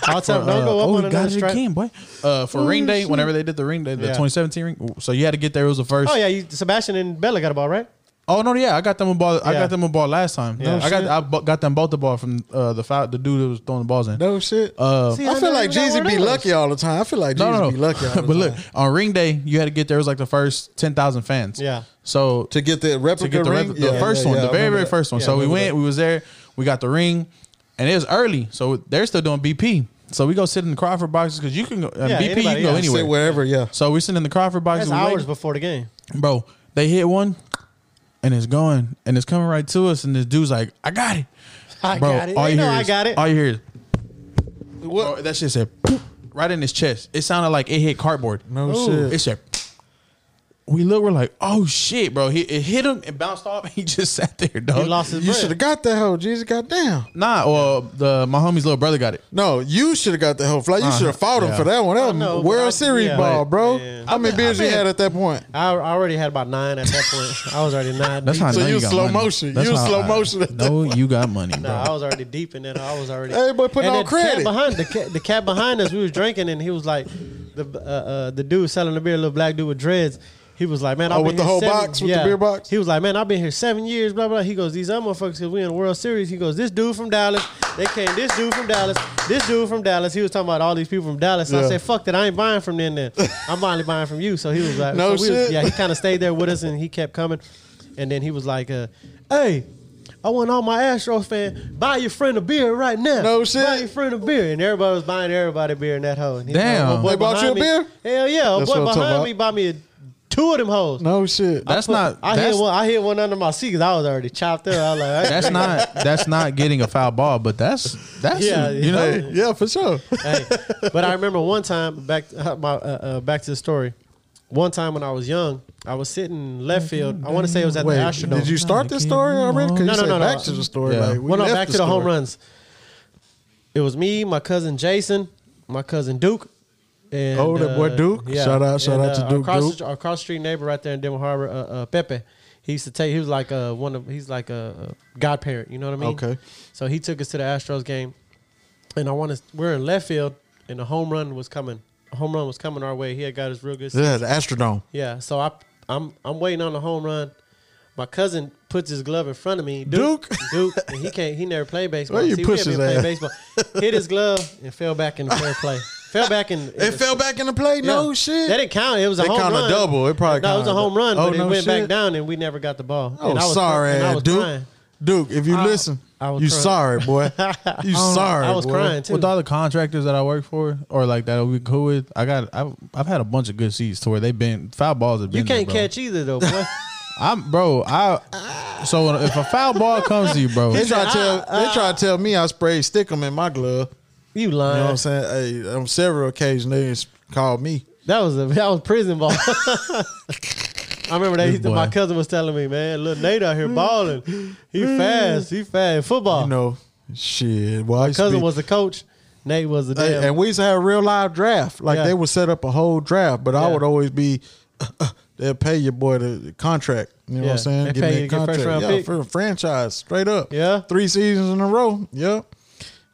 Speaker 2: I'll tell him, don't
Speaker 4: Uh,
Speaker 2: go up
Speaker 4: oh,
Speaker 2: on
Speaker 4: you got
Speaker 2: another
Speaker 4: it
Speaker 2: strike.
Speaker 4: again, boy. Uh, for ring
Speaker 2: Mm,
Speaker 4: day, whenever they did the ring day, the
Speaker 2: Yeah.
Speaker 4: 2017 ring. So you had to get there. It was the first.
Speaker 2: Oh yeah, you, Sebastian and Bella got a ball, right?
Speaker 4: Oh no, yeah, I got them a ball. I
Speaker 2: Yeah.
Speaker 4: got them a ball last time.
Speaker 2: Yeah.
Speaker 4: I got
Speaker 2: shit.
Speaker 4: I bu- got them both the ball from uh, the foul, the dude that was throwing the balls in.
Speaker 3: No shit.
Speaker 4: Uh,
Speaker 2: See,
Speaker 3: I
Speaker 2: never
Speaker 3: feel like
Speaker 2: even got
Speaker 3: Jeezy
Speaker 2: one
Speaker 3: be
Speaker 2: of those.
Speaker 3: lucky all the time. I feel like
Speaker 4: no,
Speaker 3: Jeezy
Speaker 4: no,
Speaker 3: be
Speaker 4: no.
Speaker 3: lucky
Speaker 4: (laughs)
Speaker 3: all the
Speaker 4: but look,
Speaker 3: time.
Speaker 4: on ring day, you had to get there. It was like the first ten thousand fans.
Speaker 2: Yeah.
Speaker 4: So
Speaker 3: to get the
Speaker 4: to
Speaker 3: replica
Speaker 4: get the,
Speaker 3: ring,
Speaker 4: rep- the
Speaker 3: Yeah,
Speaker 4: first
Speaker 3: yeah,
Speaker 4: one,
Speaker 3: yeah,
Speaker 4: the
Speaker 3: I
Speaker 4: very
Speaker 3: remember
Speaker 4: very
Speaker 3: that.
Speaker 4: first one.
Speaker 2: Yeah, I
Speaker 4: so we
Speaker 2: remember
Speaker 4: went, we was there, we got the ring, and it was early, so they're still doing BP. So we go sit in the Crawford boxes because you can go uh,
Speaker 2: Yeah,
Speaker 4: BP,
Speaker 2: anybody,
Speaker 4: you can
Speaker 2: yeah.
Speaker 4: go
Speaker 3: Sit
Speaker 4: anywhere.
Speaker 3: wherever, yeah.
Speaker 4: So we sit in the Crawford boxes,
Speaker 2: That's
Speaker 4: we
Speaker 2: hours
Speaker 4: waiting.
Speaker 2: before the game.
Speaker 4: bro. They hit one, and it's going, and it's coming right to us, and this dude's like, I got it.
Speaker 2: I
Speaker 4: Bro,
Speaker 2: got it.
Speaker 4: all
Speaker 2: They
Speaker 4: you
Speaker 2: know
Speaker 4: hear
Speaker 2: I
Speaker 4: is-
Speaker 2: got it.
Speaker 4: All you hear is
Speaker 3: What?
Speaker 4: bro, that shit said (laughs) "Poop," right in his chest. It sounded like it hit cardboard.
Speaker 3: No
Speaker 4: Ooh.
Speaker 3: shit.
Speaker 4: It said. (laughs) "Poop." We look, we're like, oh shit, bro. He, it hit him and bounced off. And he (laughs) just sat there,
Speaker 2: He
Speaker 4: dog.
Speaker 2: lost his
Speaker 3: You
Speaker 2: breath.
Speaker 3: should have got that hoe, Jeezy. Goddamn.
Speaker 4: Nah, well, the my homie's little brother got it.
Speaker 3: No, you should have got the hoe. Like you should have fought him
Speaker 4: Uh-huh. yeah.
Speaker 3: for that one. That was
Speaker 2: know, but I-
Speaker 3: World Series
Speaker 2: yeah.
Speaker 3: ball, bro.
Speaker 2: Yeah.
Speaker 3: How many beers you had at that point?
Speaker 2: I, I already had about nine at that point. I was already nine.
Speaker 4: That's
Speaker 2: deep.
Speaker 4: how I
Speaker 3: So
Speaker 4: know
Speaker 3: you
Speaker 4: you
Speaker 3: was
Speaker 4: got
Speaker 3: slow
Speaker 4: money.
Speaker 3: motion.
Speaker 4: That's
Speaker 3: You was
Speaker 4: how
Speaker 3: slow
Speaker 4: I
Speaker 3: motion at that
Speaker 4: No, you
Speaker 2: (laughs)
Speaker 4: got money, bro.
Speaker 2: No, I was already deep in it. I was already.
Speaker 3: Hey, boy, put
Speaker 2: And
Speaker 3: on
Speaker 2: the Cat
Speaker 3: credit.
Speaker 2: behind the cat, the cat behind us, we was drinking, and he was like, the uh, uh, the dude selling the beer, little black dude with dreads. He was like, man, I've
Speaker 3: Oh,
Speaker 2: been
Speaker 3: with the
Speaker 2: here
Speaker 3: whole
Speaker 2: seven-
Speaker 3: box, with the beer box?
Speaker 2: He was like, man, I've been here seven years, blah blah. He goes, these other motherfuckers, because we in the World Series. He goes, this dude from Dallas, they came, this dude from Dallas, this dude from Dallas. He was talking about all these people from Dallas. So I
Speaker 3: Yeah.
Speaker 2: said, fuck that, I ain't buying from them. Then I'm finally buying from you. So he was like,
Speaker 3: No
Speaker 2: so we was-
Speaker 3: shit.
Speaker 2: yeah, he kind of stayed there with us, and he kept coming. And then he was like, uh, hey. I want all my Astros fan buy your friend a beer right now.
Speaker 3: No
Speaker 2: Buy
Speaker 3: shit.
Speaker 2: your friend a beer, and everybody was buying everybody a beer in that hole. And he-
Speaker 4: Damn.
Speaker 2: my boy
Speaker 3: They bought
Speaker 2: behind
Speaker 3: you a
Speaker 2: me- Hell yeah! A
Speaker 3: That's
Speaker 2: boy
Speaker 3: what I'm talking
Speaker 2: behind
Speaker 3: about.
Speaker 2: me bought me a, two of them hoes.
Speaker 3: No shit.
Speaker 4: that's not.
Speaker 2: I
Speaker 4: that's,
Speaker 2: hit one. I hit one under my seat because I was already chopped up. I was
Speaker 3: (laughs)
Speaker 2: like,
Speaker 4: that's not. That's not getting a foul ball, but that's that's
Speaker 2: Yeah,
Speaker 4: you know.
Speaker 2: yeah.
Speaker 3: Hey, yeah, for sure.
Speaker 2: hey, but I remember one time back uh, my uh, uh, back to the story. One time when I was young, I was sitting in left field. I want to say it was at the
Speaker 3: Wait,
Speaker 2: Astrodome.
Speaker 3: did you start this story already? 'Cause
Speaker 2: No,
Speaker 3: you
Speaker 2: no,
Speaker 3: said
Speaker 2: no, no.
Speaker 3: back to the story.
Speaker 4: Yeah.
Speaker 3: Like, we
Speaker 2: well, no,
Speaker 3: left
Speaker 2: back to the
Speaker 3: story.
Speaker 2: home runs. It was me, my cousin Jason, my cousin Duke. And, uh,
Speaker 3: Oh, that boy Duke. Shout out- shout out to
Speaker 2: our
Speaker 3: Duke
Speaker 2: uh, Across,
Speaker 3: Duke.
Speaker 2: The, our across the street neighbor right there in Denver Harbor, uh, uh, Pepe. He used to take. He was like uh, one of. He's like a, a godparent. You know what I mean?
Speaker 3: Okay.
Speaker 2: So he took us to the Astros game, and I want to. We're in left field, and the home run was coming. A home run was coming our way. He had got his real good. seat.
Speaker 3: Yeah, the Astrodome.
Speaker 2: Yeah. So I, I'm, I'm waiting on the home run. My cousin puts his glove in front of me. Duke, (laughs) Duke, and he can't. He never played baseball.
Speaker 3: Where you
Speaker 2: See,
Speaker 3: push
Speaker 2: we had
Speaker 3: his
Speaker 2: been
Speaker 3: ass?
Speaker 2: playing baseball. Hit his glove and fell back in the fair
Speaker 3: (laughs)
Speaker 2: play. Fell back in.
Speaker 3: It fell back in the play. No shit.
Speaker 2: That didn't count. It was a
Speaker 3: They
Speaker 2: home
Speaker 3: count a
Speaker 2: run.
Speaker 3: double. It probably
Speaker 2: no, it was a
Speaker 3: counted.
Speaker 2: home run,
Speaker 3: Oh,
Speaker 2: but
Speaker 3: no
Speaker 2: it went back
Speaker 3: shit.
Speaker 2: down and we never got the ball.
Speaker 3: Oh,
Speaker 2: and I was
Speaker 3: sorry,
Speaker 2: and I was
Speaker 3: Duke.
Speaker 2: crying.
Speaker 3: Duke, if you
Speaker 2: I-
Speaker 3: listen,
Speaker 2: I was
Speaker 3: you
Speaker 2: crying.
Speaker 3: sorry,
Speaker 2: (laughs)
Speaker 3: boy. You sorry.
Speaker 2: I was
Speaker 3: boy.
Speaker 2: crying too.
Speaker 4: With all the contractors that I work for, or like that we cool with, I got I've, I've had a bunch of good seats to where they've been foul balls have been.
Speaker 2: you can't
Speaker 4: there, bro.
Speaker 2: catch either though,
Speaker 3: (laughs)
Speaker 2: boy.
Speaker 4: I'm bro. I so if a foul ball comes to you, bro,
Speaker 3: They try to tell they
Speaker 2: Uh,
Speaker 3: try to tell me I sprayed stickum in my glove.
Speaker 2: you
Speaker 3: You know what
Speaker 2: lying.
Speaker 3: I'm saying? Hey, on several occasions they just called me.
Speaker 2: That was a that was prison
Speaker 3: (laughs)
Speaker 2: ball. I remember that
Speaker 4: Good
Speaker 2: used to- my
Speaker 4: boy.
Speaker 2: cousin was telling me, man, little Nate out here balling.
Speaker 3: (laughs)
Speaker 2: He fast, he fast. Football.
Speaker 3: You know, shit. Well, I used to
Speaker 2: cousin
Speaker 3: be-
Speaker 2: was the coach, Nate was the
Speaker 3: Hey,
Speaker 2: damn.
Speaker 3: and we used to have real live draft. Like
Speaker 2: Yeah.
Speaker 3: they would set up a whole draft, but I
Speaker 2: Yeah.
Speaker 3: would always be (laughs) they'll pay your boy the, the contract. You know what
Speaker 2: Yeah.
Speaker 3: I'm saying?
Speaker 2: They
Speaker 3: Give
Speaker 2: pay
Speaker 3: me a
Speaker 2: you to get first round
Speaker 3: yeah,
Speaker 2: pick.
Speaker 3: for a franchise, straight up.
Speaker 2: Yeah.
Speaker 3: Three seasons in a row. Yep.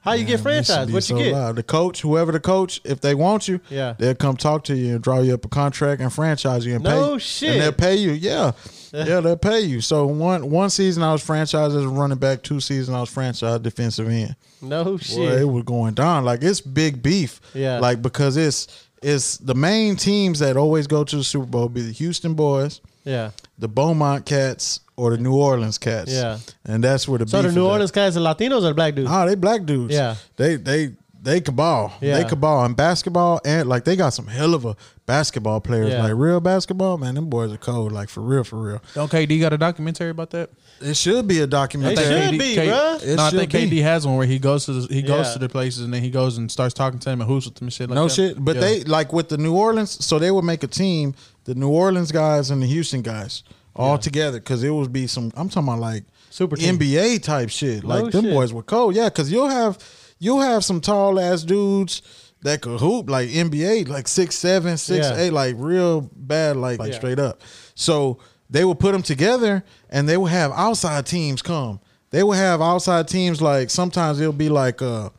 Speaker 2: How you get
Speaker 3: Man, this should
Speaker 2: franchised?
Speaker 3: be
Speaker 2: What
Speaker 3: so
Speaker 2: you get?
Speaker 3: live. The coach, whoever the coach, if they want you,
Speaker 2: Yeah.
Speaker 3: they'll come talk to you and draw you up a contract and franchise you and pay.
Speaker 2: No
Speaker 3: you.
Speaker 2: shit.
Speaker 3: And they'll pay
Speaker 2: (laughs)
Speaker 3: you. Yeah. Yeah, they'll pay you. So one one season I was franchised as a running back, two seasons I was franchised defensive end.
Speaker 2: No
Speaker 3: Boy, it
Speaker 2: shit.
Speaker 3: was going down. Like it's big beef.
Speaker 2: Yeah.
Speaker 3: Like because it's it's the main teams that always go to the Super Bowl be the Houston Boys,
Speaker 2: Yeah.
Speaker 3: the Beaumont Cats, or the New Orleans Cats.
Speaker 2: Yeah.
Speaker 3: And that's where the
Speaker 2: So
Speaker 3: beef
Speaker 2: the
Speaker 3: is
Speaker 2: New
Speaker 3: at.
Speaker 2: Orleans guys are Latinos or black dudes?
Speaker 3: Ah, they black dudes.
Speaker 2: Yeah.
Speaker 3: They they they could ball.
Speaker 2: Yeah.
Speaker 3: They could ball and basketball and like they got some hell of a basketball players.
Speaker 2: Yeah.
Speaker 3: Like real basketball, man, them boys are cold. Like for real, for real.
Speaker 4: Don't KD got a documentary about that?
Speaker 3: It should be a documentary.
Speaker 2: They should. be, bruh.
Speaker 3: It
Speaker 4: No, I
Speaker 3: should
Speaker 4: think
Speaker 3: be.
Speaker 4: KD has one where he goes to the, he goes
Speaker 2: Yeah.
Speaker 4: to the places and then he goes and starts talking to him and hoops with them and shit like
Speaker 3: no
Speaker 4: that.
Speaker 3: shit. But
Speaker 4: Yeah.
Speaker 3: they like with the New Orleans, so they would make a team, the New Orleans guys and the Houston guys all together because it would be some. I'm talking about like
Speaker 2: Super team.
Speaker 3: NBA type shit. Like them
Speaker 2: shit.
Speaker 3: boys were cold, yeah. Because you'll have you'll have some tall ass dudes. That could hoop like NBA, like six seven, six eight,
Speaker 2: Yeah.
Speaker 3: like real bad, like, like
Speaker 2: Yeah.
Speaker 3: straight up. So they would put them together, and they would have outside teams come. They would have outside teams like sometimes it'll be like uh,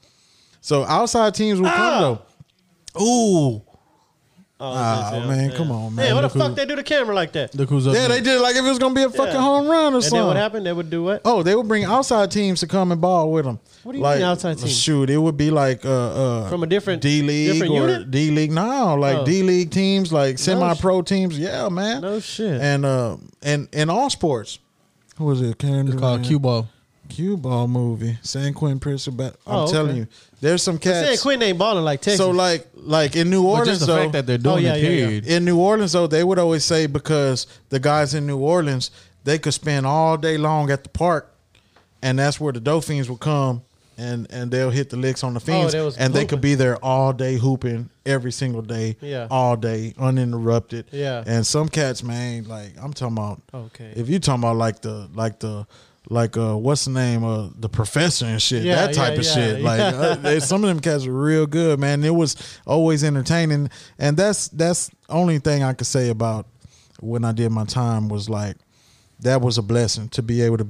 Speaker 3: so outside teams will come
Speaker 2: Ah.
Speaker 3: though. Ooh. Oh, man, come on, man.
Speaker 2: Man, what the
Speaker 3: Look
Speaker 2: fuck
Speaker 3: who-
Speaker 2: they do the camera like that?
Speaker 4: Look who's up.
Speaker 3: yeah, they
Speaker 4: next.
Speaker 3: did it like if it was gonna be a fucking
Speaker 2: Yeah.
Speaker 3: home run or
Speaker 2: And then what
Speaker 3: something.
Speaker 2: happened? They would do what?
Speaker 3: Oh, they would bring outside teams to come and ball with them.
Speaker 2: What do you
Speaker 3: like,
Speaker 2: mean outside teams?
Speaker 3: Shoot, it would be like uh, uh,
Speaker 2: From a different-
Speaker 3: D league
Speaker 2: different
Speaker 3: or
Speaker 2: unit?
Speaker 3: D league now, like
Speaker 2: Oh.
Speaker 3: D league teams, like semi pro teams. Yeah, man.
Speaker 2: No shit.
Speaker 3: And uh, and in all sports, who was it? Karen
Speaker 4: It's called
Speaker 3: Durant.
Speaker 4: cue ball.
Speaker 3: Cue ball movie. San Quentin Prison. Ba- I'm
Speaker 2: Oh, okay.
Speaker 3: telling you, there's some cats.
Speaker 2: Saying Quinn ain't balling like Texas.
Speaker 3: So like like in New
Speaker 4: But
Speaker 3: Orleans
Speaker 4: just the
Speaker 3: though,
Speaker 4: fact that they're doing
Speaker 2: Oh, yeah,
Speaker 4: it,
Speaker 2: yeah, yeah.
Speaker 4: period.
Speaker 3: in New Orleans though, they would always say because the guys in New Orleans they could spend all day long at the park, and that's where the Dolphins will come and and they'll hit the licks
Speaker 4: Oh,
Speaker 3: on the fiends,
Speaker 2: they was
Speaker 3: and they could
Speaker 2: hooping.
Speaker 3: be there all day hooping every single day,
Speaker 2: Yeah.
Speaker 3: all day uninterrupted,
Speaker 2: Yeah.
Speaker 3: And some cats, man, like I'm talking about,
Speaker 2: Okay.
Speaker 3: if you talking about like the like the. Like uh, what's the name? Uh, the professor and shit.
Speaker 2: Yeah,
Speaker 3: that type
Speaker 2: yeah,
Speaker 3: of
Speaker 2: yeah,
Speaker 3: shit. Like
Speaker 2: yeah. (laughs)
Speaker 3: uh, they- some of them cats were real good, man. It was always entertaining, and that's that's only thing I could say about when I did my time was like that was a blessing to be able to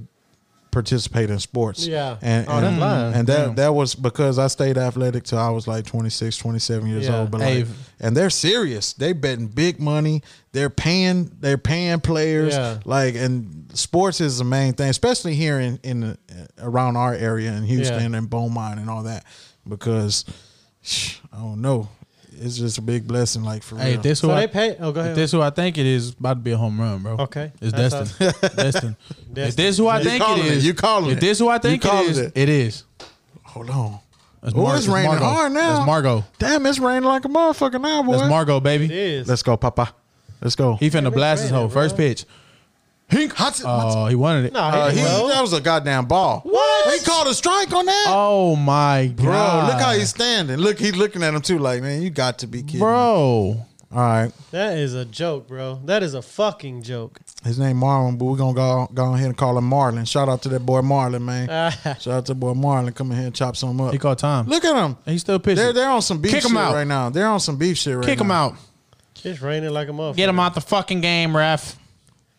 Speaker 3: participate in sports.
Speaker 2: Yeah.
Speaker 3: and
Speaker 2: Oh, that's
Speaker 3: and,
Speaker 2: live.
Speaker 3: and that
Speaker 4: Damn.
Speaker 3: that was because I stayed athletic till I was like 26, 27 years
Speaker 2: Yeah.
Speaker 3: old. But
Speaker 4: Hey.
Speaker 3: like, and they're serious. They betting big money. They're paying. They're paying players.
Speaker 2: Yeah.
Speaker 3: Like and sports is the main thing, especially here in in the, around our area in Houston and Beaumont and all that, because I don't know. It's just a big blessing, like for
Speaker 4: Hey,
Speaker 3: real.
Speaker 4: if this
Speaker 2: so
Speaker 4: who I,
Speaker 2: they pay. Oh, go
Speaker 4: if
Speaker 2: ahead.
Speaker 4: this who I think it is. About to be a home run, bro.
Speaker 2: Okay.
Speaker 4: it's
Speaker 2: That's (laughs)
Speaker 4: destined. (laughs) destined. If this who I
Speaker 3: You
Speaker 4: think
Speaker 3: calling
Speaker 4: it
Speaker 3: it.
Speaker 4: is,
Speaker 3: You calling it.
Speaker 4: If this who I
Speaker 3: You
Speaker 4: think it
Speaker 3: calling
Speaker 4: is,
Speaker 3: it.
Speaker 4: it is.
Speaker 3: Hold on.
Speaker 4: It's
Speaker 3: Oh,
Speaker 4: Mar-
Speaker 3: it's
Speaker 4: it's
Speaker 3: raining
Speaker 4: Margo.
Speaker 3: hard now.
Speaker 4: It's Margo.
Speaker 3: Damn, it's raining like a motherfucker now, boy.
Speaker 4: That's Margo, baby.
Speaker 2: it is.
Speaker 3: Let's go, Papa. Let's go.
Speaker 4: He finna blast his
Speaker 2: ready,
Speaker 4: hoe. First
Speaker 2: bro.
Speaker 4: pitch. Hink.
Speaker 3: Hot-
Speaker 4: Oh, he wanted it.
Speaker 2: Nah,
Speaker 3: Uh, he-
Speaker 2: Well-
Speaker 3: that was a goddamn ball.
Speaker 2: What?
Speaker 3: He called a strike on that.
Speaker 4: Oh my god,
Speaker 3: Bro, look how he's standing. Look, he's looking at him too, like, man, you got to be kidding. me.
Speaker 4: Bro,
Speaker 3: All right.
Speaker 2: That is a joke, bro. That is a fucking joke. (laughs)
Speaker 3: His name Marlon, but we're gonna go go ahead and call him Marlon. Shout out to that boy Marlon, man.
Speaker 2: Ah.
Speaker 3: Shout out to boy Marlon. Come in here and chop some up.
Speaker 4: Uh, he called time.
Speaker 3: Look at him.
Speaker 4: And he's still pissing.
Speaker 3: They're they're on some beef
Speaker 4: Kick
Speaker 3: shit
Speaker 4: 'em out.
Speaker 3: right now. They're on some beef shit right
Speaker 4: Kick him
Speaker 3: now.
Speaker 4: out.
Speaker 2: It's raining like a motherfucker.
Speaker 4: Get him out the fucking game, ref.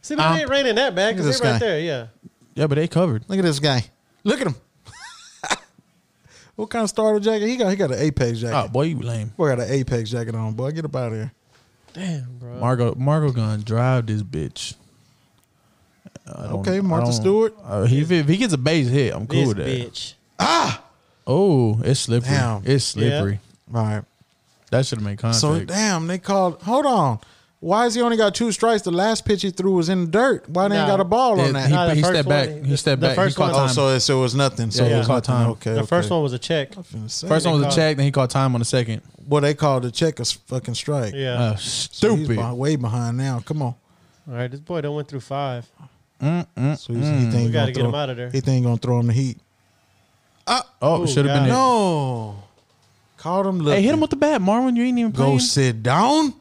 Speaker 2: See, but
Speaker 4: Um,
Speaker 2: it ain't raining that bad
Speaker 3: look
Speaker 2: because
Speaker 3: at
Speaker 2: they right
Speaker 3: this guy.
Speaker 2: there. Yeah.
Speaker 4: Yeah, but they covered.
Speaker 3: Look at this guy. Look at him. (laughs) what kind of starter jacket he got? He got an Apex jacket.
Speaker 4: Oh boy, you lame.
Speaker 3: Boy got an Apex jacket on. Boy, get up out of here.
Speaker 2: Damn, bro.
Speaker 4: Margo, Margo gonna drive this bitch. I don't-
Speaker 3: Okay,
Speaker 4: I
Speaker 3: Martha
Speaker 4: don't-
Speaker 3: Stewart.
Speaker 4: Uh, he, if if he gets a base hit, I'm cool
Speaker 2: this
Speaker 4: with that.
Speaker 2: bitch.
Speaker 4: Oh, it's slippery.
Speaker 3: Damn.
Speaker 4: It's slippery.
Speaker 3: All right.
Speaker 4: That should have made contact.
Speaker 3: So damn, they called. Hold on. Why has he only got two strikes? The last pitch he threw was in the dirt. Why they ain't
Speaker 2: No.
Speaker 3: got a ball
Speaker 4: Yeah,
Speaker 3: on that?
Speaker 4: he,
Speaker 2: Nah, the
Speaker 4: he
Speaker 2: first
Speaker 4: stepped
Speaker 2: one-
Speaker 4: back. He stepped
Speaker 2: the
Speaker 4: back.
Speaker 2: first
Speaker 4: he caught
Speaker 2: one-
Speaker 3: oh,
Speaker 4: time.
Speaker 3: so it, so it was nothing. So
Speaker 4: Yeah,
Speaker 3: it
Speaker 2: yeah.
Speaker 3: was nothing.
Speaker 4: Time.
Speaker 3: Okay.
Speaker 2: The
Speaker 3: okay.
Speaker 2: first one was a check.
Speaker 4: first one was a
Speaker 2: caught-
Speaker 4: check. Then he caught time on the second.
Speaker 3: Well, they called the check a s- fucking strike.
Speaker 2: Yeah.
Speaker 3: So
Speaker 4: Uh,
Speaker 3: he's
Speaker 4: stupid.
Speaker 3: behind- way behind now. Come on.
Speaker 2: All right, this boy done went through five.
Speaker 4: Mm,
Speaker 3: So
Speaker 2: We
Speaker 3: he's, he think he
Speaker 2: gotta
Speaker 3: gonna
Speaker 2: get
Speaker 3: throw-
Speaker 2: him out of there.
Speaker 3: He think he gonna throw him the heat.
Speaker 4: oh,
Speaker 2: Ooh,
Speaker 4: should have
Speaker 2: God.
Speaker 4: been it.
Speaker 3: No. Called him. Look.
Speaker 4: Hey, hit him with the bat, Marvin. You ain't even
Speaker 3: Go
Speaker 4: playing.
Speaker 3: sit down.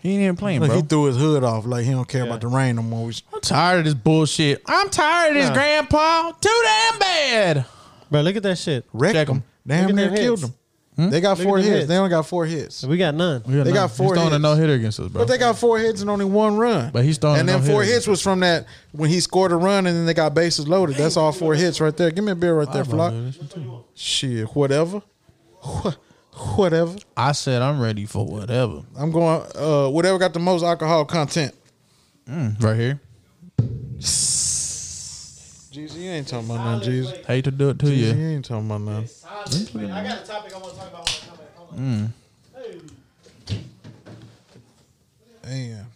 Speaker 4: He ain't even playing,
Speaker 3: Look,
Speaker 4: bro.
Speaker 3: he threw his hood off like he don't care
Speaker 2: Yeah.
Speaker 3: about the rain no more. We-
Speaker 4: I'm tired of this bullshit. I'm tired of this,
Speaker 2: Nah.
Speaker 4: Grandpa. Too damn bad.
Speaker 2: Bro, look at that shit.
Speaker 3: Wrecked
Speaker 4: Check
Speaker 3: him.
Speaker 4: him. Hmm?
Speaker 2: Look
Speaker 3: Damn
Speaker 2: at
Speaker 3: near
Speaker 2: their
Speaker 3: killed
Speaker 2: hits.
Speaker 3: him. They got
Speaker 2: Look
Speaker 3: four
Speaker 2: at their
Speaker 3: hits.
Speaker 2: hits.
Speaker 3: They only got four hits.
Speaker 2: We got none.
Speaker 3: They got four
Speaker 4: He's throwing a
Speaker 3: hits.
Speaker 4: no hitter against us, bro.
Speaker 3: But they got four hits and only one run.
Speaker 4: But he's throwing
Speaker 3: And then
Speaker 4: no
Speaker 3: four
Speaker 4: hitters.
Speaker 3: hits was from that when he scored a run and then they got bases loaded. That's all four hits right there. Give me a beer right there, Flock. Shit, whatever. Wha- Whatever.
Speaker 4: I said I'm ready for whatever.
Speaker 3: I'm going uh whatever got the most alcohol content.
Speaker 4: Right here.
Speaker 3: Jeezy, you ain't talking about none, Jeezy.
Speaker 4: Hate to do it to
Speaker 3: You
Speaker 4: you.
Speaker 3: ain't talking about none.
Speaker 2: I got a topic I want to talk about.
Speaker 3: Damn.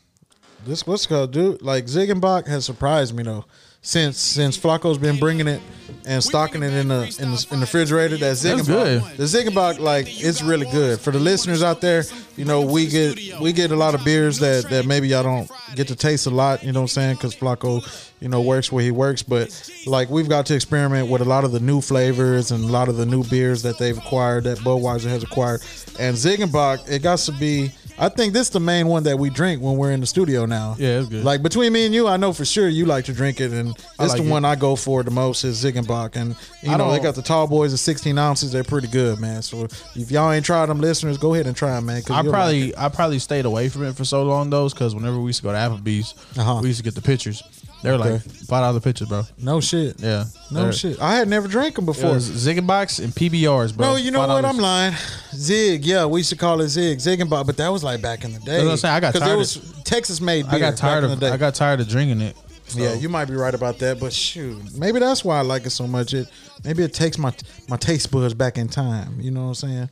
Speaker 3: this what's it called dude like Ziggenbach has surprised me though since since Flacco's been bringing it and stocking it in the in the, in the refrigerator that
Speaker 4: That's
Speaker 3: Ziggenbach
Speaker 4: good.
Speaker 3: the Ziggenbach like it's really good for the listeners out there you know we get we get a lot of beers that that maybe y'all don't get to taste a lot you know what I'm saying because Flacco you know works where he works but like we've got to experiment with a lot of the new flavors and a lot of the new beers that they've acquired that Budweiser has acquired and Ziggenbach it got to be I think this is the main one that we drink when we're in the studio now.
Speaker 4: Yeah, it's good.
Speaker 3: Like between me and you, I know for sure you like to drink it, and it's
Speaker 4: like
Speaker 3: the
Speaker 4: it.
Speaker 3: one I go for the most is Ziggenbach. And you
Speaker 4: I
Speaker 3: know they
Speaker 4: don't-
Speaker 3: got the tall boys at 16 ounces; they're pretty good, man. So if y'all ain't tried them, listeners, go ahead and try them, man. 'cause
Speaker 4: I
Speaker 3: you'll
Speaker 4: probably
Speaker 3: like
Speaker 4: I probably stayed away from it for so long though, because whenever we used to go to Applebee's,
Speaker 3: Uh-huh.
Speaker 4: we used to get the pictures. They were like
Speaker 3: Okay.
Speaker 4: five dollar pictures, bro.
Speaker 3: it. no shit,
Speaker 4: Yeah,
Speaker 3: no
Speaker 4: They're-
Speaker 3: shit. I had never drank them
Speaker 4: It
Speaker 3: before.
Speaker 4: was Ziggenbox and PBRs, bro.
Speaker 3: no, you know what?
Speaker 4: $5.
Speaker 3: I'm lying. Zig, yeah, we used to call it Zig, Ziggenbach, but that was like back in the day.
Speaker 4: That's what I'm saying. I got
Speaker 3: 'Cause
Speaker 4: tired
Speaker 3: It
Speaker 4: of-
Speaker 3: was Texas-made beer.
Speaker 4: I got
Speaker 3: back
Speaker 4: tired
Speaker 3: in
Speaker 4: of
Speaker 3: the day.
Speaker 4: I got tired of drinking it. So,
Speaker 3: Yeah, you might be right about that, but shoot, maybe that's why I like it so much. It maybe it takes my my taste buds back in time. You know what I'm saying?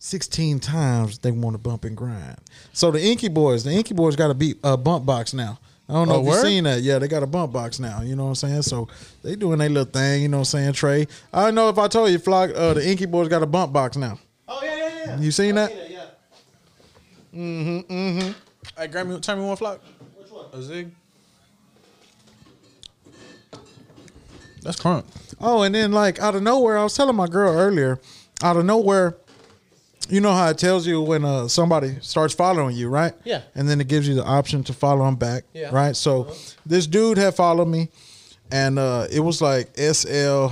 Speaker 3: Sixteen times they want to bump and grind. So the Inky Boys, the Inky Boys got a beat a bump box now. I don't know
Speaker 4: Oh,
Speaker 3: if you've
Speaker 4: word?
Speaker 3: seen that. Yeah, they got a bump box now. You know what I'm saying? So they doing their little thing. You know what I'm saying? Trey, I don't know if I told you, Flock, uh, the Inky Boys got a bump box now.
Speaker 2: Oh yeah, yeah, yeah.
Speaker 3: You seen that?
Speaker 2: yeah.
Speaker 4: Hey, grab me, turn me one flock.
Speaker 2: Which one?
Speaker 4: A zig. That's crunk.
Speaker 3: Oh, and then like out of nowhere, I was telling my girl earlier, out of nowhere, you know how it tells you when uh, somebody starts following you, right?
Speaker 2: Yeah.
Speaker 3: And then it gives you the option to follow them back,
Speaker 2: Yeah. Uh-huh.
Speaker 3: right? So this dude had followed me, and uh, it was like SL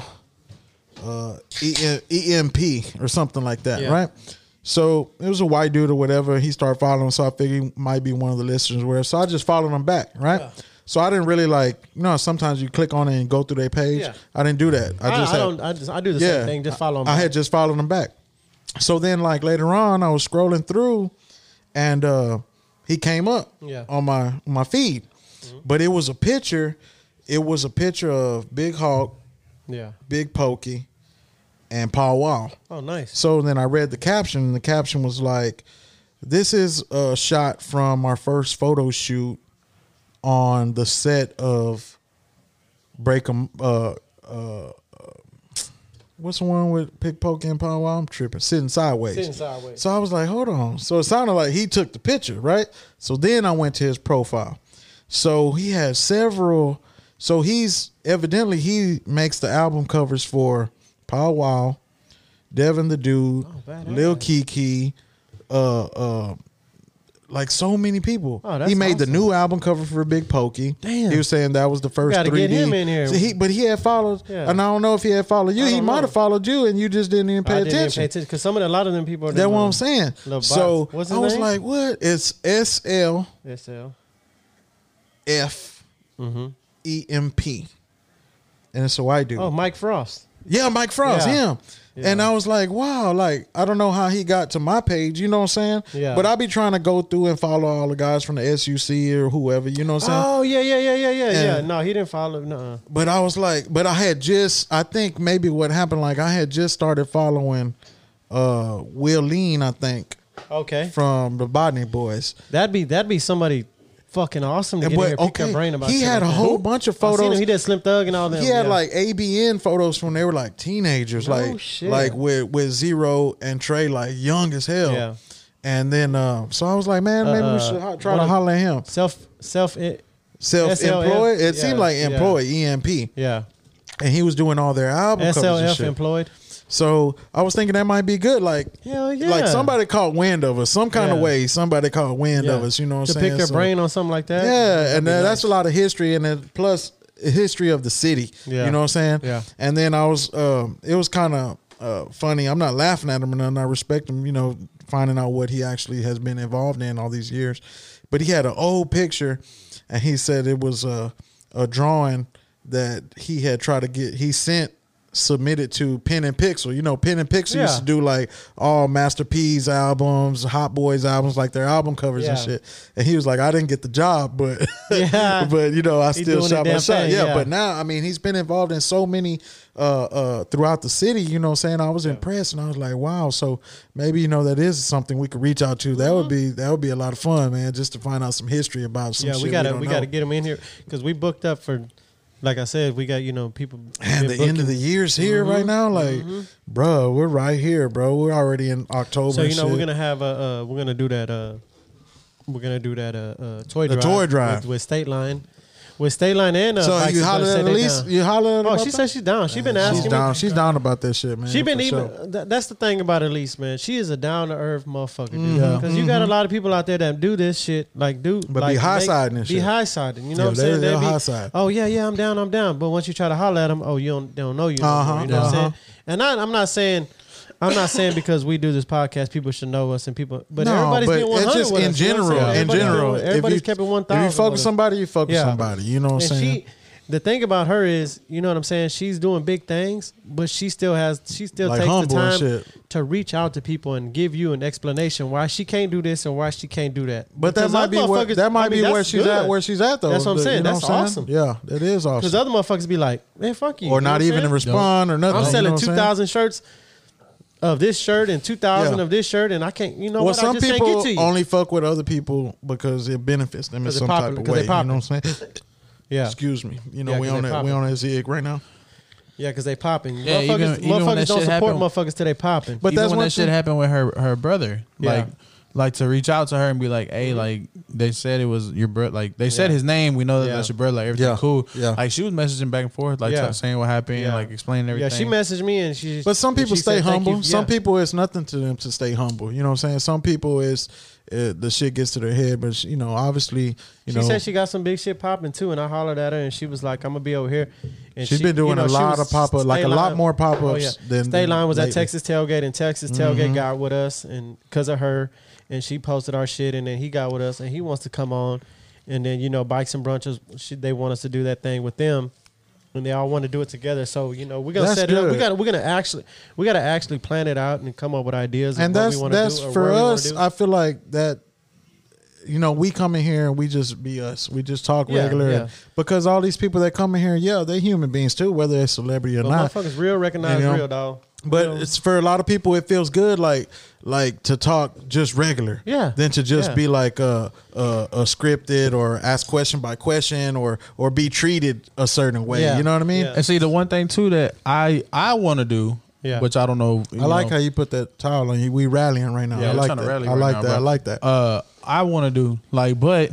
Speaker 3: uh, E- EMP or something like that,
Speaker 2: Yeah.
Speaker 3: right? So it was a white dude or whatever. He started following, so I figured he might be one of the listeners, or whatever. So I just followed him back, right? So I didn't really like, you know, sometimes you click on it and go through their page.
Speaker 2: Yeah.
Speaker 3: I didn't do that. I
Speaker 2: I,
Speaker 3: just
Speaker 2: I
Speaker 3: had,
Speaker 2: don't. I just. I do the
Speaker 3: yeah,
Speaker 2: same thing. Just follow. 'em
Speaker 3: I
Speaker 2: back.
Speaker 3: had just followed him back. So then, like later on, I was scrolling through, and uh, he came up
Speaker 2: Yeah. Mm-hmm.
Speaker 3: on my on my feed, but it was a picture. It was a picture of Big Hawk,
Speaker 2: Yeah.
Speaker 3: Big Pokey, and Paul Wow.
Speaker 2: Oh, nice.
Speaker 3: So then I read the caption, and the caption was like, "This is a shot from our first photo shoot on the set of Break 'Em." Uh, uh, uh, what's the one with Pick Poke and Pow Wow? I'm tripping, sitting sideways.
Speaker 2: Sitting sideways.
Speaker 3: So I was like, "Hold on." So it sounded like he took the picture, right? So then I went to his profile. So he has several. So he's evidently he makes the album covers for Pow Wow. Devin the Dude,
Speaker 2: Oh, badass.
Speaker 3: Lil Kiki, uh, uh, like so many people.
Speaker 2: Oh, that's
Speaker 3: he made the
Speaker 2: awesome.
Speaker 3: new album cover for Big Pokey.
Speaker 2: Damn.
Speaker 3: He was saying that was the first
Speaker 2: Gotta
Speaker 3: 3D.
Speaker 2: get him in here.
Speaker 3: So he, but he had followed,
Speaker 2: Yeah.
Speaker 3: and I don't know if he had followed you.
Speaker 2: I
Speaker 3: He
Speaker 2: don't know.
Speaker 3: might have followed you, and you just didn't even pay
Speaker 2: I didn't
Speaker 3: attention.
Speaker 2: even pay attention because some of the, a lot of them people are.
Speaker 3: That's
Speaker 2: them,
Speaker 3: what
Speaker 2: uh,
Speaker 3: I'm saying.
Speaker 2: Little
Speaker 3: So
Speaker 2: bots. What's
Speaker 3: I
Speaker 2: his
Speaker 3: was
Speaker 2: name?
Speaker 3: like, what? It's S L
Speaker 2: SL.
Speaker 3: F
Speaker 2: Mm-hmm.
Speaker 3: E M P. And it's a white dude.
Speaker 2: Oh, Mike Frost.
Speaker 3: Yeah, Mike Frost,
Speaker 2: Yeah.
Speaker 3: him.
Speaker 2: Yeah.
Speaker 3: And I was like, wow, like I don't know how he got to my page, you know what I'm saying?
Speaker 2: Yeah.
Speaker 3: But I be trying to go through and follow all the guys from the SUC or whoever, you know what I'm saying?
Speaker 2: Oh yeah, yeah, yeah, yeah, yeah, yeah.
Speaker 3: And-
Speaker 2: No, he didn't follow. No.
Speaker 3: But I was like, but I had just I think maybe what happened, like I had just started following uh Will Lean, I think,
Speaker 2: Okay.
Speaker 3: from the Botany Boys.
Speaker 2: That'd be that'd be somebody fucking awesome to
Speaker 3: And
Speaker 2: get in
Speaker 3: what-
Speaker 2: here and pick
Speaker 3: okay,
Speaker 2: your brain about.
Speaker 3: he
Speaker 2: shit
Speaker 3: had
Speaker 2: like
Speaker 3: a
Speaker 2: that.
Speaker 3: whole bunch of
Speaker 2: I seen him.
Speaker 3: photos.
Speaker 2: He did Slim Thug and all them.
Speaker 3: He had
Speaker 2: yeah.
Speaker 3: like ABN photos from when they were like teenagers,
Speaker 2: No
Speaker 3: like
Speaker 2: shit.
Speaker 3: like with with Zero and Trey, like young as hell.
Speaker 2: Yeah.
Speaker 3: And then, uh, so I was like, man, maybe
Speaker 2: Uh,
Speaker 3: we should ho- try
Speaker 2: what
Speaker 3: to
Speaker 2: a-
Speaker 3: holler at him.
Speaker 2: self self. It,
Speaker 3: Self-employed. It
Speaker 2: yeah,
Speaker 3: seemed like
Speaker 2: yeah.
Speaker 3: employed, EMP,
Speaker 2: yeah.
Speaker 3: and he was doing all their album covers and
Speaker 2: SLF
Speaker 3: shit.
Speaker 2: employed.
Speaker 3: So I was thinking that might be good. Like,
Speaker 2: Hell yeah.
Speaker 3: like somebody caught wind of us, some kind of
Speaker 2: Yeah.
Speaker 3: way. Somebody caught wind
Speaker 2: Yeah.
Speaker 3: of us. You know what
Speaker 2: to
Speaker 3: I'm saying?
Speaker 2: pick your
Speaker 3: So-
Speaker 2: brain on something like that.
Speaker 3: Yeah, and
Speaker 2: That'd be
Speaker 3: that,
Speaker 2: nice.
Speaker 3: that's a lot of history, and then plus history of the city.
Speaker 2: Yeah.
Speaker 3: You know what I'm saying?
Speaker 2: Yeah.
Speaker 3: And then I was, um, it was kind of uh, funny. I'm not laughing at him, and nothing. I respect him. You know, finding out what he actually has been involved in all these years. But he had an old picture, and he said it was a a drawing that he had tried to get. He sent submitted to Pen and Pixel. You know, Pen and Pixel
Speaker 2: Yeah.
Speaker 3: used to do like all Master P's albums, Hot Boys albums, like their album covers and
Speaker 2: Yeah.
Speaker 3: shit. And he was like, I didn't get the job, but (laughs)
Speaker 2: Yeah.
Speaker 3: but you know, I
Speaker 2: He
Speaker 3: still
Speaker 2: doing
Speaker 3: shot
Speaker 2: the
Speaker 3: my
Speaker 2: damn
Speaker 3: shot.
Speaker 2: thing,
Speaker 3: yeah,
Speaker 2: yeah.
Speaker 3: but now I mean he's been involved in so many uh uh throughout the city, you know what I'm saying? I was impressed and I was like, wow, so maybe you know that is something we could reach out to. That would be that would be a lot of fun, man, just to find out some history about some
Speaker 2: Mm-hmm. yeah,
Speaker 3: shit
Speaker 2: we gotta
Speaker 3: don't
Speaker 2: we, gotta
Speaker 3: know.
Speaker 2: get him in here because we booked up for, like I said, we got you know people.
Speaker 3: And the
Speaker 2: been
Speaker 3: end of the
Speaker 2: booking.
Speaker 3: year's here
Speaker 2: Mm-hmm.
Speaker 3: right now, like, bro, we're right here, bro. We're already in October.
Speaker 2: So you
Speaker 3: and
Speaker 2: know we're
Speaker 3: shit.
Speaker 2: gonna have a uh, we're gonna do that uh we're gonna do that uh, uh toy
Speaker 3: The
Speaker 2: drive
Speaker 3: toy drive.
Speaker 2: with, with State Line, with State Line and uh,
Speaker 3: So
Speaker 2: Bikes
Speaker 3: you
Speaker 2: is gonna
Speaker 3: holler
Speaker 2: sit
Speaker 3: at
Speaker 2: they
Speaker 3: Elise?
Speaker 2: down.
Speaker 3: You holler at
Speaker 2: Oh,
Speaker 3: about
Speaker 2: she
Speaker 3: that?
Speaker 2: said she's down. She's been
Speaker 3: She's
Speaker 2: asking.
Speaker 3: down.
Speaker 2: me.
Speaker 3: She's down about that shit, man.
Speaker 2: She been
Speaker 3: for
Speaker 2: even.
Speaker 3: sure.
Speaker 2: tha- that's the thing about Elise, man. She is a down to earth motherfucker, dude.
Speaker 4: Yeah.
Speaker 2: Because you got a lot of people out there that do this shit, like do,
Speaker 3: But be
Speaker 2: like,
Speaker 3: high-siding and
Speaker 2: Be
Speaker 3: shit.
Speaker 2: high siding. You know
Speaker 3: Yeah,
Speaker 2: what I'm saying?
Speaker 3: they- they'll
Speaker 2: They be,
Speaker 3: high-side.
Speaker 2: Oh yeah, yeah, I'm down, I'm down. But once you try to holler at them, oh, you don't, they don't know you. no more,
Speaker 3: Uh-huh,
Speaker 2: you know what
Speaker 3: uh-huh.
Speaker 2: I'm saying? And I, I'm not saying. I'm not saying because we do this podcast, people should know us and people, but
Speaker 3: No,
Speaker 2: everybody's
Speaker 3: but
Speaker 2: been
Speaker 3: it's
Speaker 2: 100
Speaker 3: just
Speaker 2: with
Speaker 3: in
Speaker 2: us, you know what I'm
Speaker 3: general,
Speaker 2: saying?
Speaker 3: in
Speaker 2: Everybody's been-
Speaker 3: general. If
Speaker 2: everybody's
Speaker 3: you-
Speaker 2: kept it one thousand.
Speaker 3: If you fuck with somebody, you fuck
Speaker 2: Yeah.
Speaker 3: with somebody. You know what I'm
Speaker 2: And
Speaker 3: saying?
Speaker 2: she, the thing about her is, you know what I'm saying. She's doing big things, but she still has, she still
Speaker 3: Like
Speaker 2: takes the
Speaker 3: humble and
Speaker 2: time
Speaker 3: shit.
Speaker 2: to reach out to people and give you an explanation why she can't do this and why she can't do that.
Speaker 3: but that
Speaker 2: Because
Speaker 3: might
Speaker 2: other
Speaker 3: be where
Speaker 2: motherfuckers-
Speaker 3: that might
Speaker 2: I mean,
Speaker 3: be where
Speaker 2: that's
Speaker 3: she's
Speaker 2: good.
Speaker 3: at. Where she's at though.
Speaker 2: That's what I'm
Speaker 3: You
Speaker 2: saying.
Speaker 3: know
Speaker 2: That's
Speaker 3: what I'm
Speaker 2: awesome.
Speaker 3: Yeah, that is
Speaker 2: Because
Speaker 3: awesome.
Speaker 2: other motherfuckers be like, man, fuck you,
Speaker 3: Or
Speaker 2: You know what
Speaker 3: not
Speaker 2: I'm
Speaker 3: even
Speaker 2: saying?
Speaker 3: respond or nothing.
Speaker 2: I'm
Speaker 3: you know
Speaker 2: selling
Speaker 3: what
Speaker 2: two
Speaker 3: saying?
Speaker 2: thousand shirts of this shirt and two thousand
Speaker 3: Yeah.
Speaker 2: of this shirt, and I can't, you know
Speaker 3: Well,
Speaker 2: what? I
Speaker 3: some
Speaker 2: just can't get
Speaker 3: people
Speaker 2: to you.
Speaker 3: only fuck with other people because it benefits them in
Speaker 2: 'Cause they're
Speaker 3: some
Speaker 2: popular,
Speaker 3: type of
Speaker 2: 'cause
Speaker 3: way.
Speaker 2: they're
Speaker 3: You know what I'm saying?
Speaker 2: (laughs) yeah,
Speaker 3: Excuse me. You know
Speaker 2: Yeah,
Speaker 3: we
Speaker 2: 'cause
Speaker 3: on
Speaker 2: they're
Speaker 3: that we
Speaker 2: popular.
Speaker 3: on that zig right now.
Speaker 2: yeah, because they popping.
Speaker 4: Yeah,
Speaker 2: motherfuckers
Speaker 4: even- even when
Speaker 2: motherfuckers
Speaker 4: that
Speaker 2: don't
Speaker 4: shit
Speaker 2: support
Speaker 4: happened-
Speaker 2: motherfuckers till they popping.
Speaker 3: But
Speaker 4: But Even
Speaker 3: that's
Speaker 4: when
Speaker 3: one
Speaker 4: that shit
Speaker 3: thing-
Speaker 4: happened with her her brother,
Speaker 2: Yeah.
Speaker 4: like like to reach out to her and be like,
Speaker 3: Mm-hmm.
Speaker 4: hey, like they said it was your brother. Like they said
Speaker 2: Yeah.
Speaker 4: his name. We know that
Speaker 2: Yeah.
Speaker 4: that's your brother. Like everything
Speaker 3: Yeah.
Speaker 4: cool.
Speaker 3: Yeah.
Speaker 4: Like she was messaging back and forth, like
Speaker 2: Yeah.
Speaker 4: t- saying what happened,
Speaker 2: Yeah.
Speaker 4: like explaining everything.
Speaker 2: yeah, she messaged me and she.
Speaker 3: But some
Speaker 2: and
Speaker 3: people
Speaker 2: she
Speaker 3: stay
Speaker 2: said, "Thank
Speaker 3: humble.
Speaker 2: you."
Speaker 3: Some
Speaker 2: Yeah.
Speaker 3: people, it's nothing to them to stay humble. You know what I'm saying? Some people, it's uh, the shit gets to their head, but you know, obviously, you
Speaker 2: She
Speaker 3: know,
Speaker 2: said she got some big shit popping too, and I hollered at her, and she was like, "I'm gonna be over here." And
Speaker 3: She's
Speaker 2: she-
Speaker 3: been doing
Speaker 2: you know,
Speaker 3: a
Speaker 2: she
Speaker 3: lot
Speaker 2: was-
Speaker 3: of pop-up, like
Speaker 2: Stay
Speaker 3: a lot
Speaker 2: Line- Oh,
Speaker 3: more pop-ups than-
Speaker 2: Stay
Speaker 3: than
Speaker 2: Line was
Speaker 3: lately. Mm-hmm.
Speaker 2: at Texas Tailgate, and Texas Tailgate got with us, and because of her, and she posted our shit, and then he got with us, and he wants to come on, and then you know, bikes and brunches, she, they want us to do that thing with them. And they all want to do it together, so you know we're gonna
Speaker 3: That's
Speaker 2: set it up. We
Speaker 3: good.
Speaker 2: got to we're gonna actually we got to actually plan it out and come up with ideas. of
Speaker 3: and
Speaker 2: what
Speaker 3: that's
Speaker 2: we wanna
Speaker 3: that's
Speaker 2: do or
Speaker 3: for
Speaker 2: where we wanna
Speaker 3: us.
Speaker 2: do.
Speaker 3: I feel like that. You know, we come in here and we just be us. We just talk
Speaker 2: Yeah,
Speaker 3: regular
Speaker 2: yeah.
Speaker 3: because all these people that come in here, yeah, they're human beings too, whether they're celebrity or
Speaker 2: But
Speaker 3: not.
Speaker 2: motherfuckers real recognize
Speaker 3: you know,
Speaker 2: real dog.
Speaker 3: But
Speaker 2: You know?
Speaker 3: it's for a lot of people. It feels good, like like to talk just regular,
Speaker 2: Yeah.
Speaker 3: than to just
Speaker 2: Yeah.
Speaker 3: be like uh, uh, uh scripted or ask question by question or or be treated a certain way.
Speaker 2: Yeah.
Speaker 3: You know what I mean?
Speaker 2: Yeah.
Speaker 4: And see, the one thing too that I I want to do,
Speaker 2: Yeah.
Speaker 4: which I don't know.
Speaker 3: I like how you put that towel on you. We rallying right now.
Speaker 4: Yeah,
Speaker 3: I
Speaker 4: we're
Speaker 3: like
Speaker 4: trying to
Speaker 3: that.
Speaker 4: rally
Speaker 3: I
Speaker 4: right
Speaker 3: like
Speaker 4: now,
Speaker 3: that.
Speaker 4: bro.
Speaker 3: I like that.
Speaker 4: uh, I want to do like, but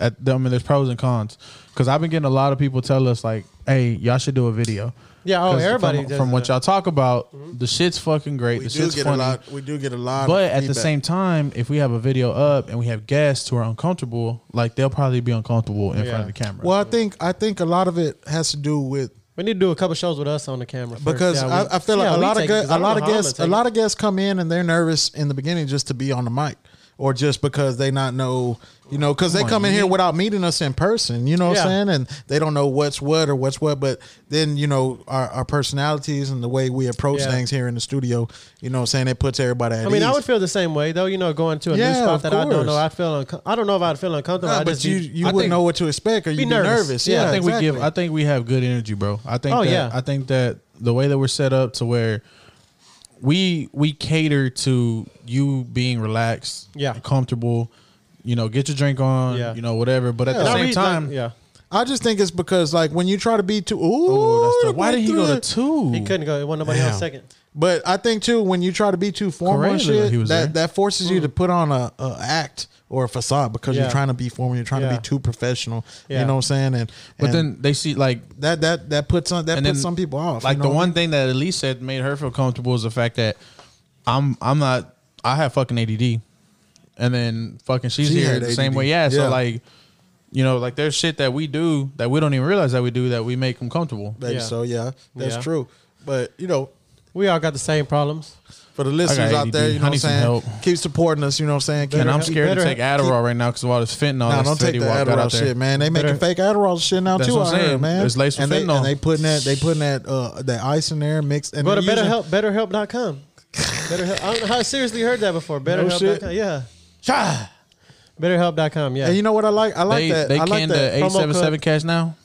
Speaker 4: at, I mean, there's pros and cons because I've been getting a lot of people tell us like, hey, y'all should do a video.
Speaker 2: Yeah, oh,
Speaker 4: 'Cause
Speaker 2: everybody
Speaker 4: from,
Speaker 2: does
Speaker 4: from what
Speaker 2: that. Mm-hmm.
Speaker 4: y'all talk about, the shit's fucking great.
Speaker 3: we
Speaker 4: the
Speaker 3: do
Speaker 4: shit's
Speaker 3: get
Speaker 4: funny.
Speaker 3: a lot. We do get a lot.
Speaker 4: But
Speaker 3: of
Speaker 4: at the
Speaker 3: feedback.
Speaker 4: same time, if we have a video up and we have guests who are uncomfortable, like they'll probably be uncomfortable in front
Speaker 2: Yeah.
Speaker 4: of the camera.
Speaker 3: well, I think I think a lot of it has to do with
Speaker 2: We need to do a couple shows with us on the camera first.
Speaker 3: because
Speaker 2: Yeah, we-
Speaker 3: I, I feel
Speaker 2: yeah,
Speaker 3: like a
Speaker 2: we
Speaker 3: lot of
Speaker 2: take it,
Speaker 3: gu-
Speaker 2: 'cause I
Speaker 3: a
Speaker 2: don't
Speaker 3: lot
Speaker 2: know
Speaker 3: of
Speaker 2: how I'm
Speaker 3: guests a
Speaker 2: gonna take
Speaker 3: lot
Speaker 2: it.
Speaker 3: of guests come in and they're nervous in the beginning just to be on the mic or just because they not know you know because they come in here without meeting us in person you know what
Speaker 2: Yeah.
Speaker 3: I'm saying and they don't know what's what or what's what but then you know our, our personalities and the way we approach
Speaker 2: Yeah.
Speaker 3: things here in the studio you know what I'm saying it puts everybody at
Speaker 2: I mean,
Speaker 3: ease.
Speaker 2: I would feel the same way though. You know, going to a
Speaker 3: Yeah,
Speaker 2: new spot
Speaker 3: of
Speaker 2: that I don't
Speaker 3: course.
Speaker 2: know, I feel unco- I don't know if I'd feel uncomfortable.
Speaker 3: Nah,
Speaker 2: I
Speaker 3: but
Speaker 2: just
Speaker 3: you
Speaker 2: be-
Speaker 3: you
Speaker 2: I
Speaker 3: wouldn't
Speaker 2: think-
Speaker 3: know what to expect or you'd be
Speaker 2: nervous.
Speaker 3: nervous,
Speaker 2: Yeah,
Speaker 3: yeah,
Speaker 4: I think we give.
Speaker 3: exactly.
Speaker 4: I think we have good energy, bro. I think.
Speaker 2: Oh,
Speaker 4: that,
Speaker 2: yeah.
Speaker 4: I think that the way that we're set up to where we we cater to you being relaxed,
Speaker 2: Yeah.
Speaker 4: comfortable. You know, get your drink on.
Speaker 2: Yeah.
Speaker 4: You know, whatever. But at
Speaker 2: And
Speaker 4: the
Speaker 2: I
Speaker 4: same
Speaker 2: read, like-
Speaker 4: time,
Speaker 2: yeah,
Speaker 3: I just think it's because like when you try to be too ooh,
Speaker 4: oh, that's the, why
Speaker 3: went
Speaker 4: did he go
Speaker 3: through
Speaker 4: to
Speaker 3: it.
Speaker 4: two?
Speaker 2: he couldn't go. It wasn't nobody
Speaker 3: Damn.
Speaker 2: else second.
Speaker 3: But I think too, when you try to be too formal, and
Speaker 4: Correa looked like
Speaker 3: shit,
Speaker 4: he was
Speaker 3: that,
Speaker 4: there.
Speaker 3: that forces you to put on a, a act or a facade because
Speaker 2: Mm. Yeah.
Speaker 3: you're trying to be formal, you're trying to
Speaker 2: Yeah.
Speaker 3: be too professional.
Speaker 2: Yeah.
Speaker 3: You know what I'm saying? And
Speaker 4: But
Speaker 3: and
Speaker 4: then they see like
Speaker 3: that that that puts on that puts some people off.
Speaker 4: Like
Speaker 3: you know?
Speaker 4: the one thing that Elise said made her feel comfortable is the fact that I'm I'm not I have fucking ADD, and then fucking she's
Speaker 3: She
Speaker 4: here
Speaker 3: had
Speaker 4: the
Speaker 3: ADD.
Speaker 4: same way. Yeah, so
Speaker 3: Yeah.
Speaker 4: like, you know, like there's shit that we do that we don't even realize that we do that we make them comfortable.
Speaker 3: Baby,
Speaker 2: Yeah.
Speaker 3: So yeah, that's
Speaker 2: Yeah.
Speaker 3: true. But you know,
Speaker 2: We all got the same problems.
Speaker 3: for the listeners out
Speaker 4: ADD.
Speaker 3: there, you know
Speaker 4: I
Speaker 3: what I'm
Speaker 4: need some
Speaker 3: saying?
Speaker 4: help.
Speaker 3: Keep supporting us, you know what I'm saying? Keep,
Speaker 4: And I'm
Speaker 2: Better-
Speaker 4: scared to
Speaker 2: better-
Speaker 4: take Adderall right now because of all this fentanyl
Speaker 3: Nah,
Speaker 4: that's
Speaker 3: don't take
Speaker 4: steady
Speaker 3: the
Speaker 4: walk out
Speaker 3: Adderall
Speaker 4: there.
Speaker 3: shit, man. They making
Speaker 2: Better-
Speaker 3: fake Adderall shit now
Speaker 4: That's
Speaker 3: too.
Speaker 4: what I'm
Speaker 3: I heard,
Speaker 4: saying.
Speaker 3: man.
Speaker 4: It's laced with
Speaker 3: and they,
Speaker 4: fentanyl.
Speaker 3: and they putting that they putting that uh that ice in there mixed. And
Speaker 2: Go to
Speaker 3: they're using-
Speaker 2: BetterHelp, BetterHelp.com. BetterHelp. I don't know. I seriously heard that before.
Speaker 3: shit.
Speaker 2: BetterHelp.com. Yeah.
Speaker 3: Sha!
Speaker 2: BetterHelp.com. Yeah.
Speaker 3: And you know what I like? I like
Speaker 4: They,
Speaker 3: that.
Speaker 4: they
Speaker 3: I like
Speaker 4: can the
Speaker 3: that.
Speaker 2: Promo
Speaker 4: eight seven seven
Speaker 2: code.
Speaker 4: cash now.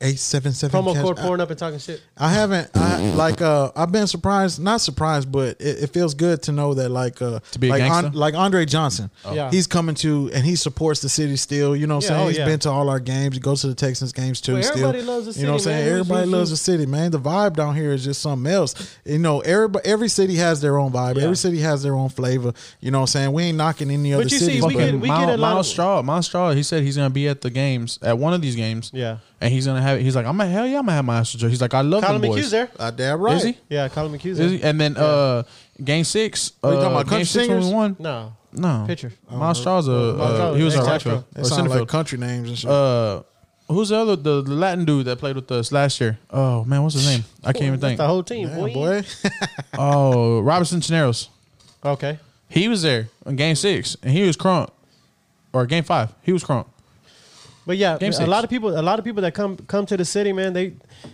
Speaker 3: Eight seven seven.
Speaker 2: Promo code pouring up and talking shit.
Speaker 3: I haven't I like uh I've been surprised not surprised but it, it feels good to know that like uh
Speaker 4: To be a
Speaker 3: like,
Speaker 4: gangster? Oh.
Speaker 3: like Andre Johnson
Speaker 2: Yeah.
Speaker 3: he's coming to and he supports the city still you know what I'm
Speaker 2: Yeah,
Speaker 3: saying
Speaker 2: oh,
Speaker 3: He's
Speaker 2: yeah.
Speaker 3: been to all our games he goes to the Texans games too
Speaker 2: Well,
Speaker 3: still
Speaker 2: everybody loves the
Speaker 3: you know what I'm
Speaker 2: city, man.
Speaker 3: saying
Speaker 2: Who's-
Speaker 3: everybody
Speaker 2: who's-
Speaker 3: loves the city man the vibe down here is just something else you know everybody every city has their own vibe
Speaker 2: Yeah.
Speaker 3: every city has their own flavor you know what I'm saying we ain't knocking any other
Speaker 2: you see,
Speaker 3: city
Speaker 2: we
Speaker 3: but
Speaker 2: get- we get a
Speaker 4: Miles,
Speaker 2: lot
Speaker 4: Miles
Speaker 2: of-
Speaker 4: Straw, Miles Straw. He said he's gonna be at the games at one of these games.
Speaker 2: Yeah.
Speaker 4: and he's gonna have. He's like, I'm gonna hell yeah, I'm gonna have my Astro jersey. He's like, I love
Speaker 2: Colin
Speaker 4: them
Speaker 2: McHugh's
Speaker 4: boys.
Speaker 2: there.
Speaker 3: I damn right
Speaker 4: Is he?
Speaker 2: Yeah, Colin McHugh's
Speaker 4: Is
Speaker 2: there.
Speaker 4: he? And then uh, game six. Uh,
Speaker 3: you talking about, country
Speaker 4: game six
Speaker 3: singers?
Speaker 4: when we won.
Speaker 2: No.
Speaker 4: No
Speaker 2: Pitcher.
Speaker 4: Miles Straw's a
Speaker 2: Miles
Speaker 4: uh,
Speaker 2: Straw
Speaker 4: he was a
Speaker 2: was
Speaker 4: right
Speaker 2: ex-Astro.
Speaker 3: it
Speaker 4: field.
Speaker 3: sounds like country names and shit
Speaker 4: uh, who's the other the, the Latin dude that played with us last year? Oh man, what's his name? I can't even think.
Speaker 2: The whole team,
Speaker 3: Damn,
Speaker 2: boy.
Speaker 3: (laughs) boy
Speaker 4: Oh, Robinson Chineros.
Speaker 2: Okay.
Speaker 4: He was there in game six, and he was crunk, or game five. He was crunk.
Speaker 2: But yeah,
Speaker 4: Game
Speaker 2: a
Speaker 4: six.
Speaker 2: lot of people, a lot of people that come come to the city, man, they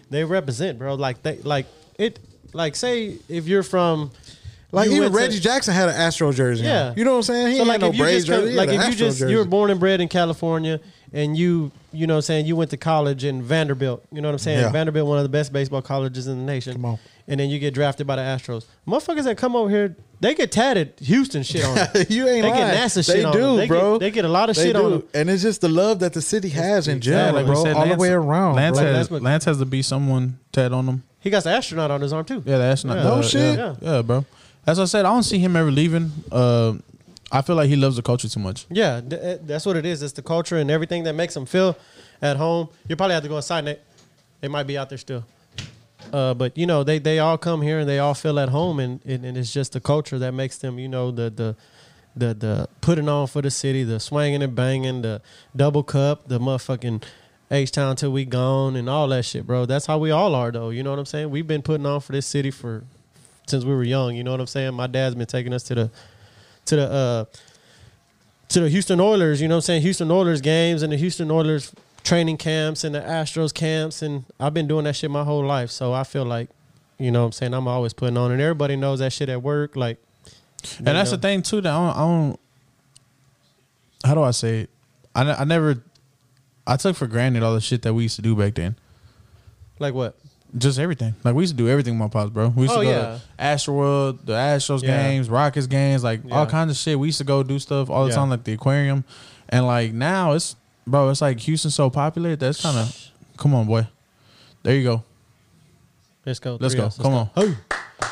Speaker 2: they represent, bro. Like they like it. Like say if you're from,
Speaker 3: Like
Speaker 2: you
Speaker 3: even
Speaker 2: went to-
Speaker 3: Reggie Jackson had an Astro jersey. on.
Speaker 2: Yeah.
Speaker 3: you know what I'm saying. He
Speaker 2: So
Speaker 3: ain't
Speaker 2: like
Speaker 3: had
Speaker 2: if
Speaker 3: no
Speaker 2: you
Speaker 3: Braves
Speaker 2: just come,
Speaker 3: jersey.
Speaker 2: like if you
Speaker 3: Astro
Speaker 2: just
Speaker 3: jersey.
Speaker 2: you were born and bred in California and you you know what I'm saying you went to college in Vanderbilt, you know what I'm saying?
Speaker 3: Yeah.
Speaker 2: Vanderbilt one of the best baseball colleges in the nation.
Speaker 3: Come on.
Speaker 2: And then you get drafted by the Astros. Motherfuckers that come over here, they get tatted Houston shit on. them.
Speaker 3: (laughs) you ain't
Speaker 2: They get
Speaker 3: lying.
Speaker 2: NASA
Speaker 3: they
Speaker 2: shit on
Speaker 3: do,
Speaker 2: them. They get-
Speaker 3: bro.
Speaker 2: they get a lot of
Speaker 3: They
Speaker 2: shit on
Speaker 3: do.
Speaker 2: them.
Speaker 3: and it's just the love that the city has in
Speaker 4: Yeah,
Speaker 3: general,
Speaker 4: like we
Speaker 3: bro,
Speaker 4: said,
Speaker 3: all
Speaker 4: Lance-
Speaker 3: the way around.
Speaker 4: Lance
Speaker 3: bro.
Speaker 2: Like,
Speaker 4: has
Speaker 2: that's what-
Speaker 4: Lance has to be someone tat on him.
Speaker 2: he got the astronaut on his arm too.
Speaker 4: Yeah, that's not
Speaker 2: Yeah.
Speaker 4: uh,
Speaker 3: No shit.
Speaker 4: Yeah, yeah, bro. As I said, I don't see him ever leaving. Uh, I feel like he loves the culture too much.
Speaker 2: Yeah, th- eh, that's what it is. It's the culture and everything that makes them feel at home. You probably have to go inside. Nick. They might be out there still. Uh, but you know, they, they all come here and they all feel at home, and, and, and it's just the culture that makes them. You know, the the the the putting on for the city, the swinging and banging, the double cup, the motherfucking H Town till we gone, and all that shit, bro. That's how we all are, though. You know what I'm saying? We've been putting on for this city for since we were young. You know what I'm saying? My dad's been taking us to the to the uh, to the Houston Oilers, you know what I'm saying? Houston Oilers games and the Houston Oilers training camps and the Astros camps. And I've been doing that shit my whole life. So I feel like, you know what I'm saying? I'm always putting on. And everybody knows that shit at work. Like,
Speaker 4: And that's the thing too. That I don't, I don't. How do I say it? I, ne- I never. I took for granted all the shit that we used to do back then.
Speaker 2: Like what?
Speaker 4: Just everything. Like we used to do everything with my pops, bro. We used
Speaker 2: Oh,
Speaker 4: to go
Speaker 2: yeah.
Speaker 4: to Astroworld, the Astros
Speaker 2: Yeah.
Speaker 4: games, Rockets games, like all
Speaker 2: Yeah.
Speaker 4: kinds of shit. We used to go do stuff all the
Speaker 2: Yeah.
Speaker 4: time, like the aquarium. And like now it's bro, it's like Houston's so popular that's kinda come on, boy. There you go.
Speaker 2: Let's go.
Speaker 4: Let's
Speaker 2: Three
Speaker 4: go.
Speaker 2: outs.
Speaker 4: come on.
Speaker 3: Hey,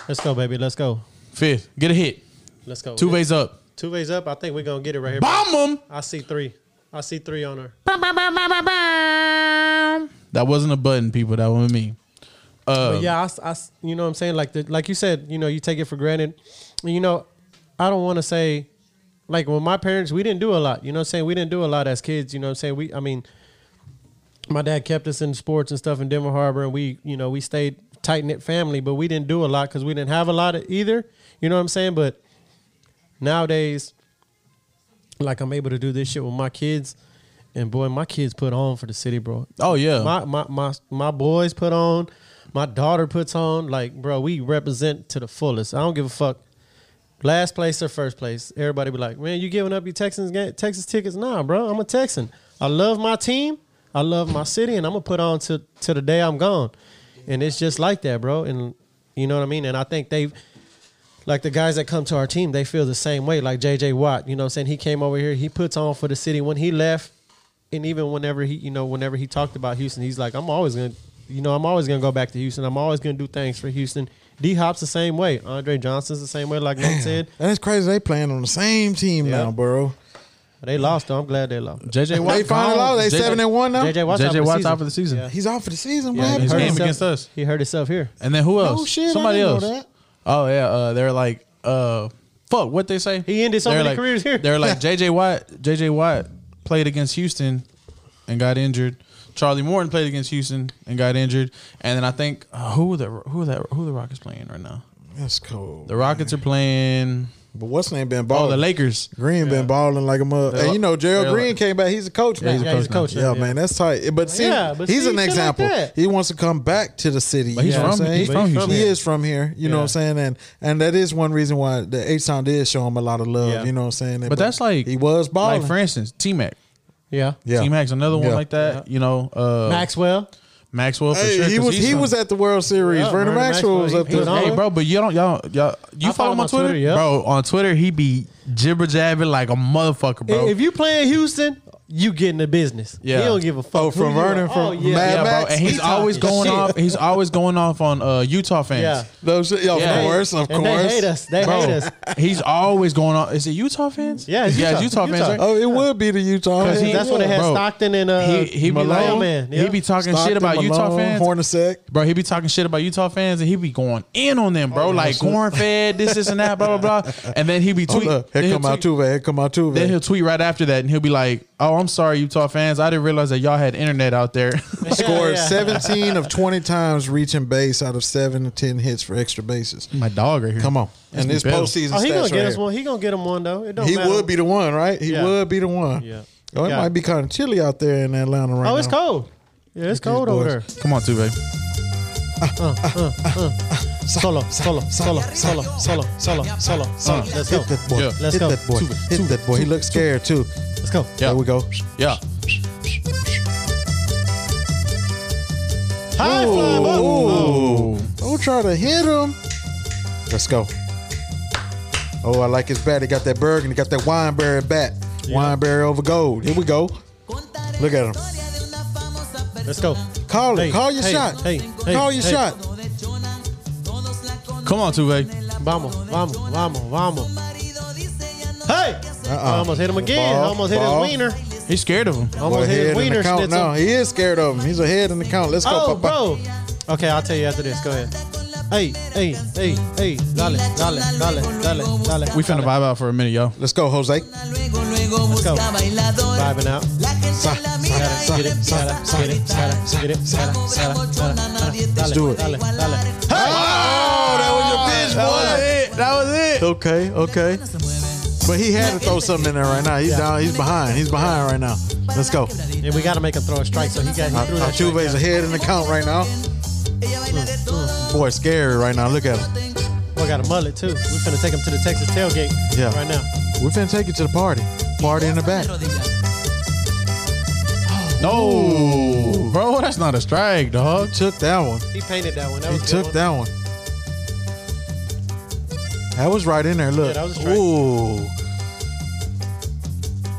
Speaker 2: Let's go, baby. Let's go.
Speaker 4: Fifth. Get a hit.
Speaker 2: Let's go.
Speaker 4: Two ways up.
Speaker 2: Two ways up. I think we're going to get it right here.
Speaker 4: Bomb 'em!
Speaker 2: I see three. I see three on her.
Speaker 4: That wasn't a button, people. That wasn't me. Uh,
Speaker 2: But yeah, I s- I s- you know what I'm saying? Like the, like you said, you know, you take it for granted. And, You know, I don't want to say like when my parents, we didn't do a lot. You know what I'm saying? We didn't do a lot as kids, you know what I'm saying? We I mean, my dad kept us in sports and stuff in Denver Harbor and we, you know, we stayed tight knit family, but we didn't do a lot cuz we didn't have a lot either. You know what I'm saying? But nowadays like I'm able to do this shit with my kids and boy, my kids put on for the city, bro
Speaker 4: Oh yeah.
Speaker 2: my, my my my boys put on, my daughter puts on. Like, bro, we represent to the fullest. I don't give a fuck. Last place or first place, everybody be like, man, you giving up your Texans game, Texas tickets? Nah, bro, I'm a Texan. I love my team, I love my city, and I'm gonna put on to to the day I'm gone. And it's just like that, bro. And you know what I mean. And I think they've like the guys that come to our team, they feel the same way. Like JJ Watt, you know what I'm saying? He came over here, he puts on for the city. When he left, and even whenever he, you know, whenever he talked about Houston, he's like, I'm always gonna you know, I'm always gonna go back to Houston. I'm always gonna do things for Houston. D Hop's the same way. Andre Johnson's the same way, like
Speaker 3: (clears throat)
Speaker 2: Nate said.
Speaker 3: and it's crazy they playing on the same team
Speaker 2: Yeah.
Speaker 3: now, bro.
Speaker 2: They lost though. I'm glad they lost.
Speaker 4: JJ Watt.
Speaker 3: They finally
Speaker 4: gone.
Speaker 3: out. They
Speaker 4: JJ
Speaker 3: seven and one now.
Speaker 2: JJ Watt's, out,
Speaker 4: JJ
Speaker 2: for
Speaker 4: Watt's
Speaker 2: the
Speaker 4: out for the season.
Speaker 2: Yeah.
Speaker 3: He's out for the season.
Speaker 2: Yeah,
Speaker 3: What
Speaker 4: His
Speaker 2: hurt
Speaker 4: game
Speaker 3: happened?
Speaker 2: himself-
Speaker 4: against us.
Speaker 2: He hurt himself here.
Speaker 4: And then who else?
Speaker 3: shit, I
Speaker 4: Somebody
Speaker 3: didn't
Speaker 4: else.
Speaker 3: know that.
Speaker 4: Oh yeah, uh, they're like, uh, fuck, what they say?
Speaker 2: He ended so
Speaker 4: They're
Speaker 2: many
Speaker 4: like-
Speaker 2: careers here. (laughs)
Speaker 4: They're like JJ Watt. JJ Watt played against Houston and got injured. Charlie Morton played against Houston and got injured. And then I think uh, who the who that who the Rockets playing right now?
Speaker 3: That's cold.
Speaker 4: The Rockets are playing.
Speaker 3: But what's name been
Speaker 4: Oh,
Speaker 3: balling?
Speaker 4: the Lakers.
Speaker 3: Green been balling like a mother. And you know, Gerald
Speaker 4: they're
Speaker 3: Green
Speaker 4: like-
Speaker 3: came back. He's a coach now.
Speaker 2: he's a Yeah, he's coach a now. coach now,
Speaker 3: Yeah,
Speaker 2: yeah.
Speaker 3: man, that's tight. But see,
Speaker 2: Yeah, but see,
Speaker 3: he's an
Speaker 2: shit like
Speaker 3: example.
Speaker 2: that.
Speaker 3: he wants to come back to the city.
Speaker 4: But he's
Speaker 3: you know
Speaker 4: from-
Speaker 3: what I'm saying?
Speaker 4: he's from
Speaker 3: he
Speaker 4: Houston.
Speaker 3: is from here. You know what I'm saying? And and that is one reason why the H Town did show him a lot of love.
Speaker 2: Yeah.
Speaker 3: You know what I'm saying?
Speaker 4: But that's like
Speaker 3: he was balling.
Speaker 4: Like for instance, T Mac.
Speaker 2: Yeah.
Speaker 3: yeah.
Speaker 4: T Mac's another one
Speaker 3: Yeah.
Speaker 4: like that. You know, uh,
Speaker 2: Maxwell.
Speaker 4: Maxwell for
Speaker 3: Hey,
Speaker 4: sure.
Speaker 3: he
Speaker 4: 'cause
Speaker 3: was
Speaker 4: he's
Speaker 3: he
Speaker 4: from-
Speaker 3: was at the World Series.
Speaker 2: Yeah,
Speaker 3: Vernon
Speaker 2: Vernon
Speaker 3: Maxwell
Speaker 2: Maxwell,
Speaker 3: was
Speaker 2: he-
Speaker 3: up
Speaker 2: he was
Speaker 3: there.
Speaker 2: on-
Speaker 4: Hey, bro, but you don't, y'all, y'all, you
Speaker 2: I
Speaker 4: follow him on Twitter,
Speaker 2: yeah.
Speaker 4: bro? On Twitter, he be jibber jabbing like a motherfucker, bro.
Speaker 2: If you playing Houston, you getting the business.
Speaker 4: Yeah.
Speaker 2: He don't give a fuck.
Speaker 3: Oh, from
Speaker 2: who you are.
Speaker 3: Vernon, from
Speaker 2: oh, yeah.
Speaker 3: Mad
Speaker 4: yeah,
Speaker 3: Max,
Speaker 4: bro, and he's
Speaker 3: he
Speaker 4: always
Speaker 2: talking
Speaker 4: going
Speaker 2: shit.
Speaker 4: off. He's always going off on uh, Utah fans.
Speaker 2: Yeah.
Speaker 3: No shit. Yeah,
Speaker 4: Yeah.
Speaker 3: of course, of
Speaker 2: and
Speaker 3: course.
Speaker 2: they hate us. They
Speaker 4: Bro,
Speaker 2: hate us. Oh,
Speaker 4: he's always going on. Is it Utah fans?
Speaker 2: Yeah, it's
Speaker 4: yeah, it's
Speaker 2: Utah.
Speaker 4: Utah, fans.
Speaker 2: Utah.
Speaker 4: Right?
Speaker 3: Oh, it would be the Utah.
Speaker 4: 'Cause he-
Speaker 2: That's when they had
Speaker 4: Bro,
Speaker 2: Stockton and uh,
Speaker 4: he he be
Speaker 2: Malone,
Speaker 4: like,
Speaker 2: man.
Speaker 4: he
Speaker 2: Yeah.
Speaker 4: be talking shit
Speaker 3: Stockton,
Speaker 4: about Utah
Speaker 3: Malone,
Speaker 4: fans.
Speaker 3: Hornacek.
Speaker 4: Bro, he be talking shit about Utah fans and he be going in on them,
Speaker 2: Oh,
Speaker 4: bro. like corn fed, this, this, and that, blah, blah, blah. And then he be
Speaker 3: Hold
Speaker 4: tweet.
Speaker 3: up. Oh,
Speaker 4: then
Speaker 3: Here
Speaker 4: he'll
Speaker 3: come
Speaker 4: tweet-
Speaker 3: Altuve. Here come
Speaker 4: Then he'll
Speaker 3: Altuve.
Speaker 4: tweet right after that and he'll be like, oh, I'm sorry, Utah fans. I didn't realize that y'all had internet out there. (laughs)
Speaker 2: Yeah,
Speaker 3: Scored
Speaker 2: yeah.
Speaker 3: 17 of 20 times reaching base out of 7 to 10 hits for extra bases.
Speaker 4: My dog right here.
Speaker 3: Come on.
Speaker 4: That's
Speaker 3: and
Speaker 4: me
Speaker 3: this
Speaker 4: better.
Speaker 3: postseason
Speaker 2: Oh, he
Speaker 3: stats
Speaker 2: gonna get
Speaker 3: right
Speaker 2: us
Speaker 3: here.
Speaker 2: one. He gonna get him one though. It don't
Speaker 3: He
Speaker 2: matter.
Speaker 3: would be the one, right? He
Speaker 2: Yeah.
Speaker 3: would be the one.
Speaker 2: Yeah.
Speaker 3: Oh, it
Speaker 2: Yeah.
Speaker 3: might be kind of chilly out there in Atlanta right now.
Speaker 2: Oh, it's cold. Yeah, it's cold over there.
Speaker 3: boys.
Speaker 4: Come on, Tuve.
Speaker 2: Solo, solo, solo, solo, solo, solo, solo, solo. Let's go.
Speaker 3: Hit that boy.
Speaker 4: Yeah.
Speaker 3: Hit
Speaker 2: Let's go.
Speaker 3: that boy. Hit that boy. He looks scared too.
Speaker 2: Let's go.
Speaker 4: Yeah.
Speaker 3: There we go.
Speaker 4: Yeah.
Speaker 2: High fly, bro.
Speaker 3: Ooh. Don't try to hit him. Let's go. Oh, I like his bat. He got that burgundy, got that wineberry bat. Wineberry over gold. Here we go. Look at him.
Speaker 2: Let's go.
Speaker 3: Call it.
Speaker 2: Hey,
Speaker 3: Call your
Speaker 2: hey,
Speaker 3: shot.
Speaker 2: hey, hey,
Speaker 3: Call your
Speaker 2: hey.
Speaker 3: shot.
Speaker 4: Come on, Tuve.
Speaker 2: Vamos, vamos, vamos, vamos. Hey! I almost hit him again.
Speaker 3: Uh-uh. Ball,
Speaker 2: I almost hit
Speaker 3: ball.
Speaker 2: his wiener.
Speaker 4: He's scared of him.
Speaker 2: I almost hit
Speaker 3: ahead
Speaker 2: his
Speaker 3: in
Speaker 2: wiener
Speaker 3: the count.
Speaker 2: schnitzel.
Speaker 3: No, he is scared of him. He's ahead in the count. Let's go.
Speaker 2: Oh,
Speaker 3: Papa.
Speaker 2: bro. Okay, I'll tell you after this. Go ahead. Hey, hey, hey, hey. Dale, dale, dale, dale, dale.
Speaker 4: We finna vibe out for a minute, yo.
Speaker 3: Let's go, Jose.
Speaker 5: Luego, luego busca
Speaker 2: go.
Speaker 5: bailadores.
Speaker 2: Vibing out.
Speaker 5: La gente
Speaker 3: Sa-
Speaker 5: la
Speaker 3: sa-
Speaker 5: mira
Speaker 3: sa-
Speaker 5: y le empieza
Speaker 2: Sala,
Speaker 5: a
Speaker 2: sala,
Speaker 5: gritar.
Speaker 2: sala, sala, sala,
Speaker 5: Bravo,
Speaker 2: sala,
Speaker 5: bravo,
Speaker 2: sala,
Speaker 5: chona,
Speaker 2: sala.
Speaker 5: nadie te
Speaker 2: Dale,
Speaker 3: do it.
Speaker 2: dale, dale.
Speaker 3: Oh, that was your bitch,
Speaker 4: it. That was it.
Speaker 3: Okay, okay. But he had to throw something in there right now. He's down. He's behind. He's behind right now. Let's go. Uh,
Speaker 2: Yeah, we got to make him throw a strike, so he got he threw that strike.
Speaker 3: Altuve's ahead in the count right now.
Speaker 5: Ella baila de todo.
Speaker 3: Boy, scary right now. Look at him.
Speaker 2: We got a mullet, too. We're going to take him to the Texas tailgate
Speaker 3: Yeah.
Speaker 2: right now.
Speaker 3: We're finna take you to the party. Party in the back.
Speaker 4: No. Bro, that's not a strike, dog.
Speaker 3: Took that one.
Speaker 2: He painted that one. That
Speaker 3: He
Speaker 2: was a good
Speaker 3: took
Speaker 2: one.
Speaker 3: that one. That was right in there. Look.
Speaker 2: Yeah, that was a strike.
Speaker 3: Ooh.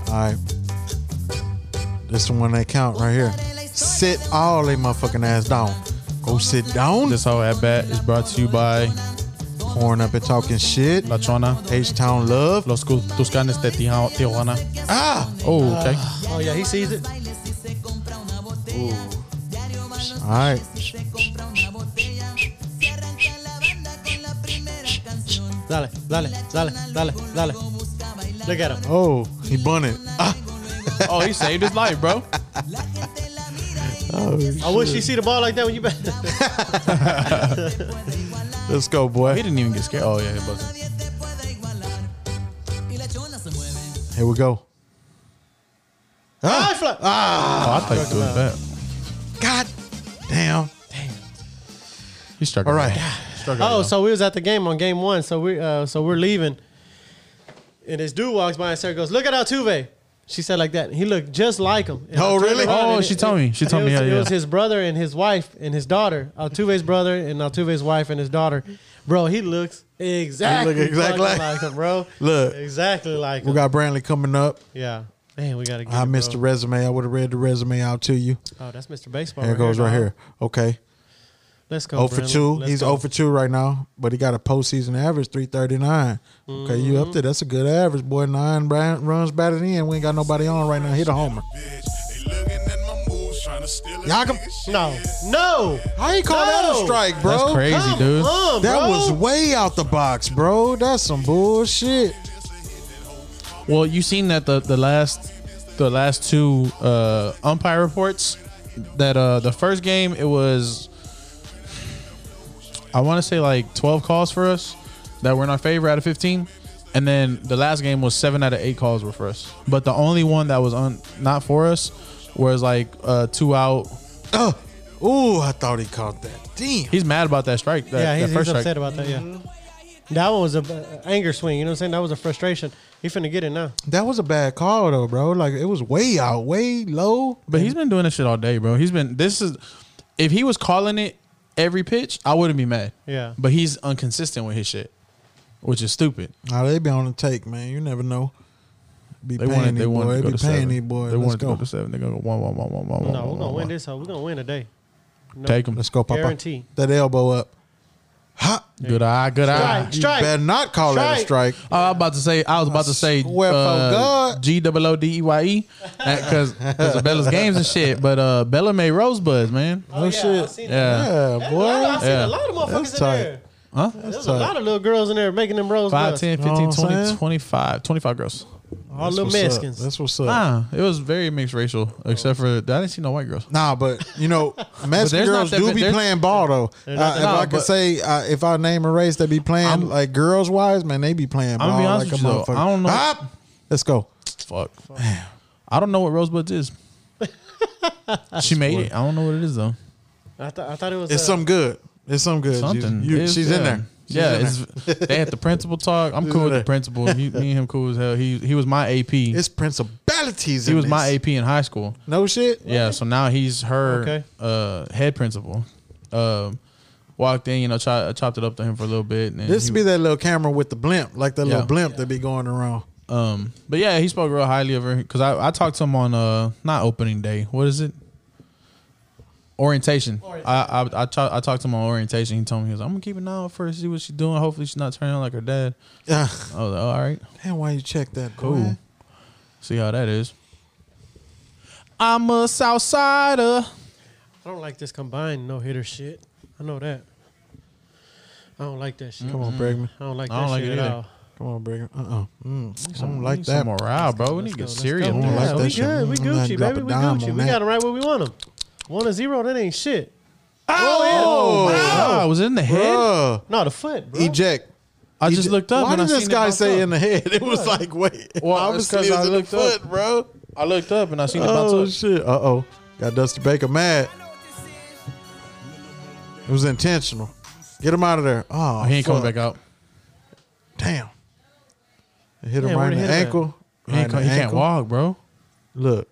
Speaker 3: All right. This the one they count right here. Sit all they motherfucking ass down. Go sit down.
Speaker 4: This whole at bat is brought to you by
Speaker 3: pouring up and talking shit.
Speaker 4: La Chona,
Speaker 3: H Town love.
Speaker 4: Los Cu- Tuscanes de Tija- Tijuana.
Speaker 3: Ah.
Speaker 4: Oh, okay.
Speaker 2: Oh, yeah, he sees it.
Speaker 3: All right.
Speaker 2: Dale, dale, dale, dale, dale. Look at him.
Speaker 3: Oh, he bunted. Ah.
Speaker 4: Oh, he saved his life, bro.
Speaker 2: I wish you see the ball like that when you (laughs) back.
Speaker 3: Let's go,
Speaker 4: He
Speaker 3: boy.
Speaker 4: didn't even get scared. Oh, yeah, he wasn't.
Speaker 5: Nadie te puede igualar. Y la chona se mueve.
Speaker 3: Here we go.
Speaker 2: High fly.
Speaker 4: Oh, I thought he was that.
Speaker 3: God damn.
Speaker 4: He struck.
Speaker 3: All right.
Speaker 4: Struck
Speaker 2: Oh,
Speaker 4: out,
Speaker 2: so we was at the game on game one. So we uh, so we're leaving, and this dude walks by and Sarah goes, "Look at Altuve." She said like that. He looked just like him. And
Speaker 3: Oh,
Speaker 2: I turned
Speaker 3: really?
Speaker 2: around
Speaker 4: Oh,
Speaker 2: and
Speaker 4: she told me. She
Speaker 2: and
Speaker 4: told
Speaker 2: it
Speaker 4: me,
Speaker 2: was-
Speaker 4: yeah,
Speaker 2: it
Speaker 4: yeah.
Speaker 2: was his brother and his wife and his daughter. Altuve's brother and Altuve's wife and his daughter. Bro, he looks exactly
Speaker 3: exactly
Speaker 2: fucking like,
Speaker 3: like-
Speaker 2: him, bro.
Speaker 3: Look.
Speaker 2: exactly like
Speaker 3: We
Speaker 2: him.
Speaker 3: got Brantley coming up.
Speaker 2: yeah, man, we gotta. Get
Speaker 3: I
Speaker 2: it,
Speaker 3: missed the
Speaker 2: bro.
Speaker 3: resume. I would have read the resume out to you.
Speaker 2: Oh, that's Mr. Baseball.
Speaker 3: There it goes right
Speaker 2: dog.
Speaker 3: here. Okay.
Speaker 2: Let's go.
Speaker 3: 0 Oh, for
Speaker 2: Brandon.
Speaker 3: 2.
Speaker 2: Let's
Speaker 3: He's
Speaker 2: go.
Speaker 3: 0 for 2 right now, but he got a postseason average 339. Okay, you
Speaker 2: Mm-hmm.
Speaker 3: up there. That's a good average, boy. Nine ran- runs batted in. We ain't got nobody on right now. Hit a homer. Y'all can-
Speaker 2: No, no.
Speaker 3: How you call that a
Speaker 2: No.
Speaker 3: strike, bro?
Speaker 4: That's crazy,
Speaker 2: Come
Speaker 4: dude.
Speaker 2: on,
Speaker 3: That
Speaker 2: bro.
Speaker 3: was way out the box, bro. That's some bullshit.
Speaker 4: Well, you seen that the the last the last two uh umpire reports that uh the first game it was I want to say like 12 calls for us that were in our favor out of 15. And then the last game was seven out of eight calls were for us. But the only one that was on not for us was like uh, two out.
Speaker 3: Oh, ooh, I thought he caught that. Damn.
Speaker 4: He's mad about that strike. That,
Speaker 2: yeah,
Speaker 4: that
Speaker 2: he's, he's
Speaker 4: first
Speaker 2: upset
Speaker 4: strike.
Speaker 2: about that. Yeah, that one was a uh, anger swing. You know what I'm saying? That was a frustration. He finna get it now.
Speaker 3: That was a bad call though, bro. Like it was way out, way low.
Speaker 4: But he's been doing this shit all day, bro. He's been this is if he was calling it every pitch, I wouldn't be mad.
Speaker 2: Yeah.
Speaker 4: But he's inconsistent with his shit, which is stupid.
Speaker 3: Nah, they be on the take, man. You never know. Be
Speaker 4: They
Speaker 3: paying
Speaker 4: wanted
Speaker 3: these
Speaker 4: they wanted
Speaker 3: boy.
Speaker 4: to go
Speaker 3: be
Speaker 4: to
Speaker 3: paying
Speaker 4: seven.
Speaker 3: these boy.
Speaker 4: They
Speaker 3: Let's
Speaker 4: wanted to
Speaker 3: go.
Speaker 4: go to seven. They're gonna go one, one, one, one, one,
Speaker 2: No,
Speaker 4: one.
Speaker 2: we're
Speaker 4: one,
Speaker 2: gonna
Speaker 4: one.
Speaker 2: win this. Hoe. We're gonna win today. No.
Speaker 4: Take him.
Speaker 3: Let's go, Papa.
Speaker 2: Guarantee.
Speaker 3: That elbow up. Ha!
Speaker 4: Good eye. Good eye.
Speaker 2: Strike.
Speaker 3: You better not call that a strike.
Speaker 4: Oh, I was about to say. I was about to say.
Speaker 3: swear for
Speaker 4: Uh,
Speaker 3: God.
Speaker 4: G double O D E Y E, because of Bella's games and shit. But uh, Bella made rosebuds, man.
Speaker 2: Oh, yeah, I
Speaker 3: shit.
Speaker 2: seen that.
Speaker 4: Yeah,
Speaker 3: Yeah, boy.
Speaker 2: I seen
Speaker 4: Yeah.
Speaker 2: a lot of motherfuckers in
Speaker 3: tight.
Speaker 2: there.
Speaker 4: huh?
Speaker 2: There's a lot of little girls in there making them rose.
Speaker 4: Five,
Speaker 2: buds.
Speaker 4: 10,
Speaker 3: Know
Speaker 4: 15,
Speaker 3: what I'm
Speaker 4: 20,
Speaker 3: saying?
Speaker 4: 25, 25 girls.
Speaker 2: All
Speaker 3: That's
Speaker 2: little
Speaker 3: what's up.
Speaker 2: Mexicans.
Speaker 3: That's what's up.
Speaker 4: Nah, it was very mixed racial, except for I didn't see no white girls.
Speaker 3: Nah, but you know, Mexican
Speaker 4: there's not
Speaker 3: girls
Speaker 4: that
Speaker 3: do
Speaker 4: ma-
Speaker 3: be
Speaker 4: there's-
Speaker 3: playing ball though. Uh,
Speaker 2: not
Speaker 3: if
Speaker 2: that-
Speaker 4: No,
Speaker 3: I could
Speaker 4: but-
Speaker 3: say, uh, if I name a race that be playing
Speaker 4: I'm-
Speaker 3: like girls wise, man, they be playing
Speaker 4: I'm
Speaker 3: ball
Speaker 4: gonna be honest
Speaker 3: like a
Speaker 4: with you, though.
Speaker 3: motherfucker.
Speaker 4: I don't know-
Speaker 3: Hop! let's go.
Speaker 4: Fuck. I don't know what
Speaker 3: (laughs)
Speaker 4: rosebuds is. she made it. I don't know what it is though.
Speaker 2: I, th- I thought it was.
Speaker 3: It's
Speaker 2: uh,
Speaker 3: something good. It's something good.
Speaker 4: Something.
Speaker 3: You- you-
Speaker 4: It's-
Speaker 3: she's in
Speaker 4: yeah.
Speaker 3: there. She's
Speaker 4: yeah,
Speaker 3: in
Speaker 4: it's,
Speaker 3: there.
Speaker 4: (laughs) they had the principal talk. I'm cool with the
Speaker 3: there.
Speaker 4: principal. He- me and him cool as hell. He he was my AP.
Speaker 3: it's principalities.
Speaker 4: he
Speaker 3: in
Speaker 4: was
Speaker 3: this.
Speaker 4: my AP in high school.
Speaker 3: No shit.
Speaker 4: Yeah, so now he's her
Speaker 2: Okay.
Speaker 4: uh, head principal. Um, walked in, you know, chop, chopped it up to him for a little bit. And
Speaker 3: This
Speaker 4: he-
Speaker 3: be that little camera with the blimp, like that
Speaker 4: Yeah.
Speaker 3: little blimp that be going around.
Speaker 4: um, but yeah, he spoke real highly of her because I, I talked to him on uh not opening day. What is it? Orientation. I I I, ta- I talked to him on orientation. He told me he was like, I'm gonna keep an eye out for her, see what she's doing. Hopefully she's not turning out like her dad.
Speaker 3: Yeah.
Speaker 4: I was like, all right.
Speaker 3: Damn, why you check that?
Speaker 4: Cool.
Speaker 3: boy?
Speaker 4: See how that is. I'm a Southsider.
Speaker 2: I don't like this combined no hitter shit. I know that. I don't like that shit.
Speaker 3: Come on, Bregman.
Speaker 2: I don't like that
Speaker 4: I don't like
Speaker 2: shit
Speaker 4: it
Speaker 2: at
Speaker 4: either.
Speaker 2: all.
Speaker 3: Mm. Come on, Bregman. Uh uh I don't
Speaker 4: Need
Speaker 3: like
Speaker 4: some
Speaker 3: that.
Speaker 4: morale, bro. We need to get
Speaker 2: Let's go,
Speaker 4: serious.
Speaker 2: let's go.
Speaker 3: I don't
Speaker 4: man.
Speaker 2: Yeah,
Speaker 3: like
Speaker 2: we
Speaker 3: that shit.
Speaker 2: good. We
Speaker 3: Mm, I'm not
Speaker 2: Gucci,
Speaker 3: drop
Speaker 2: baby.
Speaker 3: a
Speaker 2: We
Speaker 3: dime
Speaker 2: Gucci.
Speaker 3: on
Speaker 2: We
Speaker 3: that.
Speaker 2: got them right where we want them. One to zero, that ain't shit.
Speaker 3: Oh,
Speaker 4: Wow, was it in the head?
Speaker 3: bruh.
Speaker 2: No, the foot, bro.
Speaker 3: Eject.
Speaker 4: I just
Speaker 3: Eject.
Speaker 4: looked up.
Speaker 3: Why
Speaker 4: and
Speaker 3: did
Speaker 4: I
Speaker 3: this
Speaker 4: seen
Speaker 3: guy
Speaker 4: it
Speaker 3: say
Speaker 4: pop
Speaker 3: in the head? (laughs) It was like, wait.
Speaker 4: Well, it's
Speaker 3: obviously
Speaker 4: 'cause I
Speaker 3: it's in the
Speaker 4: looked up.
Speaker 3: foot, bro.
Speaker 4: up? I looked up and I seen it bounce
Speaker 3: Oh
Speaker 4: up.
Speaker 3: shit. Uh oh. Got Dusty Baker mad. It was intentional. Get him out of there. Oh,
Speaker 4: He ain't coming
Speaker 3: fuck.
Speaker 4: back out.
Speaker 3: Damn. It hit him
Speaker 2: Yeah,
Speaker 3: right
Speaker 2: where'd
Speaker 3: in
Speaker 2: it
Speaker 3: the
Speaker 2: hit him at?
Speaker 3: ankle.
Speaker 4: He,
Speaker 3: Right
Speaker 4: ain't
Speaker 3: in
Speaker 4: come,
Speaker 3: the
Speaker 4: he can't
Speaker 3: ankle.
Speaker 4: walk, bro.
Speaker 3: Look.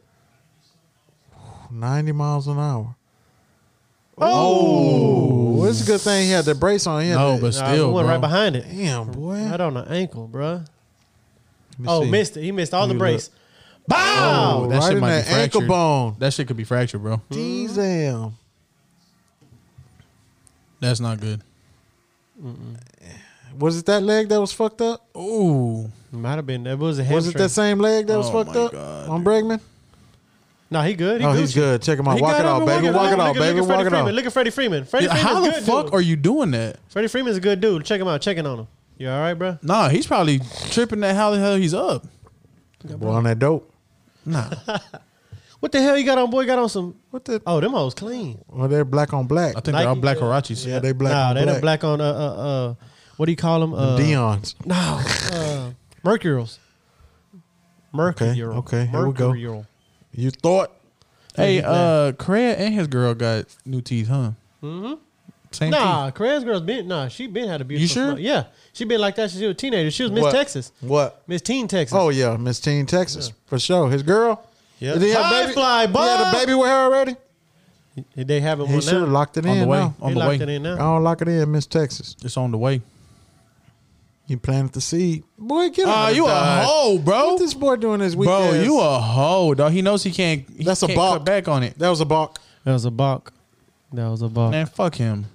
Speaker 3: 90 miles an hour. Oh, it's a good thing he had the brace on him.
Speaker 4: No, but
Speaker 2: Nah,
Speaker 4: still,
Speaker 2: we went
Speaker 4: bro.
Speaker 2: right behind it.
Speaker 3: damn, boy.
Speaker 2: Right on the ankle, bro.
Speaker 3: Let me
Speaker 2: Oh,
Speaker 3: see.
Speaker 2: missed it. He missed all the
Speaker 3: Let me
Speaker 2: brace. Bow.
Speaker 3: Oh,
Speaker 4: that
Speaker 3: right
Speaker 4: shit
Speaker 3: in
Speaker 4: might be
Speaker 3: that ankle
Speaker 4: fractured.
Speaker 3: bone.
Speaker 4: That shit could be fractured, bro.
Speaker 3: Damn.
Speaker 4: That's not good.
Speaker 3: Was it that leg that was fucked up?
Speaker 4: Ooh,
Speaker 2: Might have been. That was a hamstring.
Speaker 3: Was it that same leg that was
Speaker 4: Oh
Speaker 3: fucked
Speaker 4: my
Speaker 3: up
Speaker 4: God,
Speaker 3: on Bregman?
Speaker 2: No, he good. He
Speaker 3: oh,
Speaker 2: Gucci.
Speaker 3: he's good. Check him out.
Speaker 2: He
Speaker 3: walk
Speaker 2: got
Speaker 3: it
Speaker 2: up
Speaker 3: out,
Speaker 2: and
Speaker 3: baby.
Speaker 2: walked
Speaker 3: Walk
Speaker 2: out.
Speaker 3: it out,
Speaker 2: Look at- Look
Speaker 3: baby.
Speaker 2: at
Speaker 3: Walk
Speaker 2: Freddie
Speaker 3: it
Speaker 2: Freeman.
Speaker 3: out.
Speaker 2: Look at Freddie Freeman. Freddie Freeman's
Speaker 4: how the
Speaker 2: good,
Speaker 4: fuck
Speaker 2: dude.
Speaker 4: are you doing that?
Speaker 2: Freddie Freeman's a good dude. Check him out. Checking on him. You all right, bro?
Speaker 4: Nah, he's probably tripping at how the hell he's up.
Speaker 3: Boy, on that dope.
Speaker 4: Nah,
Speaker 2: What the hell you got on, boy? Got on some.
Speaker 3: What the?
Speaker 2: Oh, them hoes clean.
Speaker 3: Oh, they're black on black.
Speaker 4: I think they're all
Speaker 2: Nike,
Speaker 4: black
Speaker 2: yeah.
Speaker 4: Harachis.
Speaker 3: Yeah, they black
Speaker 2: nah,
Speaker 3: on
Speaker 2: they done
Speaker 3: black.
Speaker 2: black on uh uh uh. What do you call them? Uh,
Speaker 3: Dion's.
Speaker 2: No, uh, Mercurials. Mercurial.
Speaker 3: okay, here we go.
Speaker 2: Mercurial.
Speaker 3: You thought?
Speaker 4: Hey,
Speaker 2: Yeah.
Speaker 4: uh, Craig and his girl got new teeth, huh? Mm-hmm. Same
Speaker 2: Nah,
Speaker 4: teeth.
Speaker 2: Craig's girl's been nah. She been had a beautiful.
Speaker 4: You sure?
Speaker 2: smile. Yeah, she been like that since she was a teenager. She was Miss
Speaker 3: What?
Speaker 2: Texas,
Speaker 3: What?
Speaker 2: Miss Teen Texas.
Speaker 3: Oh yeah, Miss Teen Texas for sure. His girl.
Speaker 2: Yeah.
Speaker 3: Did he have
Speaker 2: High
Speaker 3: baby?
Speaker 2: fly,
Speaker 3: He had a
Speaker 2: boy.
Speaker 3: baby with her already.
Speaker 2: they haven't
Speaker 3: He
Speaker 2: one
Speaker 3: should
Speaker 2: now.
Speaker 3: have locked it
Speaker 4: On
Speaker 3: in.
Speaker 4: the way.
Speaker 3: no.
Speaker 4: On
Speaker 2: They
Speaker 4: the
Speaker 2: locked it
Speaker 4: way.
Speaker 2: in
Speaker 3: I
Speaker 2: now.
Speaker 3: don't lock it in, Miss Texas.
Speaker 4: It's on the way.
Speaker 3: You planted the seed, boy. Get
Speaker 4: Ah,
Speaker 3: out
Speaker 4: you a hoe, bro.
Speaker 3: What this boy doing this weekend?
Speaker 4: Bro, you a hoe, dog. He knows he can't. He
Speaker 3: That's a
Speaker 4: can't
Speaker 3: balk.
Speaker 4: cut back on it.
Speaker 3: That was a balk.
Speaker 2: That was a balk. That was a balk.
Speaker 4: Man, fuck (laughs) him.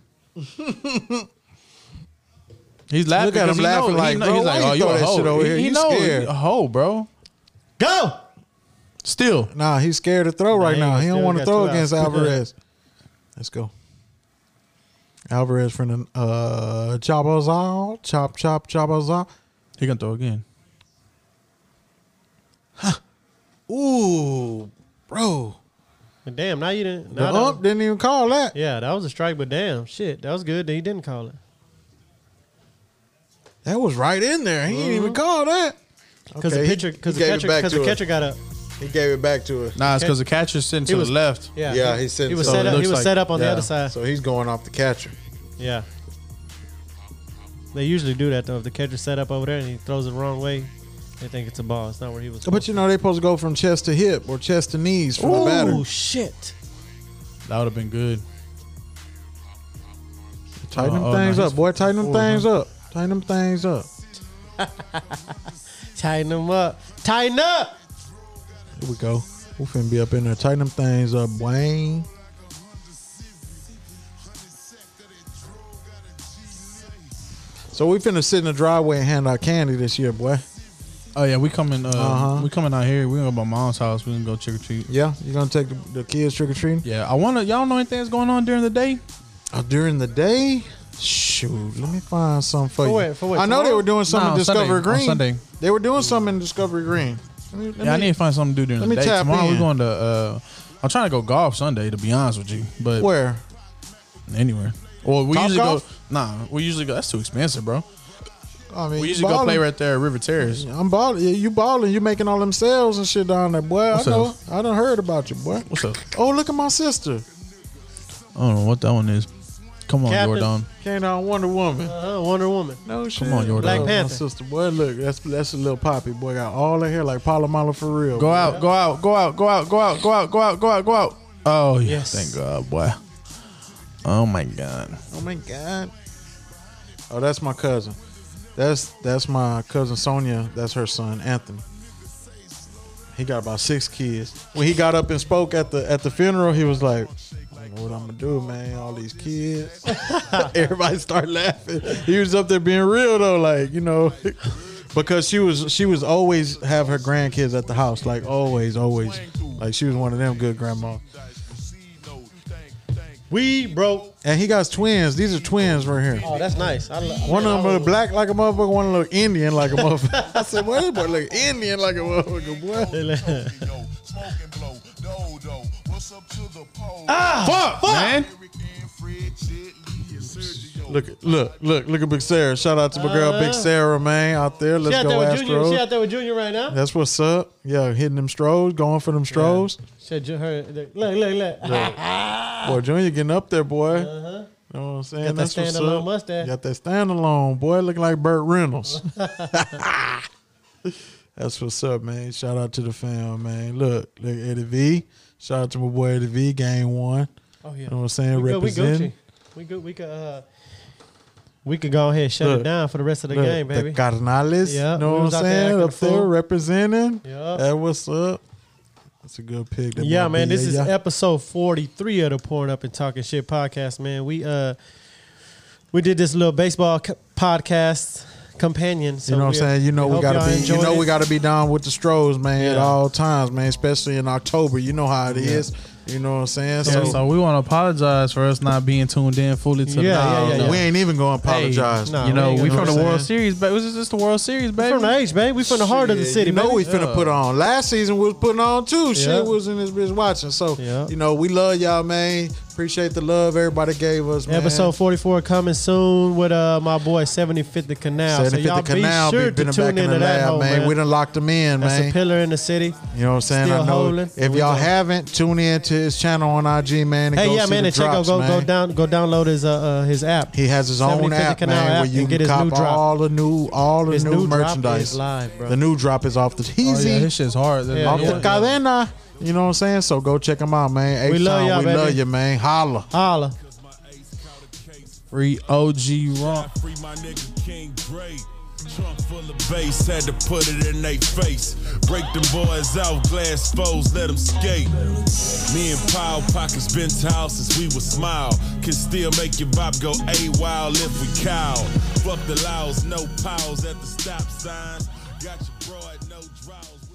Speaker 4: He's laughing.
Speaker 3: Look at
Speaker 4: because
Speaker 3: him
Speaker 4: he
Speaker 3: laughing
Speaker 4: knows- he
Speaker 3: like,
Speaker 4: kno-
Speaker 3: bro,
Speaker 4: he's
Speaker 3: why
Speaker 4: like,
Speaker 3: you
Speaker 4: oh, you
Speaker 3: throw
Speaker 4: a
Speaker 3: that
Speaker 4: hoe.
Speaker 3: shit over
Speaker 4: He-
Speaker 3: here?
Speaker 4: He,
Speaker 3: You
Speaker 4: knows
Speaker 3: scared.
Speaker 4: you a hoe, bro.
Speaker 2: Go.
Speaker 4: Still,
Speaker 3: Nah, he's scared to throw right
Speaker 2: he
Speaker 3: now. He
Speaker 2: still
Speaker 3: don't want to
Speaker 2: got
Speaker 3: throw
Speaker 2: two
Speaker 3: against
Speaker 2: outs.
Speaker 3: Alvarez. Let's go. Alvarez from the uh, Chabos out. Chop, chop, Chabos out.
Speaker 4: he gonna throw again.
Speaker 3: Ooh, bro.
Speaker 2: But damn, now you didn't.
Speaker 3: The
Speaker 2: now that-
Speaker 3: ump Oh, didn't even call that.
Speaker 2: yeah, that was a strike, but damn, shit, that was good that he didn't call it.
Speaker 3: That was right in there. He didn't even call that.
Speaker 2: Because
Speaker 3: Okay,
Speaker 2: the
Speaker 3: he-
Speaker 2: pitcher, because
Speaker 3: he
Speaker 2: the
Speaker 3: gave it
Speaker 2: catcher,
Speaker 3: back
Speaker 2: because
Speaker 3: to
Speaker 2: the
Speaker 3: her.
Speaker 2: catcher got up.
Speaker 3: He gave it back to her.
Speaker 4: Nah, it's because the catcher's sitting to
Speaker 2: He was-
Speaker 4: the left.
Speaker 2: Yeah,
Speaker 3: Yeah,
Speaker 2: he,
Speaker 3: he sent
Speaker 2: he was
Speaker 3: so
Speaker 2: set
Speaker 4: it
Speaker 2: up. He
Speaker 4: looks
Speaker 2: was
Speaker 4: like-
Speaker 2: set up on the
Speaker 4: yeah.
Speaker 2: other side.
Speaker 3: So he's going off the catcher.
Speaker 2: Yeah. They usually do that though. If the catcher set up over there and he throws it the wrong way, they think it's a ball. It's not where he was.
Speaker 3: But you know they supposed to go from chest to hip or chest to knees for the batter.
Speaker 2: shit!
Speaker 4: That would have been good.
Speaker 3: Tighten them
Speaker 4: Oh, oh,
Speaker 3: things
Speaker 4: no,
Speaker 3: up,
Speaker 4: he's
Speaker 3: boy. Tighten them
Speaker 4: forward,
Speaker 3: things
Speaker 4: huh?
Speaker 3: up. Tighten them things up.
Speaker 2: Tighten him up. Tighten up.
Speaker 4: Here we go.
Speaker 3: We finna be up in there. Tighten them things up, Wayne. So we finna sit in the driveway and hand out candy this year, boy.
Speaker 4: Oh yeah, we coming. Uh,
Speaker 3: Uh-huh.
Speaker 4: We coming out here. We gonna go to my mom's house. We gonna go trick or treat.
Speaker 3: Yeah, you gonna take the, the kids trick or treating
Speaker 4: Yeah, I wanna. Y'all know anything that's going on during the day?
Speaker 3: Uh, during the day? Shoot, let me find something for, you.
Speaker 2: what- for what,
Speaker 3: I know they
Speaker 2: tomorrow?
Speaker 3: were doing something
Speaker 4: Nah,
Speaker 3: in
Speaker 4: on Sunday.
Speaker 3: Discovery
Speaker 4: On
Speaker 3: Green.
Speaker 4: Sunday.
Speaker 3: They were doing something in Discovery Green. Let me- let
Speaker 4: yeah, I
Speaker 3: me-
Speaker 4: need to find something to do during
Speaker 3: let
Speaker 4: the
Speaker 3: me
Speaker 4: day.
Speaker 3: tap
Speaker 4: Tomorrow
Speaker 3: in.
Speaker 4: we going to. Uh, I'm trying to go golf Sunday. To be honest with you, but
Speaker 3: where?
Speaker 4: anywhere. Or we
Speaker 3: Top
Speaker 4: usually
Speaker 3: golf?
Speaker 4: go. Nah, we usually go. That's too expensive, bro.
Speaker 3: I mean,
Speaker 4: We
Speaker 3: you
Speaker 4: usually go play
Speaker 3: ballin'.
Speaker 4: right there at River Terrace.
Speaker 3: I'm balling. You balling. You making all them sales and shit down there, boy.
Speaker 4: What's
Speaker 3: I know.
Speaker 4: up?
Speaker 3: I done heard about you, boy.
Speaker 4: What's up?
Speaker 3: Oh, look at my sister.
Speaker 4: I don't know what that one is. Come on,
Speaker 2: Captain.
Speaker 4: Jordan.
Speaker 3: Came down Wonder Woman.
Speaker 2: Uh, Wonder Woman.
Speaker 3: No shit.
Speaker 4: on, Jordan. Black
Speaker 3: Oh,
Speaker 2: Panther.
Speaker 3: My sister, boy. Look, that's that's a little poppy, boy. Got all her hair like Palomalo for real.
Speaker 4: Go out, go out, go out, go out, go out, go out, go out, go out, go out. Oh yeah,
Speaker 2: Yes.
Speaker 4: thank God, boy. Oh my God.
Speaker 3: Oh my god. Oh, that's my cousin. That's that's my cousin Sonia. That's her son Anthony. He got about six kids. When he got up and spoke at the at the funeral, he was like, I don't know what I'm gonna do, man. All these kids. (laughs) Everybody started laughing. He was up there being real though, like, you know. (laughs) Because she was she was always have her grandkids at the house, like always, always. Like she was one of them good grandma.
Speaker 2: We broke.
Speaker 3: And he got twins. These are twins right here.
Speaker 2: Oh, that's nice. I lo-
Speaker 3: One
Speaker 2: man,
Speaker 3: of them
Speaker 2: I
Speaker 3: look
Speaker 2: would-
Speaker 3: black like a motherfucker, one look Indian (laughs) like a motherfucker. I said, "Boy, this boy look Indian like a motherfucker, boy."
Speaker 6: Ah,
Speaker 4: Fuck, man.
Speaker 3: Look, at- look, look, look at Big Sarah. Shout out to my girl Big Sarah, man, Uh-huh. out there.
Speaker 2: She
Speaker 3: Let's
Speaker 2: out there
Speaker 3: go
Speaker 2: with Junior. She
Speaker 3: Astros.
Speaker 2: out there with Junior right now.
Speaker 3: That's what's up. Yeah, hitting them strobes, going for them strobes.
Speaker 2: Said ju- her. Look, look, look.
Speaker 3: Boy, Junior getting up there, boy. uh You know what I'm saying?
Speaker 2: Got that
Speaker 3: That's what's
Speaker 2: standalone
Speaker 3: up.
Speaker 2: mustache.
Speaker 3: Got that standalone, boy. Looking like Burt (laughs) Reynolds. That's what's up, man. Shout out to the fam, man. Look, look, Eddie V. Shout out to my boy Eddie V. Game one.
Speaker 2: Oh
Speaker 3: You
Speaker 2: yeah.
Speaker 3: know what I'm saying?
Speaker 2: We, go, we Gucci.
Speaker 3: Represent.
Speaker 2: We go, we could uh, we could go ahead and shut
Speaker 3: Look,
Speaker 2: it down for the rest of the
Speaker 3: Look,
Speaker 2: game, baby.
Speaker 3: The Cardinals.
Speaker 2: Yeah,
Speaker 3: you know
Speaker 2: we
Speaker 3: what I'm
Speaker 2: was out there
Speaker 3: saying?
Speaker 2: acting
Speaker 3: Up
Speaker 2: a
Speaker 3: there
Speaker 2: fool.
Speaker 3: representing.
Speaker 2: Yeah.
Speaker 3: That what's up. That's a good pick. That
Speaker 2: Yeah,
Speaker 3: boy
Speaker 2: man,
Speaker 3: B.
Speaker 2: this is
Speaker 3: Yeah, yeah.
Speaker 2: episode 43 of the Pouring Up and Talking Shit podcast, man. We uh we did this little baseball co- podcast companion. So
Speaker 3: you know what I'm
Speaker 2: we-
Speaker 3: saying? You know we
Speaker 2: hope y'all
Speaker 3: gotta be you
Speaker 2: enjoyed
Speaker 3: know we
Speaker 2: it.
Speaker 3: gotta be down with the strolls, man, at
Speaker 2: Yeah.
Speaker 3: all times, man, especially in October. You know how it is. You know what I'm saying?
Speaker 4: Yeah,
Speaker 3: So,
Speaker 4: so we want to apologize for us not being tuned in fully to
Speaker 2: Yeah,
Speaker 4: the
Speaker 2: yeah, yeah,
Speaker 4: No,
Speaker 2: yeah.
Speaker 3: um, we ain't even gonna
Speaker 4: Hey,
Speaker 3: apologize.
Speaker 2: nah,
Speaker 4: you know,
Speaker 2: we ain't
Speaker 4: we
Speaker 2: gonna
Speaker 4: from the
Speaker 3: do that.
Speaker 4: World Series, but it was just the World Series, baby.
Speaker 2: from the H, baby. We from the heart of the
Speaker 3: Shit,
Speaker 2: city,
Speaker 3: You know
Speaker 2: baby.
Speaker 3: we finna put on. Last season we was putting on too.
Speaker 2: Yeah.
Speaker 3: Shit was in this bitch watching. So
Speaker 2: Yeah.
Speaker 3: you know we love y'all, man. Appreciate the love everybody gave us. Man.
Speaker 2: Episode 44 coming soon with uh my boy 75th the Canal. so
Speaker 3: 75th
Speaker 2: y'all
Speaker 3: canal,
Speaker 2: be sure
Speaker 3: been
Speaker 2: to
Speaker 3: back
Speaker 2: tune
Speaker 3: in
Speaker 2: into
Speaker 3: the
Speaker 2: that
Speaker 3: lab,
Speaker 2: hole, man.
Speaker 3: man. We done locked them in,
Speaker 2: That's a
Speaker 3: man.
Speaker 2: pillar in the city.
Speaker 3: You know what I'm saying?
Speaker 2: Still
Speaker 3: I know
Speaker 2: holding.
Speaker 3: if
Speaker 2: We
Speaker 3: y'all
Speaker 2: go.
Speaker 3: haven't, tune in to his channel on IG, man. And
Speaker 2: Hey,
Speaker 3: go
Speaker 2: yeah,
Speaker 3: see
Speaker 2: man,
Speaker 3: the
Speaker 2: and check out
Speaker 3: drops,
Speaker 2: go go
Speaker 3: man.
Speaker 2: down go download his uh, uh his app.
Speaker 3: He has his own
Speaker 2: 75th
Speaker 3: app,
Speaker 2: Canal
Speaker 3: man,
Speaker 2: app
Speaker 3: where you
Speaker 2: and get
Speaker 3: can
Speaker 2: his
Speaker 3: cop
Speaker 2: new drop.
Speaker 3: all the new, all the
Speaker 2: His
Speaker 3: new,
Speaker 2: new drop
Speaker 3: merchandise.
Speaker 2: is live, bro.
Speaker 3: The new drop is off the
Speaker 4: Oh, yeah,
Speaker 3: teasy,
Speaker 4: his shit's hard.
Speaker 2: Yeah,
Speaker 3: off
Speaker 2: yeah.
Speaker 3: the cadena. You know what I'm saying? So go check him out, man.
Speaker 2: We love
Speaker 3: H-Town,
Speaker 2: y'all,
Speaker 3: we
Speaker 2: baby.
Speaker 3: love you, man. Holla.
Speaker 2: Holla.
Speaker 4: Free OG Rump.
Speaker 6: I free my nigga King Dre. Trunk full of bass, had to put it in they face. Break them boys out, glass foes, let them skate. Me and Powell pockets been towel since we was smile. Can still make your vibe go a wild if we cow. Fuck the lows, no pals at the stop signs. Got your broad, no draws.